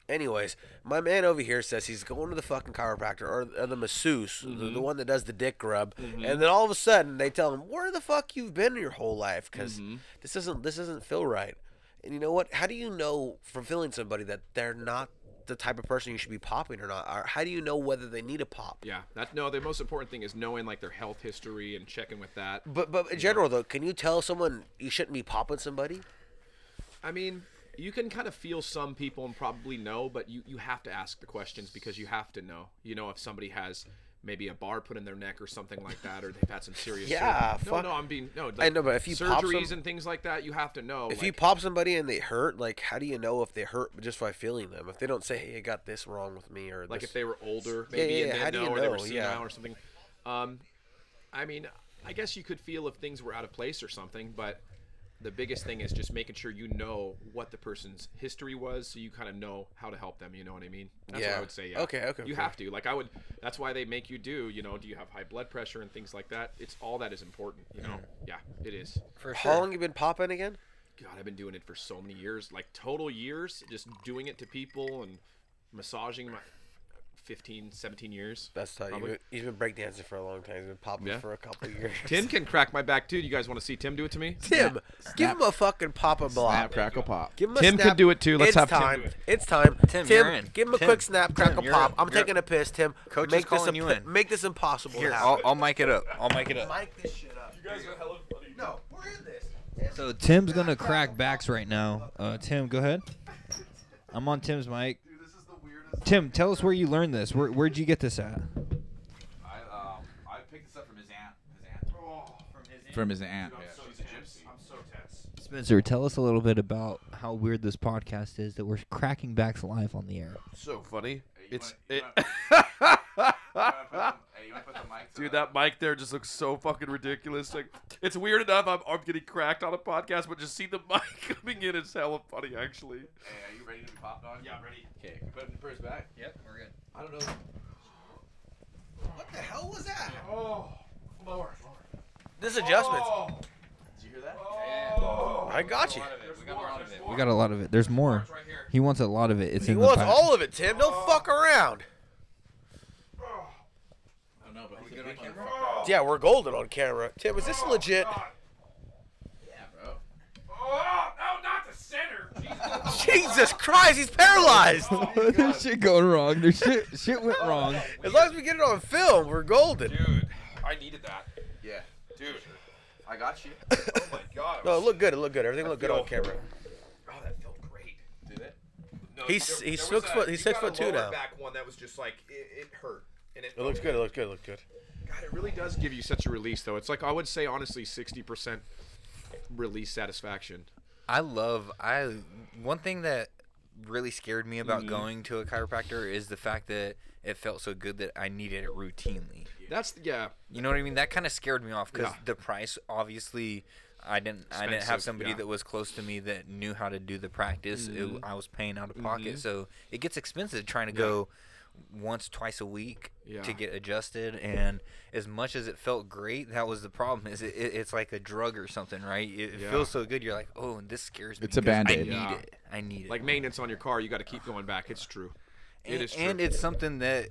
Speaker 8: Anyways, my man over here says he's going to the fucking chiropractor or, or the masseuse, the, the one that does the dick rub, and then all of a sudden they tell him where the fuck you've been your whole life because this doesn't this doesn't feel right. And you know what? How do you know from feeling somebody that they're not the type of person you should be popping or not? Or how do you know whether they need a pop?
Speaker 10: Yeah. That no. The most important thing is knowing like their health history and checking with that.
Speaker 8: But but in general though, can you tell someone you shouldn't be popping somebody?
Speaker 10: I mean, you can kind of feel some people and probably know, but you, you have to ask the questions because you have to know. You know, if somebody has maybe a bar put in their neck or something like that, or they've had some serious.
Speaker 8: Yeah,
Speaker 10: surgery.
Speaker 8: fuck.
Speaker 10: No, no, I'm being no.
Speaker 8: I
Speaker 10: Like,
Speaker 8: know, but if you
Speaker 10: surgeries
Speaker 8: pop some-
Speaker 10: and things like that, you have to know.
Speaker 8: If
Speaker 10: like,
Speaker 8: you pop somebody and they hurt, like how do you know if they hurt just by feeling them? If they don't say, "Hey, I got this wrong with me," or
Speaker 10: like
Speaker 8: this-
Speaker 10: if they were older,
Speaker 8: Yeah,
Speaker 10: maybe,
Speaker 8: yeah,
Speaker 10: and
Speaker 8: yeah,
Speaker 10: didn't
Speaker 8: how do you
Speaker 10: know, or they were
Speaker 8: know?
Speaker 10: senile
Speaker 8: Yeah.
Speaker 10: or something. Um, I mean, I guess you could feel if things were out of place or something, but the biggest thing is just making sure you know what the person's history was, so you kind of know how to help them. You know what I mean? That's what
Speaker 8: Yeah.
Speaker 10: I would say. Yeah.
Speaker 8: Okay, okay,
Speaker 10: You
Speaker 8: okay.
Speaker 10: have to. Like I would. That's why they make you do. You know, do you have high blood pressure and things like that? It's all that is important. You know?
Speaker 8: Mm.
Speaker 10: Yeah, it is.
Speaker 8: How long you been popping again?
Speaker 10: God, I've been doing it for so many years, like total years, just doing it to people and massaging my 15, 17 years.
Speaker 8: That's tight. You've
Speaker 10: probably.
Speaker 8: been, he's been breakdancing for a long time. He's been popping
Speaker 10: Yeah.
Speaker 8: for a
Speaker 10: <laughs>
Speaker 8: couple years.
Speaker 10: Tim can crack my back too. Do you guys want to see Tim do
Speaker 17: <laughs>
Speaker 10: it to me?
Speaker 8: <laughs> Tim, give him a fucking pop a block.
Speaker 10: Snap, crackle, pop.
Speaker 8: Give him a
Speaker 10: Tim
Speaker 8: snap.
Speaker 10: could do it too. Let's
Speaker 8: it's
Speaker 10: have Tim
Speaker 8: time.
Speaker 10: do it.
Speaker 8: It's time.
Speaker 7: Tim,
Speaker 8: Tim,
Speaker 7: you're in.
Speaker 8: give him a
Speaker 7: Tim,
Speaker 8: quick snap,
Speaker 7: Tim,
Speaker 8: crackle,
Speaker 7: you're
Speaker 8: pop.
Speaker 7: up.
Speaker 8: I'm
Speaker 7: You're
Speaker 8: taking a piss, Tim.
Speaker 7: Coach is
Speaker 8: make this
Speaker 7: calling you
Speaker 8: imp-
Speaker 7: in.
Speaker 8: Make this impossible.
Speaker 7: Here, I'll,
Speaker 8: happen.
Speaker 7: I'll mic it up. I'll mic it up.
Speaker 8: Mic this shit up. You guys are hella funny. No, we're in this.
Speaker 15: So Tim's gonna crack backs right now. Uh, Tim, go ahead. I'm on Tim's mic. Tim, tell us where you learned this. Where where'd you get this at?
Speaker 17: I um I picked this up from his aunt. His aunt.
Speaker 15: Oh,
Speaker 17: from his aunt.
Speaker 9: From his aunt.
Speaker 17: Dude, I'm so tense. I'm so tense.
Speaker 15: Spencer, tell us a little bit about how weird this podcast is that we're cracking backs live on the air.
Speaker 17: So funny.
Speaker 10: It's
Speaker 9: <laughs>
Speaker 17: Dude, that mic there just looks so fucking ridiculous. Like, it's weird enough. I'm, I'm getting cracked on a podcast, but just see the <laughs> mic coming in is hella funny, actually.
Speaker 10: Hey, are you ready to be popped on? Yeah, I'm ready. Okay, put him in first back. Yep, we're good. I don't know.
Speaker 8: What the hell was that?
Speaker 10: Oh, lower.
Speaker 8: This adjustment.
Speaker 10: Did you hear that?
Speaker 8: I got you.
Speaker 15: We got a lot of it. There's more. He wants a lot of it. It's
Speaker 8: He
Speaker 15: in the
Speaker 8: wants
Speaker 15: back.
Speaker 8: all of it, Tim. Don't fuck around.
Speaker 9: Oh,
Speaker 10: I don't know, but we good on camera.
Speaker 8: Yeah, we're golden on camera. Tim, is this legit?
Speaker 12: oh,
Speaker 17: Oh, no, not the
Speaker 12: <laughs>
Speaker 17: center.
Speaker 8: Jesus Christ, he's paralyzed.
Speaker 9: Oh,
Speaker 15: There's shit going wrong. There's shit. Shit went wrong.
Speaker 8: As long as we get it on film, we're golden.
Speaker 17: Dude, I needed that. Yeah. <laughs> Dude, I got you. Oh my god.
Speaker 8: No, it looked good. It looked good. Everything looked good on
Speaker 17: feel-
Speaker 8: camera.
Speaker 17: Oh, that felt great. Did it?
Speaker 8: He's- he's
Speaker 10: was
Speaker 8: six foot-
Speaker 10: a-
Speaker 8: he's
Speaker 10: you
Speaker 8: six
Speaker 10: got a
Speaker 8: foot two
Speaker 10: lower
Speaker 8: now.
Speaker 10: Back one that was just like it, it hurt. And it,
Speaker 8: It looks good. It looks good. It looks good.
Speaker 10: God, it really does give you such a release though. It's like I would say honestly, sixty percent release satisfaction.
Speaker 7: I love I one thing that really scared me about
Speaker 10: Mhm.
Speaker 7: going to a chiropractor is the fact that it felt so good that I needed it routinely.
Speaker 10: That's yeah.
Speaker 7: You know what I mean? That kind of scared me off because
Speaker 10: Yeah.
Speaker 7: the price, obviously, I didn't. I didn't have
Speaker 10: Expensive,
Speaker 7: somebody
Speaker 10: yeah.
Speaker 7: that was close to me that knew how to do the practice. It-
Speaker 10: Mhm.
Speaker 7: I was paying out of pocket,
Speaker 10: Mhm.
Speaker 7: so it gets expensive trying to
Speaker 10: Yeah.
Speaker 7: go once, twice a week
Speaker 10: Yeah.
Speaker 7: to get adjusted. And as much as it felt great, that was the problem. Is it, it, it's like a drug or something, right? It, it
Speaker 10: Yeah.
Speaker 7: feels so good, you're like, oh, this scares me.
Speaker 9: It's a
Speaker 7: 'cause I
Speaker 9: Band-Aid.
Speaker 7: need
Speaker 9: Yeah.
Speaker 7: it. I need it.
Speaker 10: Like maintenance on your car, you got to keep going back. It's true.
Speaker 7: and,
Speaker 10: it is true.
Speaker 7: and it's something that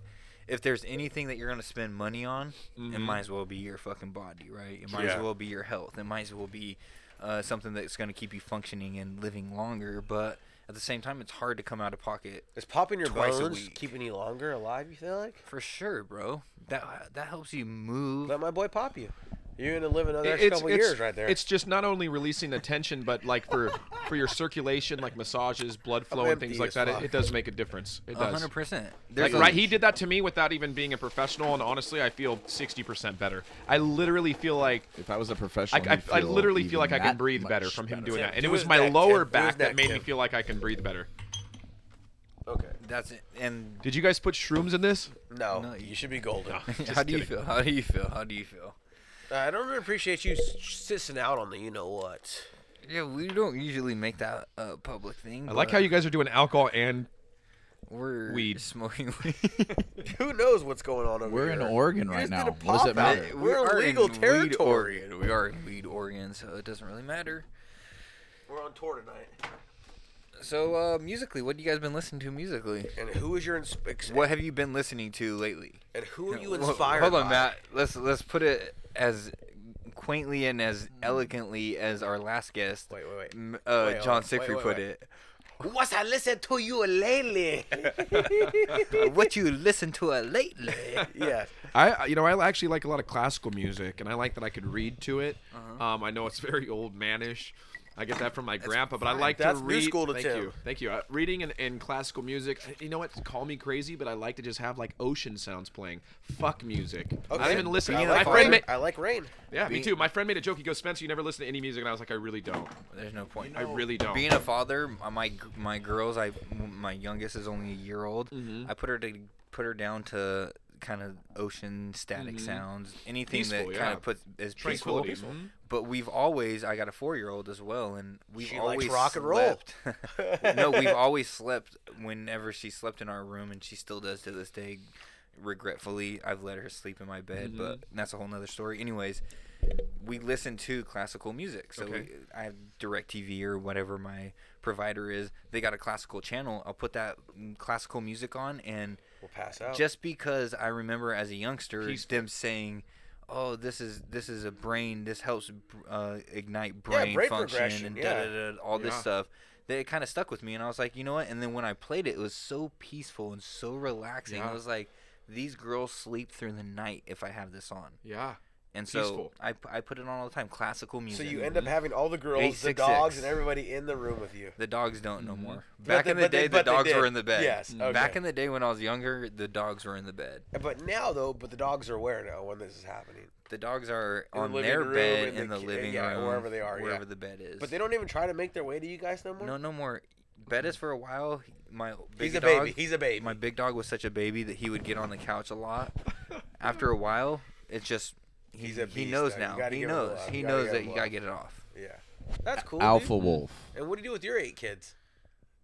Speaker 7: if there's anything that you're gonna spend money on, it
Speaker 10: Mhm.
Speaker 7: might as well be your fucking body, right? It might
Speaker 10: Yeah.
Speaker 7: as well be your health. It might as well be uh, something that's gonna keep you functioning and living longer. But at the same time, it's hard to come out of pocket.
Speaker 8: Is popping your
Speaker 7: twice a
Speaker 8: bones
Speaker 7: week
Speaker 8: keeping you longer alive? You feel like?
Speaker 7: for sure, bro. That that helps you move.
Speaker 8: Let my boy pop you. You're gonna live another
Speaker 10: It-
Speaker 8: next couple years right there.
Speaker 10: It's just not only releasing the tension, but like for for your circulation, like massages, blood flow, and
Speaker 7: empty
Speaker 10: things like
Speaker 7: as
Speaker 10: that. It,
Speaker 7: fuck.
Speaker 10: it does make a difference. It
Speaker 7: A
Speaker 10: does.
Speaker 7: hundred percent.
Speaker 10: Like,
Speaker 7: There's a-
Speaker 10: right, he did that to me without even being a professional, and honestly, I feel sixty percent better. I literally feel like
Speaker 9: if I was a
Speaker 10: I,
Speaker 9: professional,
Speaker 10: I,
Speaker 9: you'd
Speaker 10: I
Speaker 9: feel
Speaker 10: literally feel
Speaker 9: even
Speaker 10: like I
Speaker 9: that
Speaker 10: can breathe
Speaker 9: much
Speaker 10: better from him
Speaker 9: better.
Speaker 10: doing
Speaker 9: Tim,
Speaker 10: that, and
Speaker 9: do
Speaker 10: it was
Speaker 9: his
Speaker 10: my
Speaker 9: neck, Tim, do
Speaker 10: lower
Speaker 9: his
Speaker 10: back that
Speaker 9: neck,
Speaker 10: made me
Speaker 9: Tim.
Speaker 10: feel like I can breathe better.
Speaker 8: Okay.
Speaker 7: That's it. And <laughs>
Speaker 10: Did you guys put shrooms in this?
Speaker 8: No, you should be golden.
Speaker 7: how do you feel? How do you feel? How do you feel?
Speaker 8: <laughs> I don't really appreciate you s- sissing out on the you know what. <laughs>
Speaker 7: Yeah, we don't usually make that a public thing.
Speaker 10: I like
Speaker 7: but
Speaker 10: how you guys are doing alcohol and
Speaker 7: we're
Speaker 10: weed.
Speaker 7: smoking <laughs> weed.
Speaker 8: Who knows what's going on over
Speaker 9: We're
Speaker 8: here?
Speaker 9: in Oregon right now. What does it matter?
Speaker 7: We
Speaker 8: We're in
Speaker 7: are
Speaker 8: legal
Speaker 7: Weed,
Speaker 8: territory.
Speaker 7: Oregon. We are in Weed, Oregon, so it doesn't really matter.
Speaker 8: We're on tour tonight.
Speaker 7: So uh, musically, what you guys been listening to musically?
Speaker 8: And who is your ins- ex-
Speaker 7: What have you been listening to lately?
Speaker 8: And who are you
Speaker 7: Whoa,
Speaker 8: inspired?
Speaker 7: Hold on,
Speaker 8: by?
Speaker 7: Matt. Let's let's put it as quaintly and as elegantly as our last guest, wait, wait, wait. Uh,
Speaker 8: Mm-hmm. Wait, wait,
Speaker 7: John
Speaker 8: wait,
Speaker 7: Sickfried
Speaker 8: wait,
Speaker 7: put
Speaker 8: wait.
Speaker 7: it.
Speaker 8: What's I listen to you lately?
Speaker 7: <laughs>
Speaker 8: <laughs>
Speaker 7: what you listen to uh, lately?
Speaker 8: <laughs> yeah.
Speaker 10: I you know I actually like a lot of classical music, and I like that I could read to it. Um, I know it's very old manish. I get that from my grandpa, but I
Speaker 8: fine.
Speaker 10: like
Speaker 8: Uh-huh. That's
Speaker 10: to
Speaker 8: new
Speaker 10: read.
Speaker 8: school to
Speaker 10: thank
Speaker 8: Tim.
Speaker 10: you, thank you. Uh, reading and, and classical music. uh, You know what? Call me crazy, but I like to just have like ocean sounds playing. Fuck music. I don't
Speaker 8: Okay.
Speaker 10: even listen.
Speaker 8: I
Speaker 10: my
Speaker 8: like
Speaker 10: friend
Speaker 8: rain.
Speaker 10: ma-
Speaker 8: I like rain.
Speaker 10: Yeah, me
Speaker 8: Being-
Speaker 10: too. My friend made a joke. He goes, "Spencer, you never listen to any music," and I was like, "I really don't."
Speaker 7: There's no point.
Speaker 10: I really don't.
Speaker 7: Being a father, my- my g- my girls, I my youngest is only a year old.
Speaker 10: Mm-hmm.
Speaker 7: I put her to put her down to kind of ocean static
Speaker 10: Mhm.
Speaker 7: sounds, anything that
Speaker 10: Peaceful,
Speaker 7: kind
Speaker 10: yeah.
Speaker 7: of puts is peaceful.
Speaker 10: Tranquility. Mhm.
Speaker 7: But we've always, I got a four year old as well, and we've
Speaker 8: She likes
Speaker 7: always
Speaker 8: rock and roll.
Speaker 7: slept. <laughs> no, we've always slept whenever she slept in our room, and she still does to this day. Regretfully, I've let her sleep in my bed, but
Speaker 10: Mhm.
Speaker 7: that's a whole nother story. Anyways, we listen to classical music. So
Speaker 10: Okay.
Speaker 7: we, I have DirecTV or whatever my provider is. They got a classical channel. I'll put that mm, classical music on, and
Speaker 8: We'll pass out.
Speaker 7: just because I remember as a youngster
Speaker 10: Peaceful.
Speaker 7: them saying, "Oh, this is this is a brain. This helps uh, ignite brain,
Speaker 8: brain
Speaker 7: function
Speaker 8: progression,
Speaker 7: and
Speaker 8: yeah.
Speaker 7: da, da, da, all this
Speaker 10: Yeah.
Speaker 7: stuff." That it kind of stuck with me, and I was like, you know what? And then when I played it, it was so peaceful and so relaxing. I
Speaker 10: Yeah.
Speaker 7: was like, these girls sleep through the night if I have this on.
Speaker 10: Yeah.
Speaker 7: And so
Speaker 10: Peaceful.
Speaker 7: I, p- I put it on all the time, classical
Speaker 8: So
Speaker 7: music.
Speaker 8: you end up having all the girls, the
Speaker 7: 866.
Speaker 8: dogs, and everybody in the room with you.
Speaker 7: The dogs don't no more.
Speaker 8: Mm-hmm. But
Speaker 7: Back
Speaker 8: they-
Speaker 7: in the
Speaker 8: but they-
Speaker 7: day, the
Speaker 8: but they
Speaker 7: dogs
Speaker 8: did.
Speaker 7: were in the bed.
Speaker 8: Yes, okay.
Speaker 7: Back in the day when I was younger, the dogs were in the bed.
Speaker 8: But now though, but the dogs are aware now when this is happening.
Speaker 7: The dogs are
Speaker 8: In the
Speaker 7: on
Speaker 8: living
Speaker 7: their
Speaker 8: room,
Speaker 7: bed
Speaker 8: in
Speaker 7: in the,
Speaker 8: the ki-
Speaker 7: living
Speaker 8: yeah,
Speaker 7: room,
Speaker 8: wherever they are, yeah.
Speaker 7: wherever the bed is.
Speaker 8: But they don't even try to make their way to you guys no more.
Speaker 7: no, no more. Bed is for a while. he- My big
Speaker 8: a
Speaker 7: dog,
Speaker 8: baby. He's a baby.
Speaker 7: My big dog was such a baby that he would get on the couch
Speaker 8: <laughs>
Speaker 7: a lot. After a while, it's just he,
Speaker 8: He's a
Speaker 7: he
Speaker 8: beast,
Speaker 7: knows
Speaker 8: though. You
Speaker 7: now.
Speaker 8: gotta
Speaker 7: He
Speaker 8: give him
Speaker 7: knows.
Speaker 8: love.
Speaker 7: He
Speaker 8: You gotta
Speaker 7: knows
Speaker 8: give
Speaker 7: that
Speaker 8: him
Speaker 7: you gotta
Speaker 8: love.
Speaker 7: get it
Speaker 9: <laughs>
Speaker 7: off.
Speaker 8: Yeah. That's cool.
Speaker 9: Alpha
Speaker 8: dude.
Speaker 9: wolf.
Speaker 8: And what do you do with your eight kids?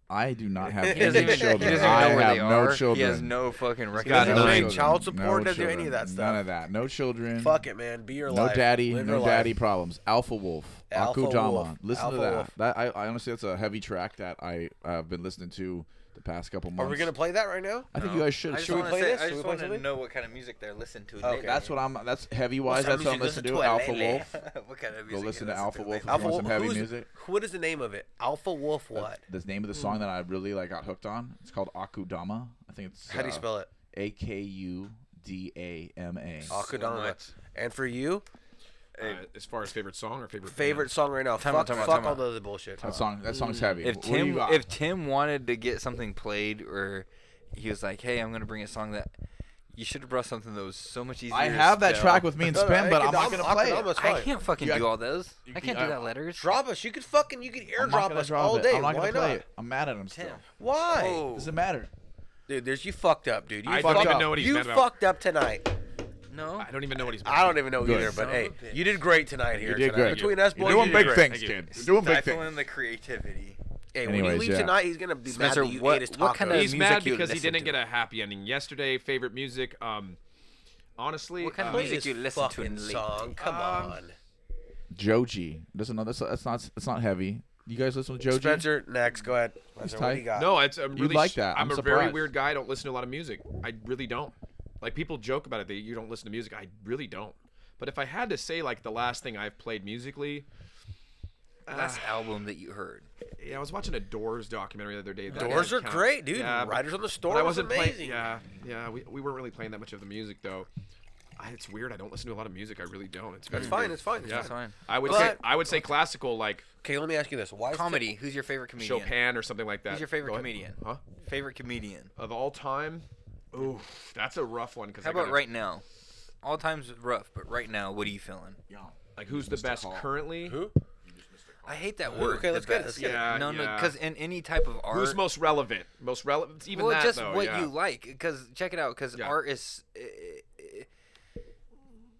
Speaker 9: I do not <laughs> have
Speaker 7: He
Speaker 9: any
Speaker 7: doesn't even- he
Speaker 9: children.
Speaker 7: doesn't even
Speaker 9: I
Speaker 7: know where
Speaker 9: have
Speaker 7: they
Speaker 9: no
Speaker 7: are.
Speaker 9: children.
Speaker 7: He has no fucking record.
Speaker 8: got
Speaker 9: No
Speaker 8: none.
Speaker 9: children.
Speaker 8: Child support,
Speaker 9: No
Speaker 8: doesn't do any of
Speaker 9: children.
Speaker 8: that
Speaker 9: None
Speaker 8: stuff.
Speaker 9: of that. No children.
Speaker 8: Fuck it, man. Be your
Speaker 9: no
Speaker 8: life.
Speaker 9: daddy,
Speaker 8: Live
Speaker 9: no
Speaker 8: your
Speaker 9: daddy
Speaker 8: life.
Speaker 9: problems. Alpha Wolf,
Speaker 8: Alpha
Speaker 9: Akudama.
Speaker 8: Wolf.
Speaker 9: Listen
Speaker 8: Alpha
Speaker 9: to that.
Speaker 8: Wolf.
Speaker 9: That I, I honestly, that's a heavy track that I have been listening to the past couple months.
Speaker 8: Are we gonna play that right now?
Speaker 9: I think you guys should.
Speaker 7: I just
Speaker 9: Should we
Speaker 7: wanna
Speaker 9: play
Speaker 7: say-
Speaker 9: this?
Speaker 7: I
Speaker 8: Should we
Speaker 7: just
Speaker 8: play
Speaker 7: want to
Speaker 8: something?
Speaker 7: know what kind of music they're listening to.
Speaker 9: Okay.
Speaker 7: lately.
Speaker 8: <laughs>
Speaker 9: That's what I'm. That's heavy wise. That's what I'm listening to. Alpha Wolf.
Speaker 7: what kind of
Speaker 9: Go
Speaker 7: music?
Speaker 9: listen
Speaker 7: you
Speaker 9: to Alpha Wolf. If
Speaker 8: Alpha
Speaker 9: you
Speaker 8: Wolf.
Speaker 9: want some heavy
Speaker 8: who's-
Speaker 9: music.
Speaker 8: What is the name of it? Alpha Wolf. What?
Speaker 9: This name of the song that I really like got hooked on. It's called Akudama. I think it's. uh,
Speaker 8: How do you spell it?
Speaker 9: A K U D A M A.
Speaker 8: Akudama. and for you,
Speaker 10: Uh, as far as favorite song or favorite
Speaker 8: favorite
Speaker 10: band?
Speaker 8: song right now.
Speaker 7: Time
Speaker 8: fuck
Speaker 7: out, time out,
Speaker 8: fuck
Speaker 7: time
Speaker 8: all
Speaker 7: out.
Speaker 8: the other bullshit.
Speaker 9: That song. That song's heavy.
Speaker 7: If
Speaker 9: What do you
Speaker 7: Tim
Speaker 9: got?
Speaker 7: if Tim wanted to get something played or he was like, "Hey, I'm gonna bring a song that you should have brought something that was so much easier."
Speaker 9: I
Speaker 7: to
Speaker 9: have that
Speaker 7: spell."
Speaker 9: track with me and
Speaker 8: No, no,
Speaker 9: Spin, but
Speaker 8: Akudama-
Speaker 9: I'm not gonna play it.
Speaker 8: Akudama's
Speaker 7: I
Speaker 8: fine.
Speaker 7: can't fucking
Speaker 9: You-
Speaker 7: do all those. I can't do
Speaker 9: I-
Speaker 7: that letters.
Speaker 8: Drop us. You could fucking you could
Speaker 9: I'm not
Speaker 8: airdrop
Speaker 9: gonna
Speaker 8: us
Speaker 9: drop
Speaker 8: all
Speaker 9: it.
Speaker 8: day.
Speaker 9: I'm not
Speaker 8: Why
Speaker 9: gonna play
Speaker 8: not?
Speaker 9: it. I'm mad at him still.
Speaker 7: Tim.
Speaker 8: Why?
Speaker 7: Oh.
Speaker 9: Doesn't matter.
Speaker 8: Dude, there's you fucked up, dude. You
Speaker 10: I don't
Speaker 8: fucked
Speaker 10: even
Speaker 8: up.
Speaker 10: know what he's
Speaker 8: you
Speaker 10: mad about.
Speaker 8: fucked up tonight.
Speaker 7: No.
Speaker 10: I don't even know what he's.
Speaker 8: I don't even know
Speaker 10: Good.
Speaker 8: either, but
Speaker 10: Son of
Speaker 8: hey,
Speaker 10: a bitch.
Speaker 8: you did great tonight here.
Speaker 10: You did
Speaker 8: tonight.
Speaker 10: great.
Speaker 8: Between
Speaker 10: You're
Speaker 8: us, boys,
Speaker 10: doing
Speaker 8: you did
Speaker 10: big
Speaker 8: great.
Speaker 10: things, kid. You're doing big
Speaker 16: Stifling
Speaker 10: things.
Speaker 16: the creativity.
Speaker 8: Hey, when you
Speaker 10: Anyways,
Speaker 8: leave
Speaker 10: yeah.
Speaker 8: tonight, he's gonna be
Speaker 7: Spencer,
Speaker 8: mad that you
Speaker 7: what-
Speaker 8: ate his tacos.
Speaker 7: what kind of
Speaker 10: he's
Speaker 7: music
Speaker 10: mad
Speaker 7: you
Speaker 10: because he
Speaker 7: listen
Speaker 10: didn't
Speaker 7: to?
Speaker 10: get a happy ending yesterday. Favorite music. Um, honestly,
Speaker 7: What kind of
Speaker 10: uh,
Speaker 7: music you listen to
Speaker 16: fucking
Speaker 7: in lately?
Speaker 16: song,
Speaker 10: come Um,
Speaker 16: on.
Speaker 9: Joji doesn't know. That's that's not that's not heavy. You guys listen to Joji?
Speaker 8: Spencer, next, go ahead.
Speaker 9: He's
Speaker 8: Spencer, what do
Speaker 9: tight.
Speaker 8: you got?
Speaker 10: No, it's I'm
Speaker 9: You
Speaker 10: really
Speaker 9: like
Speaker 10: sh-
Speaker 9: that.
Speaker 10: I'm,
Speaker 9: I'm
Speaker 10: a very
Speaker 9: surprised.
Speaker 10: weird guy. I don't listen to a lot of music. I really don't. Like people joke about it that you don't listen to music. I really don't. But if I had to say like the last thing I've played musically,
Speaker 7: Last album that you heard.
Speaker 10: yeah, I was watching a Doors documentary the other day. That
Speaker 8: Doors
Speaker 10: didn't
Speaker 8: are
Speaker 10: count.
Speaker 8: great, dude.
Speaker 10: Yeah, but-
Speaker 8: Riders on the
Speaker 10: but
Speaker 8: Storm
Speaker 10: I
Speaker 8: was
Speaker 10: wasn't playing-
Speaker 8: amazing.
Speaker 10: yeah, yeah. We, we weren't really playing that much of the music though. I, it's weird. I don't listen to a lot of music. I really don't. It's
Speaker 8: That's
Speaker 10: very
Speaker 8: fine,
Speaker 10: weird.
Speaker 8: it's fine, it's
Speaker 10: Yeah.
Speaker 8: fine.
Speaker 10: I would
Speaker 8: But-
Speaker 10: say I would say classical like.
Speaker 8: Okay, let me ask you this: Why is
Speaker 7: Comedy. Who's your favorite comedian?
Speaker 10: Chopin or something like that.
Speaker 7: Who's your favorite
Speaker 10: Go ahead.
Speaker 7: comedian?
Speaker 10: Huh?
Speaker 7: Favorite comedian.
Speaker 10: Of all time? Ooh, that's a rough one. Cause
Speaker 7: How
Speaker 10: I
Speaker 7: about
Speaker 10: gotta-
Speaker 7: right now? All time's rough, but right now, what are you feeling?
Speaker 10: Like who's the best currently? Who?
Speaker 7: I hate that
Speaker 10: Who?
Speaker 7: word.
Speaker 10: Okay,
Speaker 7: the
Speaker 10: let's get
Speaker 7: best.
Speaker 10: it, let's get it. Yeah,
Speaker 7: no, no,
Speaker 10: yeah.
Speaker 7: because in any type of art,
Speaker 10: Who's most relevant? Most relevant? Even
Speaker 7: well,
Speaker 10: that
Speaker 7: just
Speaker 10: though.
Speaker 7: what
Speaker 10: yeah.
Speaker 7: you like. Because check it out. Because art is, i- i-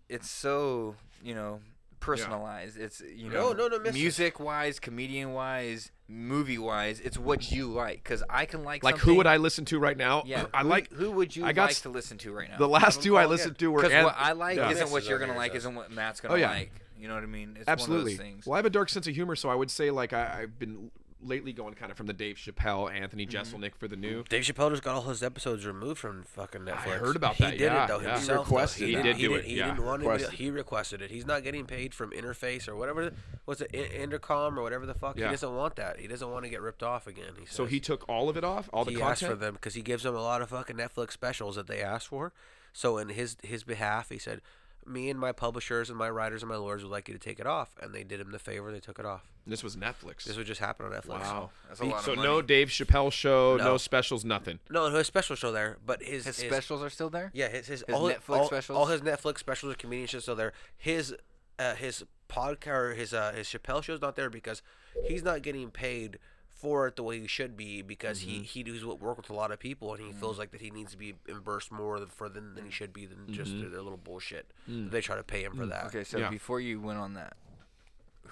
Speaker 7: it's so you know personalized. It's you
Speaker 8: No, no,
Speaker 7: know
Speaker 8: no, miss it.
Speaker 7: music wise, comedian wise, movie wise. It's what you like. Because I can like
Speaker 10: Like
Speaker 7: something-
Speaker 10: who would I listen to right now?
Speaker 7: Yeah,
Speaker 10: I
Speaker 7: who-
Speaker 10: like.
Speaker 7: Who would you
Speaker 10: I got
Speaker 7: like
Speaker 10: s-
Speaker 7: to listen to right now?
Speaker 10: The last two I listened to were
Speaker 7: because
Speaker 10: An-
Speaker 7: what I like
Speaker 10: Yeah.
Speaker 7: isn't what
Speaker 10: Mixes
Speaker 7: you're
Speaker 10: over
Speaker 7: gonna
Speaker 10: here,
Speaker 7: like,
Speaker 10: so-
Speaker 7: isn't what Matt's gonna
Speaker 10: Oh, yeah.
Speaker 7: like. You know what I mean? It's One of
Speaker 10: Absolutely.
Speaker 7: those things.
Speaker 10: Well, I have a dark sense of humor, so I would say like I, I've been lately going kind of from the Dave Chappelle, Anthony
Speaker 7: Mm-hmm.
Speaker 10: Jeselnik for the new.
Speaker 8: Dave Chappelle just got all his episodes removed from fucking Netflix.
Speaker 10: heard about
Speaker 8: he
Speaker 10: that,
Speaker 8: did
Speaker 10: yeah,
Speaker 8: it though
Speaker 10: yeah. He
Speaker 8: himself. though.
Speaker 10: requested
Speaker 8: he
Speaker 10: it.
Speaker 8: did
Speaker 10: He did
Speaker 8: it.
Speaker 10: it,
Speaker 8: He
Speaker 10: yeah.
Speaker 8: didn't want anybody-
Speaker 10: Requested.
Speaker 8: He requested it. He's not getting paid from Interface or whatever. What's it? In- Intercom or whatever the fuck.
Speaker 10: Yeah.
Speaker 8: He doesn't want that. He doesn't want to get ripped off again. He
Speaker 10: So
Speaker 8: says.
Speaker 10: he took all of it off, all the
Speaker 8: he
Speaker 10: content.
Speaker 8: asked for them because he gives them a lot of fucking Netflix specials that they asked for. So in his his behalf, he said, "Me and my publishers and my writers and my lords would like you to take it off," and they did him the favor. They took it off.
Speaker 10: This was Netflix.
Speaker 8: This would just happen on Netflix.
Speaker 10: Wow,
Speaker 8: Be-
Speaker 10: so no Dave Chappelle show, no.
Speaker 8: No.
Speaker 10: specials, nothing.
Speaker 8: No, his special show there, but his
Speaker 7: His specials are still there?
Speaker 8: Yeah, his his,
Speaker 7: His
Speaker 8: all,
Speaker 7: Netflix
Speaker 8: all-
Speaker 7: specials?
Speaker 8: all his Netflix specials, comedian shows still there. His uh, his podcast or his uh, his Chappelle show's not there because he's not getting paid for it the way he should be because
Speaker 7: Mm-hmm.
Speaker 8: he he does what work with a lot of people and he
Speaker 7: Mm.
Speaker 8: feels like that he needs to be reimbursed more than for than, than he should be than just their, their little bullshit.
Speaker 7: Mm-hmm. Mm.
Speaker 8: They try to pay him for that.
Speaker 7: Okay, so before you went on that,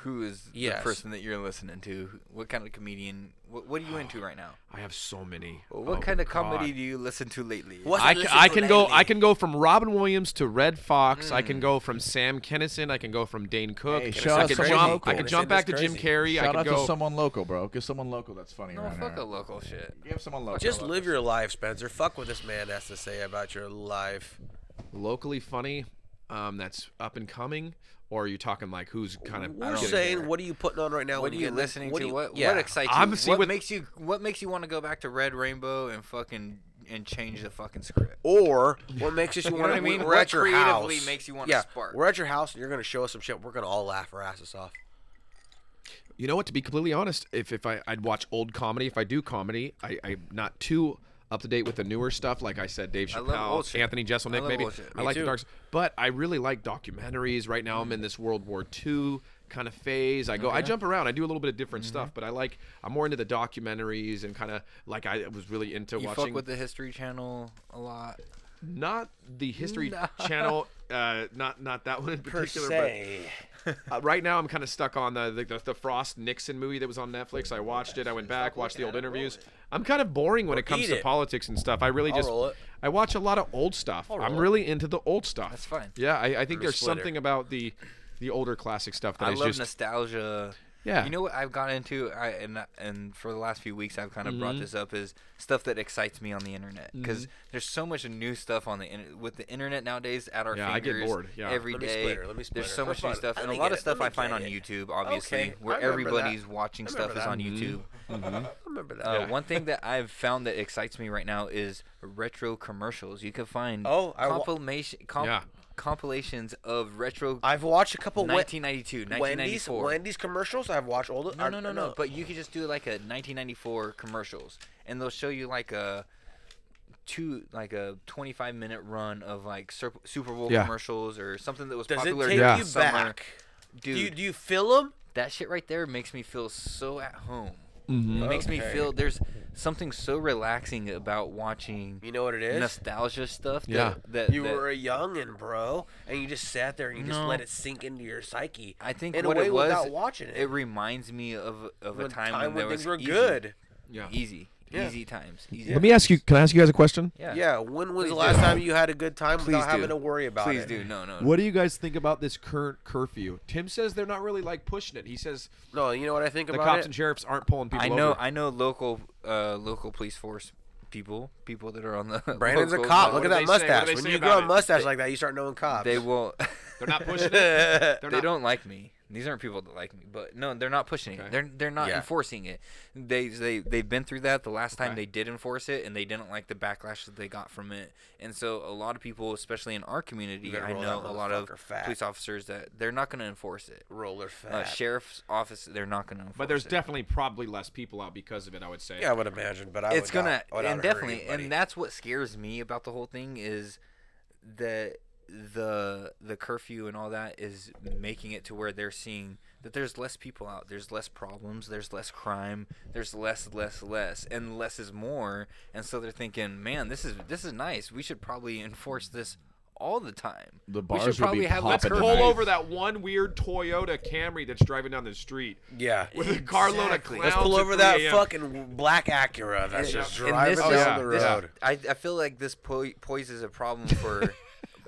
Speaker 7: who is
Speaker 8: Yes.
Speaker 7: the person that you're listening to? What kind of comedian? What, what are you into right now?
Speaker 10: I have so many.
Speaker 7: What
Speaker 10: Oh,
Speaker 7: kind of
Speaker 10: God.
Speaker 7: comedy do you listen to lately?
Speaker 10: I can, I can go. I can go from Robin Williams to Red Fox. I can go from Sam Kennison. I can go from Dane Cook.
Speaker 9: Hey,
Speaker 10: I
Speaker 9: shout out
Speaker 10: can
Speaker 9: someone
Speaker 10: jump.
Speaker 9: local.
Speaker 10: I can jump back to Jim Carey.
Speaker 9: Shout
Speaker 10: I can
Speaker 9: out
Speaker 10: go.
Speaker 9: to someone local, bro. Give someone local that's funny
Speaker 7: No,
Speaker 9: around
Speaker 7: fuck
Speaker 9: here.
Speaker 7: a local shit.
Speaker 9: Give someone local.
Speaker 8: Just live your life, Spencer. Fuck what this man has to say about your life.
Speaker 10: locally funny. Um, that's up and coming. Or are you talking like who's kind of?
Speaker 8: We're saying, what are you putting on right now?
Speaker 7: What
Speaker 8: when
Speaker 7: are you
Speaker 8: get-
Speaker 7: listening
Speaker 8: what
Speaker 7: to?
Speaker 8: do you-
Speaker 7: what
Speaker 8: yeah.
Speaker 7: what excites you?
Speaker 10: I'm- see,
Speaker 7: what
Speaker 10: with-
Speaker 7: makes you What makes you want to go back to Red Rainbow and fucking and change the fucking script?
Speaker 8: or what makes us
Speaker 7: You
Speaker 8: you
Speaker 7: know
Speaker 8: want to?
Speaker 7: what I mean?
Speaker 8: We're
Speaker 7: What
Speaker 8: at your
Speaker 7: creatively
Speaker 8: house.
Speaker 7: makes you wanna
Speaker 8: yeah,
Speaker 7: spark?
Speaker 8: We're at your house, and you're gonna show us some shit. We're gonna all laugh our asses off.
Speaker 10: You know what? To be completely honest, if if I I'd watch old comedy. If I do comedy, I, I'm not too up to date with the newer stuff. Like I said, Dave
Speaker 7: I love old
Speaker 10: Chappelle,
Speaker 7: shit.
Speaker 10: Anthony
Speaker 7: I
Speaker 10: Jeselnik,
Speaker 7: love
Speaker 10: maybe.
Speaker 7: old shit.
Speaker 10: I
Speaker 7: Me
Speaker 10: like the
Speaker 7: too.
Speaker 10: dark. s- But I really like documentaries. Right now, I'm in this World War II kind of phase. I go, I
Speaker 17: Okay.
Speaker 10: jump around. I do a little bit of different
Speaker 7: Mm-hmm.
Speaker 10: stuff. But I like. I'm more into the documentaries and kind of like I was really into
Speaker 7: You
Speaker 10: watching
Speaker 7: fuck with the History Channel a lot.
Speaker 10: not
Speaker 7: <laughs>
Speaker 10: the History
Speaker 7: No.
Speaker 10: Channel, uh, not not that one in
Speaker 8: Per
Speaker 10: particular.
Speaker 8: se.
Speaker 10: But uh, right now, I'm kind of stuck on the, the the the Frost Nixon movie that was on Netflix. I watched it. I went back, watched the old interviews. I'm kind of boring when it comes
Speaker 8: eat
Speaker 10: to
Speaker 8: it.
Speaker 10: politics and stuff. I really
Speaker 8: I'll
Speaker 10: just
Speaker 8: roll it.
Speaker 10: I watch a lot of old stuff.
Speaker 8: I'll
Speaker 10: I'm
Speaker 8: roll it.
Speaker 10: really into the old stuff.
Speaker 7: That's fine.
Speaker 10: Yeah, I, I think
Speaker 7: a
Speaker 10: there's
Speaker 7: splitter.
Speaker 10: something about the the older classic stuff that
Speaker 7: I
Speaker 10: is
Speaker 7: love
Speaker 10: just
Speaker 7: nostalgia.
Speaker 10: Yeah.
Speaker 7: You know what I've got into, I, and and for the last few weeks I've kind of brought
Speaker 10: Mhm.
Speaker 7: this up is stuff that excites me on the internet because
Speaker 10: Mhm.
Speaker 7: there's so much new stuff on the in- with the internet nowadays at our
Speaker 10: Yeah, I get
Speaker 7: fingers.
Speaker 10: bored, yeah.
Speaker 7: every
Speaker 10: Let me
Speaker 7: day.
Speaker 10: splitter, let me
Speaker 7: There's
Speaker 10: splitter.
Speaker 7: so
Speaker 10: For
Speaker 7: much new
Speaker 10: fun.
Speaker 7: stuff,
Speaker 10: Let
Speaker 7: and a
Speaker 10: me
Speaker 7: lot
Speaker 10: get
Speaker 7: of
Speaker 10: it,
Speaker 7: stuff
Speaker 10: let me
Speaker 7: I find on
Speaker 10: get it.
Speaker 7: YouTube, obviously,
Speaker 10: Okay, I
Speaker 7: where
Speaker 10: remember that.
Speaker 7: everybody's watching
Speaker 10: I
Speaker 7: stuff
Speaker 10: remember
Speaker 7: is
Speaker 10: that.
Speaker 7: on
Speaker 10: Mhm.
Speaker 7: YouTube.
Speaker 10: Mhm. I
Speaker 8: remember that.
Speaker 7: Uh,
Speaker 8: Yeah.
Speaker 7: One thing that I've found that excites me right now is retro commercials. You can find
Speaker 8: Oh, I wa-
Speaker 7: compilation comp-
Speaker 8: Yeah.
Speaker 7: compilations of retro.
Speaker 8: I've watched a couple. Wen-
Speaker 7: 1992, 1994.
Speaker 8: Wendy's, Wendy's commercials. I've watched all the.
Speaker 7: No, no, no, no. But you could just do like a 1994 commercials, and they'll show you like a two, like a 25 minute run of like Sur- Super Bowl
Speaker 10: Yeah.
Speaker 7: commercials or something that was
Speaker 8: Does it
Speaker 7: popular.
Speaker 8: take
Speaker 7: during
Speaker 8: you
Speaker 7: the summer.
Speaker 8: back?
Speaker 7: dude?
Speaker 8: Do you, do you feel them?
Speaker 7: that shit right there makes me feel so at home.
Speaker 10: Mm-hmm.
Speaker 7: It makes me
Speaker 8: Okay.
Speaker 7: feel there's something so relaxing about watching.
Speaker 8: You know what it is?
Speaker 7: Nostalgia stuff. That,
Speaker 8: Yeah.
Speaker 7: That,
Speaker 8: you
Speaker 7: that-
Speaker 8: were a youngin', bro, and you just sat there and you just
Speaker 7: No.
Speaker 8: let it sink into your psyche.
Speaker 7: I think
Speaker 8: in
Speaker 7: what
Speaker 8: a way
Speaker 7: it was
Speaker 8: without watching it.
Speaker 7: It reminds me of of a
Speaker 8: When
Speaker 7: time,
Speaker 8: time
Speaker 7: when,
Speaker 8: when
Speaker 7: there
Speaker 8: things
Speaker 7: was
Speaker 8: were
Speaker 7: easy.
Speaker 8: good.
Speaker 7: Yeah. Easy.
Speaker 8: Yeah.
Speaker 7: Easy times. Easy.
Speaker 10: Let me ask you. Can I ask you guys a question?
Speaker 8: Yeah.
Speaker 7: Yeah.
Speaker 8: When was the
Speaker 7: Please do.
Speaker 8: last time you had a good time
Speaker 7: Please
Speaker 8: without having
Speaker 7: do.
Speaker 8: to worry about
Speaker 7: Please
Speaker 8: it?
Speaker 7: do. No, no.
Speaker 10: What do you guys think about this current curfew? Tim says they're not really like pushing it. He says
Speaker 8: no. You know what I think
Speaker 10: the
Speaker 8: about
Speaker 10: cops
Speaker 8: it?
Speaker 10: and sheriffs aren't pulling people.
Speaker 7: I know.
Speaker 10: Over.
Speaker 7: I know local uh, local police force people people that are on the.
Speaker 8: <laughs> Brandon's a
Speaker 7: local-
Speaker 8: cop.
Speaker 7: what
Speaker 8: Look at that
Speaker 7: do they say? What
Speaker 8: mustache.
Speaker 7: do they
Speaker 8: When
Speaker 7: say
Speaker 8: you
Speaker 7: about
Speaker 8: grow a
Speaker 7: it?
Speaker 8: mustache
Speaker 7: They-
Speaker 8: like that, you start knowing cops.
Speaker 7: They will. <laughs>
Speaker 8: They're not pushing <laughs> it? They're
Speaker 7: they
Speaker 8: not-
Speaker 7: don't like me. These aren't people that like me, but no, they're not pushing it. They're they're not
Speaker 8: Yeah.
Speaker 7: enforcing it. They they they've been through that the last time
Speaker 8: Okay.
Speaker 7: they did enforce it, and they didn't like the backlash that they got from it. And so a lot of people, especially in our community,
Speaker 8: better
Speaker 7: I
Speaker 8: roll
Speaker 7: know
Speaker 8: that
Speaker 7: a lot of
Speaker 8: motherfucker fat.
Speaker 7: police officers that they're not going to enforce it.
Speaker 8: Roller
Speaker 7: Uh,
Speaker 8: fat.
Speaker 7: sheriff's office, they're not going to enforce
Speaker 10: But there's
Speaker 7: it.
Speaker 10: definitely probably less people out because of it. I would say.
Speaker 8: Yeah, I would imagine, but I
Speaker 7: it's
Speaker 8: would
Speaker 7: gonna
Speaker 8: not- I would not hurt
Speaker 7: and definitely
Speaker 8: anybody.
Speaker 7: and that's what scares me about the whole thing is that the the curfew and all that is making it to where they're seeing that there's less people out there's less problems there's less crime there's less less less and less is more and so they're thinking man this is this is nice we should probably enforce this all the time we
Speaker 9: The
Speaker 7: should
Speaker 9: bars would
Speaker 7: probably
Speaker 9: be
Speaker 7: have less
Speaker 10: Let's
Speaker 7: curfew.
Speaker 10: pull over that one weird Toyota Camry that's driving down the street.
Speaker 8: Yeah.
Speaker 10: With a carload of
Speaker 7: Exactly.
Speaker 10: clowns.
Speaker 8: Let's pull
Speaker 10: at
Speaker 8: over that
Speaker 10: 3 a.m..
Speaker 8: fucking black Acura that's just
Speaker 7: And
Speaker 8: driving
Speaker 7: this
Speaker 8: down
Speaker 7: is-
Speaker 8: the
Speaker 7: this- <laughs>
Speaker 8: road.
Speaker 7: I, I feel like this po- poses a
Speaker 8: <laughs>
Speaker 7: problem for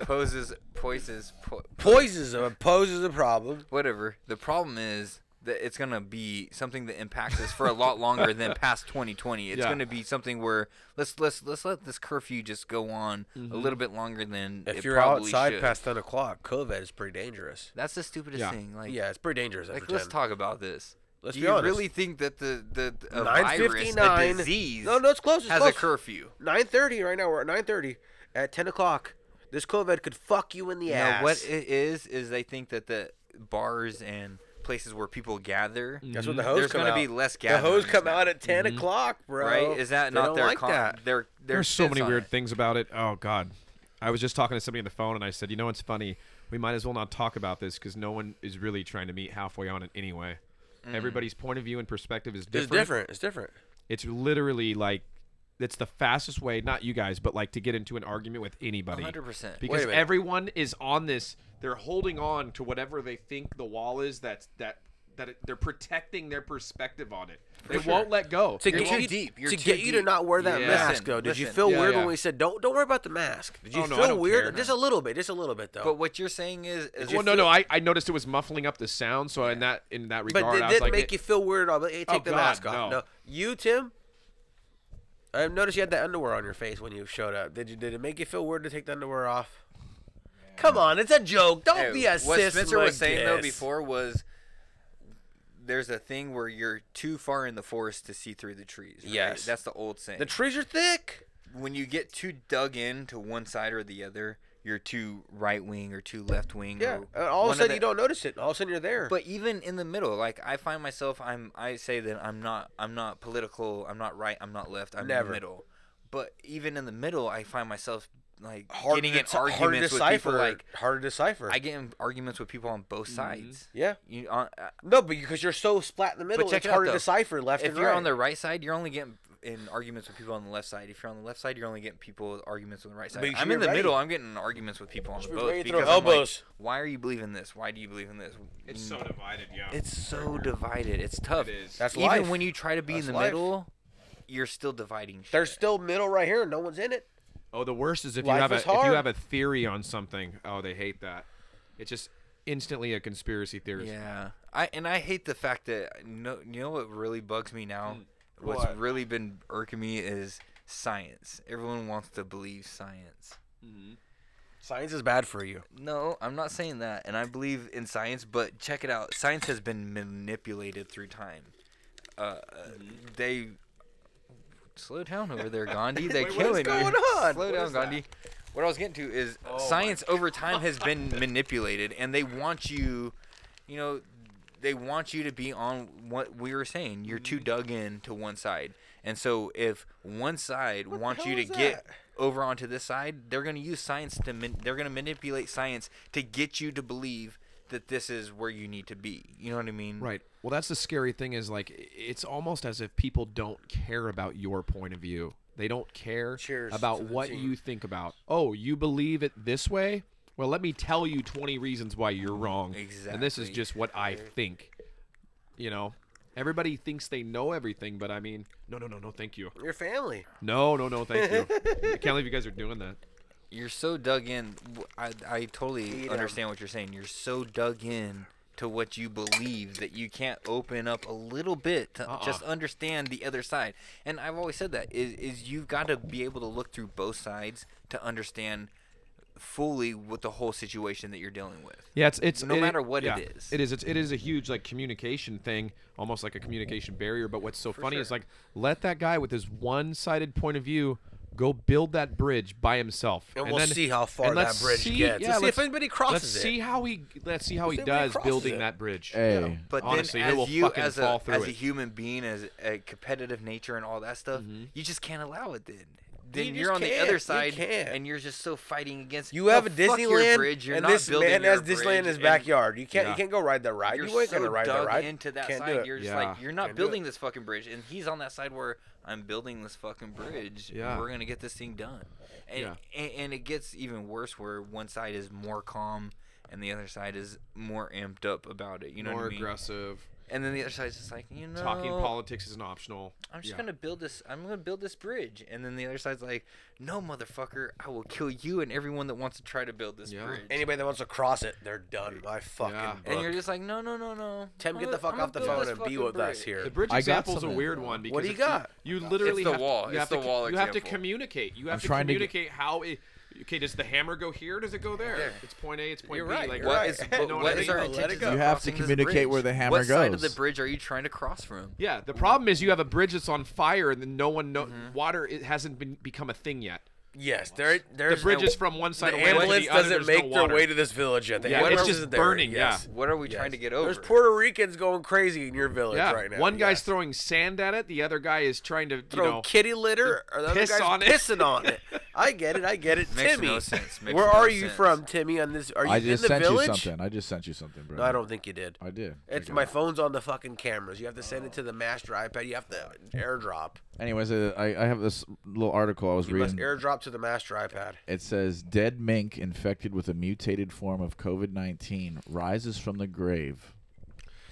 Speaker 7: poses poses po-
Speaker 8: Poises a poses a problem.
Speaker 7: Whatever. The problem is that it's gonna be something that impacts us for a lot longer
Speaker 8: <laughs>
Speaker 7: than past 2020. It's
Speaker 8: Yeah.
Speaker 7: gonna be something where let's let's let's let this curfew just go on a
Speaker 8: Mhm.
Speaker 7: little bit longer than
Speaker 8: If
Speaker 7: it
Speaker 8: you're
Speaker 7: probably
Speaker 8: outside
Speaker 7: should.
Speaker 8: past ten o'clock, COVID is pretty dangerous.
Speaker 7: That's the stupidest thing. Like
Speaker 8: yeah, it's pretty dangerous.
Speaker 7: Like
Speaker 8: after
Speaker 7: let's
Speaker 8: 10.
Speaker 7: talk about this.
Speaker 8: Let's
Speaker 7: Do
Speaker 8: be
Speaker 7: you
Speaker 8: honest.
Speaker 7: really think that the the a virus,
Speaker 8: 9:59.
Speaker 7: a disease,
Speaker 8: No, no, it's close. It's
Speaker 7: has
Speaker 8: close.
Speaker 7: a curfew?
Speaker 8: Nine thirty right now. We're at nine thirty. At ten o'clock, this COVID could fuck you in the ass.
Speaker 7: No, what it is is they think that the bars and places where people gather.
Speaker 8: That's when the hoes
Speaker 7: There's
Speaker 8: come
Speaker 7: gonna be
Speaker 8: out.
Speaker 7: less
Speaker 8: The
Speaker 7: gatherings.
Speaker 8: hoes come
Speaker 7: now. Mm-hmm.
Speaker 8: out at 10 Mhm. o'clock, bro.
Speaker 7: Right? Is that
Speaker 8: They
Speaker 7: not
Speaker 8: don't
Speaker 7: their
Speaker 8: like
Speaker 7: con-
Speaker 8: that.
Speaker 7: Their, their
Speaker 10: There's so
Speaker 7: stance
Speaker 10: many
Speaker 7: on
Speaker 10: weird
Speaker 7: it?
Speaker 10: things about it. Oh God, I was just talking to somebody on the phone, and I said, you know, it's funny. We might as well not talk about this because no one is really trying to meet halfway on it anyway.
Speaker 8: Mm.
Speaker 10: Everybody's point of view and perspective is different.
Speaker 8: It's different. It's different.
Speaker 10: It's literally like it's the fastest way, not you guys, but like to get into an argument with anybody.
Speaker 7: 100%.
Speaker 10: Because
Speaker 7: Wait a minute.
Speaker 10: everyone is on this. They're holding on to whatever they think the wall is. That's that. That it, they're protecting their perspective on it.
Speaker 8: For
Speaker 10: They
Speaker 8: sure.
Speaker 10: won't let go.
Speaker 8: To
Speaker 10: They
Speaker 8: get
Speaker 10: won't-
Speaker 8: you, to get you to not wear that
Speaker 10: Yeah.
Speaker 8: mask, though. Did you
Speaker 10: Listen.
Speaker 8: feel
Speaker 10: Yeah,
Speaker 8: weird
Speaker 10: yeah.
Speaker 8: when we said don't? Don't worry about the mask. Did you
Speaker 10: Oh, no, I
Speaker 8: feel
Speaker 10: don't
Speaker 8: weird?
Speaker 10: care.
Speaker 8: Just a little bit. Just a little bit, though.
Speaker 7: But what you're saying is, is
Speaker 10: Well, no, no. I, I noticed it was muffling up the sound. So in that in that regard,
Speaker 8: but it
Speaker 10: I was
Speaker 8: didn't
Speaker 10: like,
Speaker 8: make
Speaker 10: it-
Speaker 8: you feel weird at all. But hey,
Speaker 10: Oh,
Speaker 8: take the
Speaker 10: God,
Speaker 8: mask off.
Speaker 10: no.
Speaker 8: No. you Tim. I noticed you had the underwear on your face when you showed up. Did you? Did it make you feel weird to take the underwear off? Come on, it's a joke. Don't
Speaker 7: Hey,
Speaker 8: be a
Speaker 7: What
Speaker 8: sis.
Speaker 7: Spencer was saying though
Speaker 8: Lucas.
Speaker 7: before was there's a thing where you're too far in the forest to see through the trees. Right?
Speaker 8: Yes.
Speaker 7: that's the old saying.
Speaker 8: The trees are thick.
Speaker 7: When you get too dug in to one side or the other, you're too right wing or too left wing.
Speaker 8: Yeah,
Speaker 7: or
Speaker 8: and all of
Speaker 7: one
Speaker 8: a sudden
Speaker 7: the-
Speaker 8: you don't notice it. All of a sudden you're there.
Speaker 7: But even in the middle, like I find myself, I'm I say that I'm not I'm not political, I'm not right, I'm not left, I'm in
Speaker 8: Never.
Speaker 7: the middle. But even in the middle, I find myself like
Speaker 8: Hard
Speaker 7: getting
Speaker 8: to
Speaker 7: in
Speaker 8: deci- hard to
Speaker 7: arguments with people.
Speaker 8: decipher-
Speaker 7: Like
Speaker 8: hard to decipher.
Speaker 7: I get in arguments with people on both sides.
Speaker 8: Yeah.
Speaker 7: You on, uh,
Speaker 8: no, but because you're so splat in the middle,
Speaker 7: but check
Speaker 8: it's
Speaker 7: it out,
Speaker 8: hard to
Speaker 7: though.
Speaker 8: decipher left
Speaker 7: If
Speaker 8: and
Speaker 7: you're
Speaker 8: right.
Speaker 7: on the right side, you're only getting in arguments with people on the left side. If you're on the left side, you're only getting people arguments on the right
Speaker 8: But
Speaker 7: side.
Speaker 8: you should
Speaker 7: I'm
Speaker 8: be
Speaker 7: in the
Speaker 8: ready.
Speaker 7: middle. I'm getting in arguments with people on
Speaker 8: You should be
Speaker 7: both
Speaker 8: ready to
Speaker 7: because
Speaker 8: throw
Speaker 7: I'm like,
Speaker 8: elbows.
Speaker 7: why are you believing this? Why do you believe in this?
Speaker 10: It's
Speaker 7: Mm.
Speaker 10: so divided, yeah.
Speaker 7: It's so divided. It's tough.
Speaker 10: It is.
Speaker 8: That's
Speaker 7: Even
Speaker 8: life.
Speaker 7: when you try to be
Speaker 8: That's
Speaker 7: in the
Speaker 8: life.
Speaker 7: middle, you're still dividing. Shit.
Speaker 8: There's still middle right here, and no one's in it.
Speaker 10: Oh, the worst is if
Speaker 8: Life
Speaker 10: you have a
Speaker 8: is
Speaker 10: if
Speaker 8: hard.
Speaker 10: you have a theory on something. Oh, they hate that. It's just instantly a conspiracy theorist.
Speaker 7: Yeah, I and I hate the fact that no, you know what really bugs me now. What's
Speaker 10: Hmm. What?
Speaker 7: really been irking me is science. Everyone wants to believe science.
Speaker 8: Science is bad for you.
Speaker 7: No, I'm not saying that, and I believe in science. But check it out: science has been manipulated through time. Uh, uh
Speaker 8: Mm-hmm.
Speaker 7: They slow down over there, Gandhi. They're
Speaker 8: <laughs> Wait, what
Speaker 7: killing
Speaker 8: is going
Speaker 7: me.
Speaker 8: on?
Speaker 7: Slow
Speaker 8: What
Speaker 7: down,
Speaker 8: is that? Oh
Speaker 7: Gandhi. What I was getting to is science over time has been manipulated, and they want you, you know, they want you to be on what we were saying. You're
Speaker 8: Mm-hmm.
Speaker 7: too dug in to one side, and so if one side wants you
Speaker 8: hell
Speaker 7: to
Speaker 8: is
Speaker 7: get over onto this side, they're going to use science to man- they're going to manipulate science to get you to believe that this is where you need to be. You know what I mean?
Speaker 10: Right. Well, that's the scary thing is like i- it's almost as if people don't care about your point of view. They don't care
Speaker 8: Cheers
Speaker 10: about
Speaker 8: to the
Speaker 10: what
Speaker 8: team.
Speaker 10: you think about. Oh, you believe it this way? Well, let me tell you 20 reasons why you're wrong. Exactly. And this is just what I think. You know, everybody thinks they know everything, but I mean, no, no, no, no, thank you.
Speaker 8: Your family.
Speaker 10: No, no, no, thank you. <laughs> I can't believe you guys are doing that.
Speaker 7: You're so dug in. w- I, I totally
Speaker 10: Eat 'em.
Speaker 7: understand what you're saying. You're so dug in to what you believe that you can't open up a little bit to
Speaker 10: Uh-uh.
Speaker 7: just understand the other side. And I've always said that is, is you've got to be able to look through both sides to understand fully what the whole situation that you're dealing with.
Speaker 10: Yeah, it's it's
Speaker 7: no
Speaker 10: it-
Speaker 7: matter what
Speaker 10: yeah,
Speaker 7: it is.
Speaker 10: It is it's, it is a huge like communication thing, almost like a communication barrier. But what's so
Speaker 7: For
Speaker 10: funny is
Speaker 7: sure.
Speaker 10: like let that guy with his one-sided point of view go build that bridge by himself,
Speaker 8: And we'll
Speaker 10: then-
Speaker 8: see how far
Speaker 10: and let's
Speaker 8: that bridge
Speaker 10: see-
Speaker 8: gets.
Speaker 10: Yeah,
Speaker 8: Let's see if
Speaker 10: let's-
Speaker 8: anybody crosses
Speaker 10: let's
Speaker 8: it.
Speaker 10: see how he let's see how he
Speaker 8: Let's see if anybody
Speaker 10: does
Speaker 8: crosses
Speaker 10: building
Speaker 8: it.
Speaker 10: that bridge.
Speaker 9: Hey.
Speaker 10: Yeah.
Speaker 7: But
Speaker 10: honestly,
Speaker 7: then, as
Speaker 10: it will
Speaker 7: you
Speaker 10: fucking
Speaker 7: as
Speaker 10: fall
Speaker 7: a
Speaker 10: through
Speaker 7: as
Speaker 10: it.
Speaker 7: a human being, as a competitive nature and all that stuff,
Speaker 10: Mm-hmm.
Speaker 7: you just can't allow it. Then, then
Speaker 8: You
Speaker 7: you are
Speaker 8: just
Speaker 7: on the
Speaker 8: can't.
Speaker 7: other
Speaker 8: You
Speaker 7: side,
Speaker 8: can't.
Speaker 7: and you're just so fighting against.
Speaker 8: You have
Speaker 7: "No,
Speaker 8: a
Speaker 7: fuck your
Speaker 8: Disneyland,
Speaker 7: bridge. You're
Speaker 8: and
Speaker 7: not
Speaker 8: this
Speaker 7: building
Speaker 8: man
Speaker 7: your
Speaker 8: has Disneyland in his
Speaker 7: bridge,
Speaker 8: backyard. You can't-
Speaker 7: and-
Speaker 8: you can't go ride that ride.
Speaker 7: You're
Speaker 8: You ain't
Speaker 7: so
Speaker 8: gonna ride that
Speaker 7: dug
Speaker 8: ride.
Speaker 7: into that
Speaker 8: Can't do
Speaker 7: side.
Speaker 8: it.
Speaker 7: You're just
Speaker 8: Yeah.
Speaker 7: like you're not
Speaker 8: Can't do
Speaker 7: building
Speaker 8: it.
Speaker 7: this fucking bridge, and he's on that side where I'm building this fucking bridge. and
Speaker 10: Yeah.
Speaker 7: we're gonna get this thing done. And,
Speaker 10: Yeah.
Speaker 7: and and it gets even worse where one side is more calm and the other side is more amped up about it. You know, what
Speaker 10: More
Speaker 7: I mean?
Speaker 10: aggressive.
Speaker 7: And then the other side's just like, you know,
Speaker 10: Talking politics is an optional.
Speaker 7: I'm just
Speaker 10: Yeah.
Speaker 7: gonna build this. I'm gonna build this bridge, and then the other side's like, "No, motherfucker! I will kill you and everyone that wants to try to build this bridge."
Speaker 8: Anybody that wants to cross it, they're done. My fucking.
Speaker 7: And
Speaker 8: book.
Speaker 7: you're just like, "No, no, no, no!"
Speaker 8: Tim,
Speaker 7: I'm
Speaker 8: get
Speaker 7: gonna-
Speaker 8: the fuck
Speaker 7: I'm
Speaker 8: off the
Speaker 7: gonna build
Speaker 8: phone
Speaker 7: this
Speaker 8: and be
Speaker 7: fucking
Speaker 8: with us
Speaker 7: bridge."
Speaker 8: here.
Speaker 10: The bridge
Speaker 9: I got
Speaker 10: example is a
Speaker 9: something.
Speaker 10: weird one because
Speaker 8: What do you
Speaker 10: it's-
Speaker 8: got?
Speaker 10: You,
Speaker 8: It's
Speaker 10: literally
Speaker 8: the
Speaker 10: have
Speaker 8: wall.
Speaker 10: To,
Speaker 8: It's
Speaker 10: you have
Speaker 8: the
Speaker 10: to,
Speaker 8: wall
Speaker 10: You have to
Speaker 8: example.
Speaker 10: communicate. You have
Speaker 9: I'm
Speaker 10: to
Speaker 9: trying to get-
Speaker 10: communicate how. It, okay, does the hammer go here? Does it go there? It's point A. It's point
Speaker 7: You're
Speaker 10: B.
Speaker 7: right,
Speaker 10: Like
Speaker 8: <laughs>
Speaker 7: you're right.
Speaker 10: <laughs> you
Speaker 7: But
Speaker 10: know
Speaker 7: what
Speaker 10: I
Speaker 7: is
Speaker 10: mean?
Speaker 7: our intention
Speaker 9: You have to communicate where the hammer
Speaker 7: what side of the
Speaker 9: goes.
Speaker 7: bridge are you trying to cross from?
Speaker 10: Yeah, the problem is you have a bridge that's on fire and then no one know
Speaker 8: Mm-hmm.
Speaker 10: water it hasn't been become a thing yet.
Speaker 8: Yes, there, there's
Speaker 10: the bridge is from one side
Speaker 8: the
Speaker 10: of land to
Speaker 8: ambulance
Speaker 10: the other.
Speaker 8: doesn't
Speaker 10: there's
Speaker 8: make
Speaker 10: no
Speaker 8: their
Speaker 10: water.
Speaker 8: way to this village yet. The
Speaker 10: yeah,
Speaker 8: ambulance
Speaker 10: it's just
Speaker 8: isn't there.
Speaker 10: burning.
Speaker 8: Yes.
Speaker 10: Yeah.
Speaker 7: What are we trying to get over?
Speaker 8: There's Puerto Ricans going crazy in your village
Speaker 10: Yeah,
Speaker 8: right now.
Speaker 10: one guy's throwing sand at it, the other guy is trying to you
Speaker 8: throw
Speaker 10: know,
Speaker 8: kitty litter, or the other
Speaker 10: piss
Speaker 8: guy's
Speaker 10: on it.
Speaker 8: pissing on
Speaker 7: <laughs>
Speaker 8: it. I get it. I get it.
Speaker 7: Makes
Speaker 8: Timmy,
Speaker 7: no sense, makes
Speaker 8: where
Speaker 7: no
Speaker 8: are you
Speaker 7: sense.
Speaker 8: from, Timmy? On this, are you
Speaker 9: I
Speaker 8: in
Speaker 9: just
Speaker 8: the
Speaker 9: sent
Speaker 8: village?
Speaker 9: you something. I just sent you something, bro.
Speaker 8: No, I don't think you did.
Speaker 9: I did.
Speaker 8: It's
Speaker 9: Okay.
Speaker 8: my phone's on the fucking cameras. You have to send it to the master iPad. You have to airdrop.
Speaker 9: Anyways, uh, I, I have this little article I was
Speaker 8: You must
Speaker 9: reading.
Speaker 8: airdrop to the master iPad.
Speaker 9: It says dead mink infected with a mutated form of COVID nineteen rises from the grave.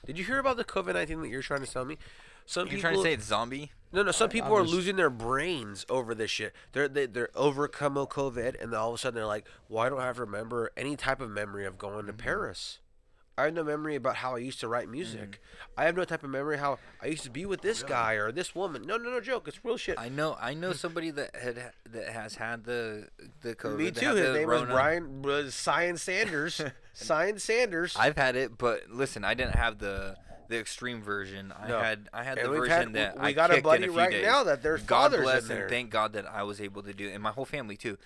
Speaker 8: Did you hear about the COVID nineteen that you're trying to sell me? Some
Speaker 7: You're
Speaker 8: people,
Speaker 7: trying to say it's zombie?
Speaker 8: No, no. Some
Speaker 7: I-
Speaker 8: people
Speaker 7: I'm
Speaker 8: are
Speaker 7: just-
Speaker 8: losing their brains over this shit. They're they, they're overcome of COVID, and then all of a sudden they're like, "Well, I don't have to remember any type of memory of going
Speaker 7: Mm-hmm.
Speaker 8: to Paris. I have no memory about how I used to write music.
Speaker 7: Mm-hmm.
Speaker 8: I have no type of memory how I used to be with this guy or this woman. No, no, no joke. It's real shit.
Speaker 7: I know. I know somebody that had that has had the the COVID.
Speaker 8: Me
Speaker 7: that
Speaker 8: too.
Speaker 7: had
Speaker 8: His
Speaker 7: the
Speaker 8: name was
Speaker 7: Rona.
Speaker 8: Brian was Cyan
Speaker 7: <laughs>
Speaker 8: Sanders. Cyan Sanders.
Speaker 7: I've had it, but listen, I didn't have the the extreme version. I
Speaker 8: No.
Speaker 7: had I had
Speaker 8: And
Speaker 7: the
Speaker 8: we've
Speaker 7: version
Speaker 8: had-
Speaker 7: that
Speaker 8: we
Speaker 7: I
Speaker 8: got a
Speaker 7: kicked in
Speaker 8: buddy
Speaker 7: few
Speaker 8: right
Speaker 7: days.
Speaker 8: now that their
Speaker 7: God
Speaker 8: father's
Speaker 7: bless
Speaker 8: in there.
Speaker 7: and thank God that I was able to do, it, and my whole family too.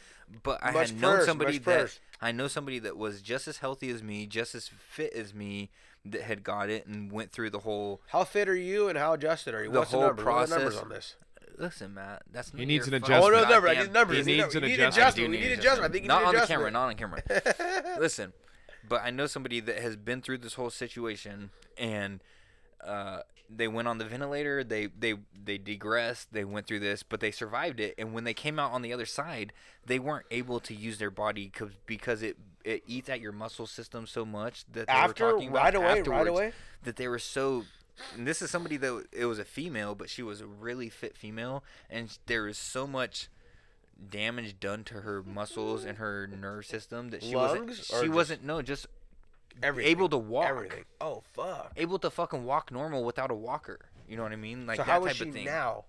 Speaker 7: But I
Speaker 8: Much
Speaker 7: had
Speaker 8: prayers,
Speaker 7: known somebody
Speaker 8: much
Speaker 7: that
Speaker 8: prayers.
Speaker 7: I know somebody that was just as healthy as me, just as fit as me, that had got it and went through the whole
Speaker 8: How fit are you and how adjusted are you?
Speaker 7: the
Speaker 8: What's
Speaker 7: whole
Speaker 8: the number? What are
Speaker 7: process.
Speaker 8: the numbers on this?
Speaker 7: Listen, Matt, that's
Speaker 10: He
Speaker 7: not
Speaker 10: needs
Speaker 7: your
Speaker 10: an
Speaker 7: fucking
Speaker 10: adjustment. Oh, no,
Speaker 8: no, I need
Speaker 7: goddamn
Speaker 8: numbers. He
Speaker 7: business.
Speaker 8: needs an We need adjustment. adjustment. We
Speaker 7: I do
Speaker 8: need
Speaker 7: an
Speaker 8: adjustment. I think you
Speaker 7: not
Speaker 8: need
Speaker 7: on the
Speaker 8: adjustment.
Speaker 7: camera, not on camera.
Speaker 8: <laughs>
Speaker 7: Listen, but I know somebody that has been through this whole situation, and uh, they went on the ventilator. They they they degressed. They went through this, but they survived it. And when they came out on the other side, they weren't able to use their body 'cause- because it it eats at your muscle system so much that they
Speaker 8: After-
Speaker 7: were talking about
Speaker 8: right away, right
Speaker 7: afterwards
Speaker 8: away?
Speaker 7: that they were so. And this is somebody that it was a female, but she was a really fit female, and sh- there was so much damage done to her muscles and her nerve system that she wasn't.
Speaker 8: Lungs
Speaker 7: She
Speaker 8: or just-
Speaker 7: wasn't. No, just able to walk.
Speaker 8: Everything. Oh fuck.
Speaker 7: Able to fucking walk normal without a walker. You know what I mean? Like
Speaker 8: so
Speaker 7: that
Speaker 8: how
Speaker 7: type
Speaker 8: is she
Speaker 7: of thing.
Speaker 8: now?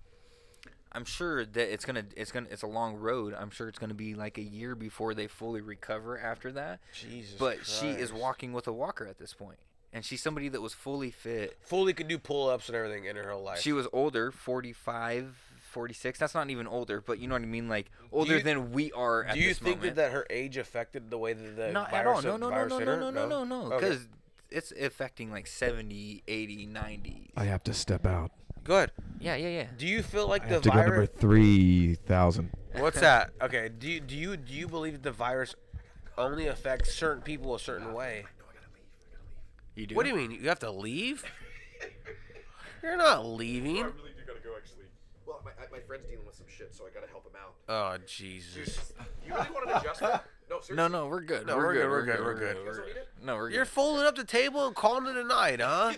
Speaker 7: I'm sure that it's gonna it's gonna it's a long road. I'm sure it's gonna be like a year before they fully recover after that.
Speaker 8: Jesus
Speaker 7: But she is
Speaker 8: Christ.
Speaker 7: walking with a walker at this point, and she's somebody that was fully fit.
Speaker 8: Fully could do pull ups and everything in her whole life.
Speaker 7: She was older, 45, 46. That's not even older, but you know what I mean, like older
Speaker 8: you-
Speaker 7: than we are at
Speaker 8: Do you
Speaker 7: this
Speaker 8: think
Speaker 7: moment.
Speaker 8: that, that her age affected the way that the
Speaker 7: not at all.
Speaker 8: virus
Speaker 7: No, no, no,
Speaker 8: virus
Speaker 7: no,
Speaker 8: hit
Speaker 7: no,
Speaker 8: her?
Speaker 7: no, no, no, no,
Speaker 8: Okay.
Speaker 7: because it's affecting like 70, 80, 90.
Speaker 10: I have to step out.
Speaker 8: Good.
Speaker 7: Yeah, yeah, yeah.
Speaker 8: Do you feel like
Speaker 7: I
Speaker 8: the
Speaker 7: have
Speaker 10: to go number
Speaker 8: virus?
Speaker 10: three thousand.
Speaker 8: What's that? Okay. Do you do you do you believe that the virus only affects certain people a certain way?
Speaker 7: You do?
Speaker 8: What do you mean? You have to <laughs> leave? You're not leaving.
Speaker 10: really do gotta go, actually. Well, my, my friend's dealing with some shit, so I gotta help him out.
Speaker 8: Oh Jesus.
Speaker 10: You really want an adjustment? No, seriously.
Speaker 8: No, no, we're good. No, we're, good, We're good. We're good.
Speaker 7: No, we're
Speaker 8: You're folding up the table and calling it a night, <laughs> huh?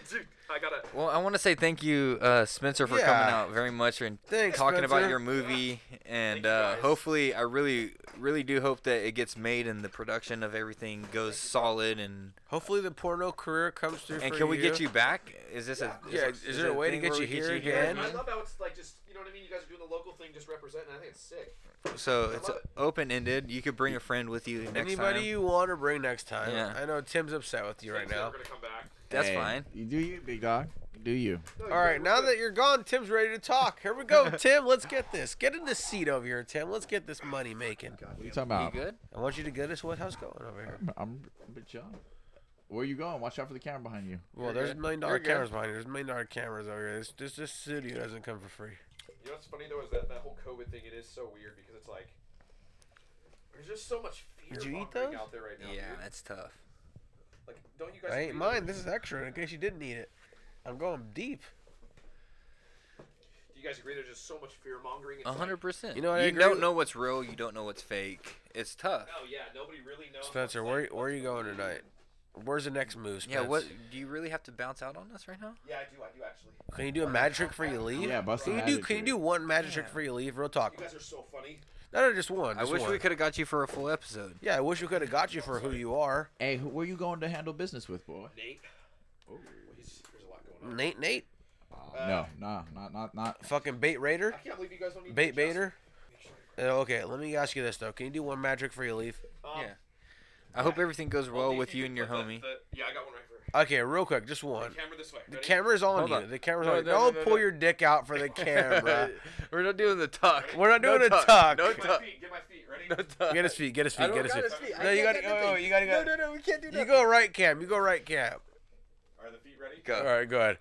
Speaker 10: I gotta.
Speaker 7: Well, I want to say thank you, uh, Spencer, for coming
Speaker 8: Yeah.
Speaker 7: out very much and
Speaker 8: Thanks,
Speaker 7: talking about
Speaker 8: Spencer.
Speaker 7: your movie. And uh, hopefully, I really, really do hope that it gets made and the production of everything goes solid. And
Speaker 8: Hopefully the porno career comes through.
Speaker 7: and
Speaker 8: for
Speaker 7: can we get
Speaker 8: you
Speaker 7: you back? Is this a
Speaker 8: Yeah,
Speaker 7: this
Speaker 8: is there a way to
Speaker 7: thing
Speaker 8: get
Speaker 7: where
Speaker 8: you
Speaker 7: we
Speaker 8: here
Speaker 10: I love how it's like just you know what I mean. You guys are doing the local thing, just representing. I think it's sick.
Speaker 7: So
Speaker 10: I
Speaker 7: it's
Speaker 10: love
Speaker 7: open ended. You could bring a friend with you next
Speaker 8: Anybody
Speaker 7: time.
Speaker 8: you want to bring next time.
Speaker 7: Yeah.
Speaker 8: I know Tim's upset with you right now.
Speaker 7: That's
Speaker 9: Hey,
Speaker 7: fine.
Speaker 9: You do you, big dog. Do you?
Speaker 8: All right, now that you're gone, Tim's ready to talk. Here we
Speaker 9: <laughs>
Speaker 8: go, Tim. Let's get this. Get in the seat over here, Tim. Let's get this money making. What
Speaker 9: are you talking about? You
Speaker 7: good?
Speaker 8: I want you to get us what house going over here.
Speaker 9: I'm a bit young. Where you going? Watch out for the camera behind you.
Speaker 8: Well, there's million dollar cameras behind you. There's million dollar cameras over here. This this, this studio doesn't come for free.
Speaker 10: You know what's funny though is that that whole COVID thing. It is so weird because it's like there's just so much fear
Speaker 8: Did you eat
Speaker 10: mongering
Speaker 8: those?
Speaker 10: out there right now.
Speaker 7: Yeah,
Speaker 10: dude.
Speaker 7: that's tough.
Speaker 10: Like, don't you guys?
Speaker 8: I ain't
Speaker 10: feel-
Speaker 8: mine. This is extra in case you didn't need it. I'm going deep.
Speaker 10: Do you guys agree? There's just so much fear mongering.
Speaker 7: A hundred percent.
Speaker 8: You know what I
Speaker 7: you
Speaker 8: agree
Speaker 7: don't
Speaker 8: with-
Speaker 7: know what's real. You don't know what's fake. It's tough.
Speaker 10: Oh yeah, nobody really knows.
Speaker 8: Spencer, where where are you going tonight? Where's the next move,
Speaker 7: Yeah.
Speaker 8: Spencer?
Speaker 7: What do you really have to bounce out on us right now?
Speaker 10: Yeah, I do. I do actually.
Speaker 8: Can you do a magic trick before you leave?
Speaker 9: Yeah, bust a
Speaker 8: Can you do
Speaker 9: magic
Speaker 8: Can you do one magic trick before you leave? Real talk.
Speaker 10: You guys are so funny.
Speaker 8: No, no, just one.
Speaker 7: I
Speaker 8: just
Speaker 7: wish
Speaker 8: one.
Speaker 7: we could have got you for a full episode.
Speaker 8: Yeah, I wish we could have got you for who you are.
Speaker 9: Hey, who, where you going to handle business with, boy?
Speaker 10: Nate. Oh, he's, there's a lot going on.
Speaker 8: Nate, Nate, Uh,
Speaker 9: no, no, not not not.
Speaker 8: fucking bait raider,
Speaker 10: I can't believe you guys don't even
Speaker 8: bait
Speaker 10: adjust.
Speaker 8: baiter. Uh, okay, let me ask you this though: Can you do one magic for you leave?
Speaker 10: Um,
Speaker 7: Yeah. I hope everything goes well with you and your <laughs> homie.
Speaker 10: the- yeah, I got one right here.
Speaker 8: Okay, real quick, just one.
Speaker 10: Camera this way.
Speaker 8: The
Speaker 10: Ready?
Speaker 8: camera's on
Speaker 7: Hold
Speaker 8: you.
Speaker 7: on.
Speaker 8: The camera's
Speaker 7: No,
Speaker 8: on you.
Speaker 7: no, no,
Speaker 8: Don't
Speaker 7: no,
Speaker 8: pull
Speaker 7: no.
Speaker 8: your dick out for
Speaker 7: <laughs>
Speaker 8: the camera.
Speaker 7: We're not doing the tuck.
Speaker 8: We're not doing
Speaker 7: no
Speaker 8: a tuck.
Speaker 7: No
Speaker 10: Get my
Speaker 7: tuck.
Speaker 10: feet. Get my feet.
Speaker 8: <laughs>
Speaker 10: Ready?
Speaker 7: No tuck.
Speaker 8: Get his feet. Get his
Speaker 7: I
Speaker 8: feet.
Speaker 7: don't
Speaker 8: Get his
Speaker 7: got
Speaker 8: feet.
Speaker 7: his feet. I
Speaker 8: No, you
Speaker 7: can't
Speaker 8: gotta.
Speaker 7: get
Speaker 8: Oh,
Speaker 7: nothing.
Speaker 8: you gotta go.
Speaker 7: No, no, no. We can't do
Speaker 8: You
Speaker 7: nothing.
Speaker 8: go right cam. You go right cam.
Speaker 10: Are the feet ready?
Speaker 8: All right, go ahead.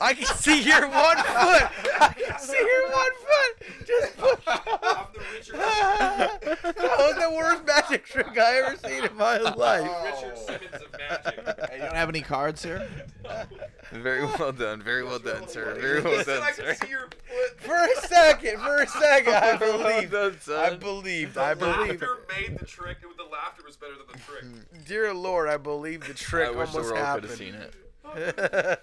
Speaker 8: I
Speaker 7: <laughs>
Speaker 8: can see your one foot. I can see your one foot. Just push.
Speaker 10: I'm the
Speaker 8: <laughs>
Speaker 10: Richard.
Speaker 8: that was the worst magic trick I ever seen in
Speaker 9: <laughs>
Speaker 8: my life.
Speaker 10: Richard Simmons of magic.
Speaker 9: Oh. Hey, you don't have any cards here?
Speaker 7: Very well done. Very well done, sir. Very well
Speaker 10: Listen, I
Speaker 7: done,
Speaker 10: can
Speaker 7: sir. <laughs>
Speaker 10: see your foot.
Speaker 8: For a second, for
Speaker 9: <laughs>
Speaker 8: a second, I believed.
Speaker 7: done,
Speaker 8: I
Speaker 7: son.
Speaker 8: believed.
Speaker 7: <laughs>
Speaker 10: The
Speaker 8: I believed.
Speaker 10: laughter made the trick. It, was- the laughter was better than the
Speaker 8: <laughs>
Speaker 10: trick.
Speaker 8: Dear Lord, I believed the trick
Speaker 7: I wish the
Speaker 8: almost
Speaker 7: world could
Speaker 8: happened.
Speaker 7: have seen it.
Speaker 8: <laughs>
Speaker 10: You guys are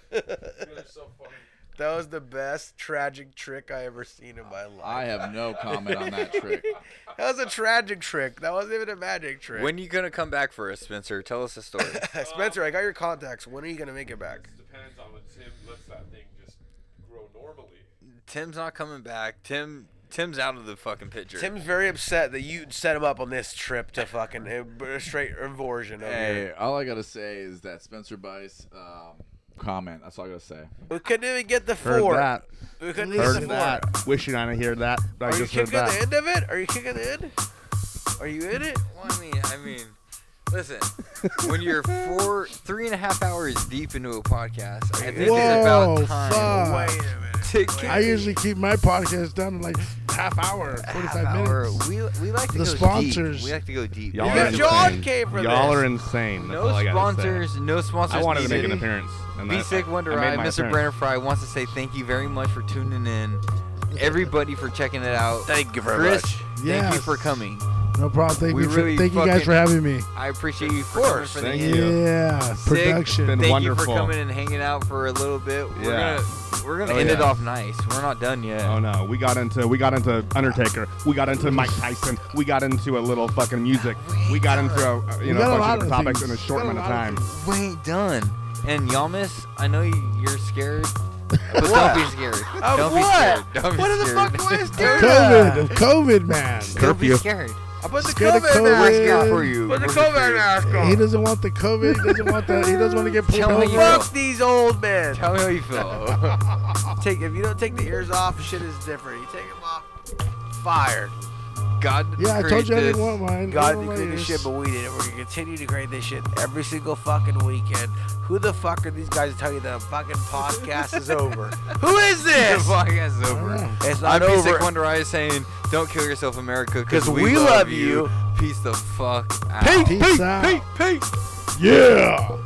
Speaker 10: so funny.
Speaker 8: that was the best tragic trick I ever seen in my life.
Speaker 9: I have no comment on
Speaker 8: <laughs>
Speaker 9: that trick.
Speaker 8: That was a tragic trick. That wasn't even a magic trick.
Speaker 7: When you gonna come back for us, Spencer? Tell us a story. <laughs>
Speaker 8: Spencer, I got your contacts. When are you gonna make it back?
Speaker 10: It depends on when Tim lets that thing just grow normally.
Speaker 7: Tim's not coming back. Tim. Tim's out of the fucking picture.
Speaker 8: Tim's very upset that you set him up on this trip to fucking uh, straight inversion. over
Speaker 9: Hey,
Speaker 8: here.
Speaker 9: all I gotta say is that Spencer Bice um, comment. That's all I gotta say.
Speaker 8: we couldn't even get the
Speaker 18: Heard
Speaker 8: four.
Speaker 18: that.
Speaker 8: We couldn't even get
Speaker 18: Heard
Speaker 8: the
Speaker 18: that.
Speaker 8: four.
Speaker 18: Wishing I didn't hear that, but I
Speaker 8: Are you
Speaker 18: just heard
Speaker 8: kicking the
Speaker 18: that.
Speaker 8: end of it? Are you kicking the end? Are you in it?
Speaker 7: Well, I mean, I mean, listen. when you're four, three and a half hours deep into a podcast, I think it's
Speaker 18: Whoa,
Speaker 7: about time
Speaker 18: fuck.
Speaker 8: Wait a minute.
Speaker 7: to get
Speaker 18: I usually keep my podcast down to like half hour, 45
Speaker 7: our.
Speaker 18: minutes.
Speaker 7: We, we like to
Speaker 18: The
Speaker 7: go
Speaker 18: sponsors.
Speaker 7: deep. We like to go deep.
Speaker 18: Y'all
Speaker 8: Because
Speaker 18: are
Speaker 8: John
Speaker 18: insane.
Speaker 8: came for
Speaker 18: Y'all
Speaker 8: this.
Speaker 18: are insane. That's all
Speaker 7: no
Speaker 18: I gotta say.
Speaker 7: sponsors, no sponsors.
Speaker 18: I wanted to make an
Speaker 7: needed.
Speaker 18: appearance. and
Speaker 7: Be
Speaker 18: that-
Speaker 7: sick, Wonder
Speaker 18: I
Speaker 7: Eye,
Speaker 18: made my
Speaker 7: Mr.
Speaker 18: appearance.
Speaker 7: Brenner Fry wants to say thank you very much for tuning in. Everybody for checking it out.
Speaker 8: Thank you very
Speaker 7: Chris,
Speaker 8: much.
Speaker 7: thank you
Speaker 18: Yes.
Speaker 7: for coming.
Speaker 18: No problem. Thank
Speaker 7: We
Speaker 18: you. For,
Speaker 7: really
Speaker 18: thank you guys
Speaker 7: fucking-
Speaker 18: for having me.
Speaker 7: I appreciate you for
Speaker 8: Of
Speaker 7: coming
Speaker 8: course.
Speaker 7: for the
Speaker 18: Yeah.
Speaker 7: end. Sick.
Speaker 18: Production.
Speaker 7: Thank you
Speaker 18: wonderful.
Speaker 7: for coming and hanging out for a little bit. We're
Speaker 18: Yeah.
Speaker 7: gonna we're gonna
Speaker 18: Oh,
Speaker 7: end it
Speaker 18: yeah.
Speaker 7: off nice. We're not done yet.
Speaker 18: Oh no, we got into we got into Undertaker, we got into Mike Tyson, we got into a little fucking music, we got into a, you We know got a a lot bunch of of topics things. in a short We got a amount of lot of time.
Speaker 7: We ain't done. And Yamas, I know you- you're
Speaker 18: <laughs>
Speaker 7: scared, but
Speaker 8: What?
Speaker 7: don't be scared.
Speaker 8: Of
Speaker 7: don't be
Speaker 8: what?
Speaker 7: scared. Don't be
Speaker 8: What the
Speaker 7: scared.
Speaker 8: fuck
Speaker 7: <laughs>
Speaker 8: was
Speaker 18: COVID, of COVID, man.
Speaker 7: Don't be scared.
Speaker 8: I put the
Speaker 18: Scared of
Speaker 8: COVID
Speaker 7: We're
Speaker 8: mask
Speaker 18: COVID.
Speaker 7: scared
Speaker 8: on.
Speaker 7: for you.
Speaker 8: Put the
Speaker 7: We're
Speaker 8: COVID
Speaker 7: scared.
Speaker 8: mask
Speaker 18: He
Speaker 8: on.
Speaker 18: doesn't want the COVID. He doesn't want the. He doesn't want to get pulled
Speaker 7: Tell me
Speaker 18: over.
Speaker 7: you-
Speaker 8: Fuck these old men.
Speaker 7: Tell me how you feel.
Speaker 18: <laughs>
Speaker 8: Take if you don't take the ears off, shit is different. You take them off, fired.
Speaker 7: God didn't
Speaker 18: Yeah, I told
Speaker 7: create
Speaker 18: you I
Speaker 7: this.
Speaker 18: didn't want mine. I
Speaker 8: God
Speaker 18: don't
Speaker 8: did
Speaker 18: want
Speaker 8: create this shit,
Speaker 18: yours.
Speaker 8: but we did it. We're gonna continue to create this shit every single fucking weekend. Who the fuck are these guys to tell you the fucking podcast is
Speaker 7: <laughs>
Speaker 8: over? Who is this?
Speaker 7: The podcast is over.
Speaker 18: Yeah.
Speaker 8: It's not
Speaker 7: I'm
Speaker 8: over.
Speaker 7: Basic Wonder Eye saying, "Don't kill yourself, America,
Speaker 8: 'Cause we love you."
Speaker 7: Peace the fuck out.
Speaker 18: Peace out.
Speaker 7: peace.
Speaker 18: Yeah.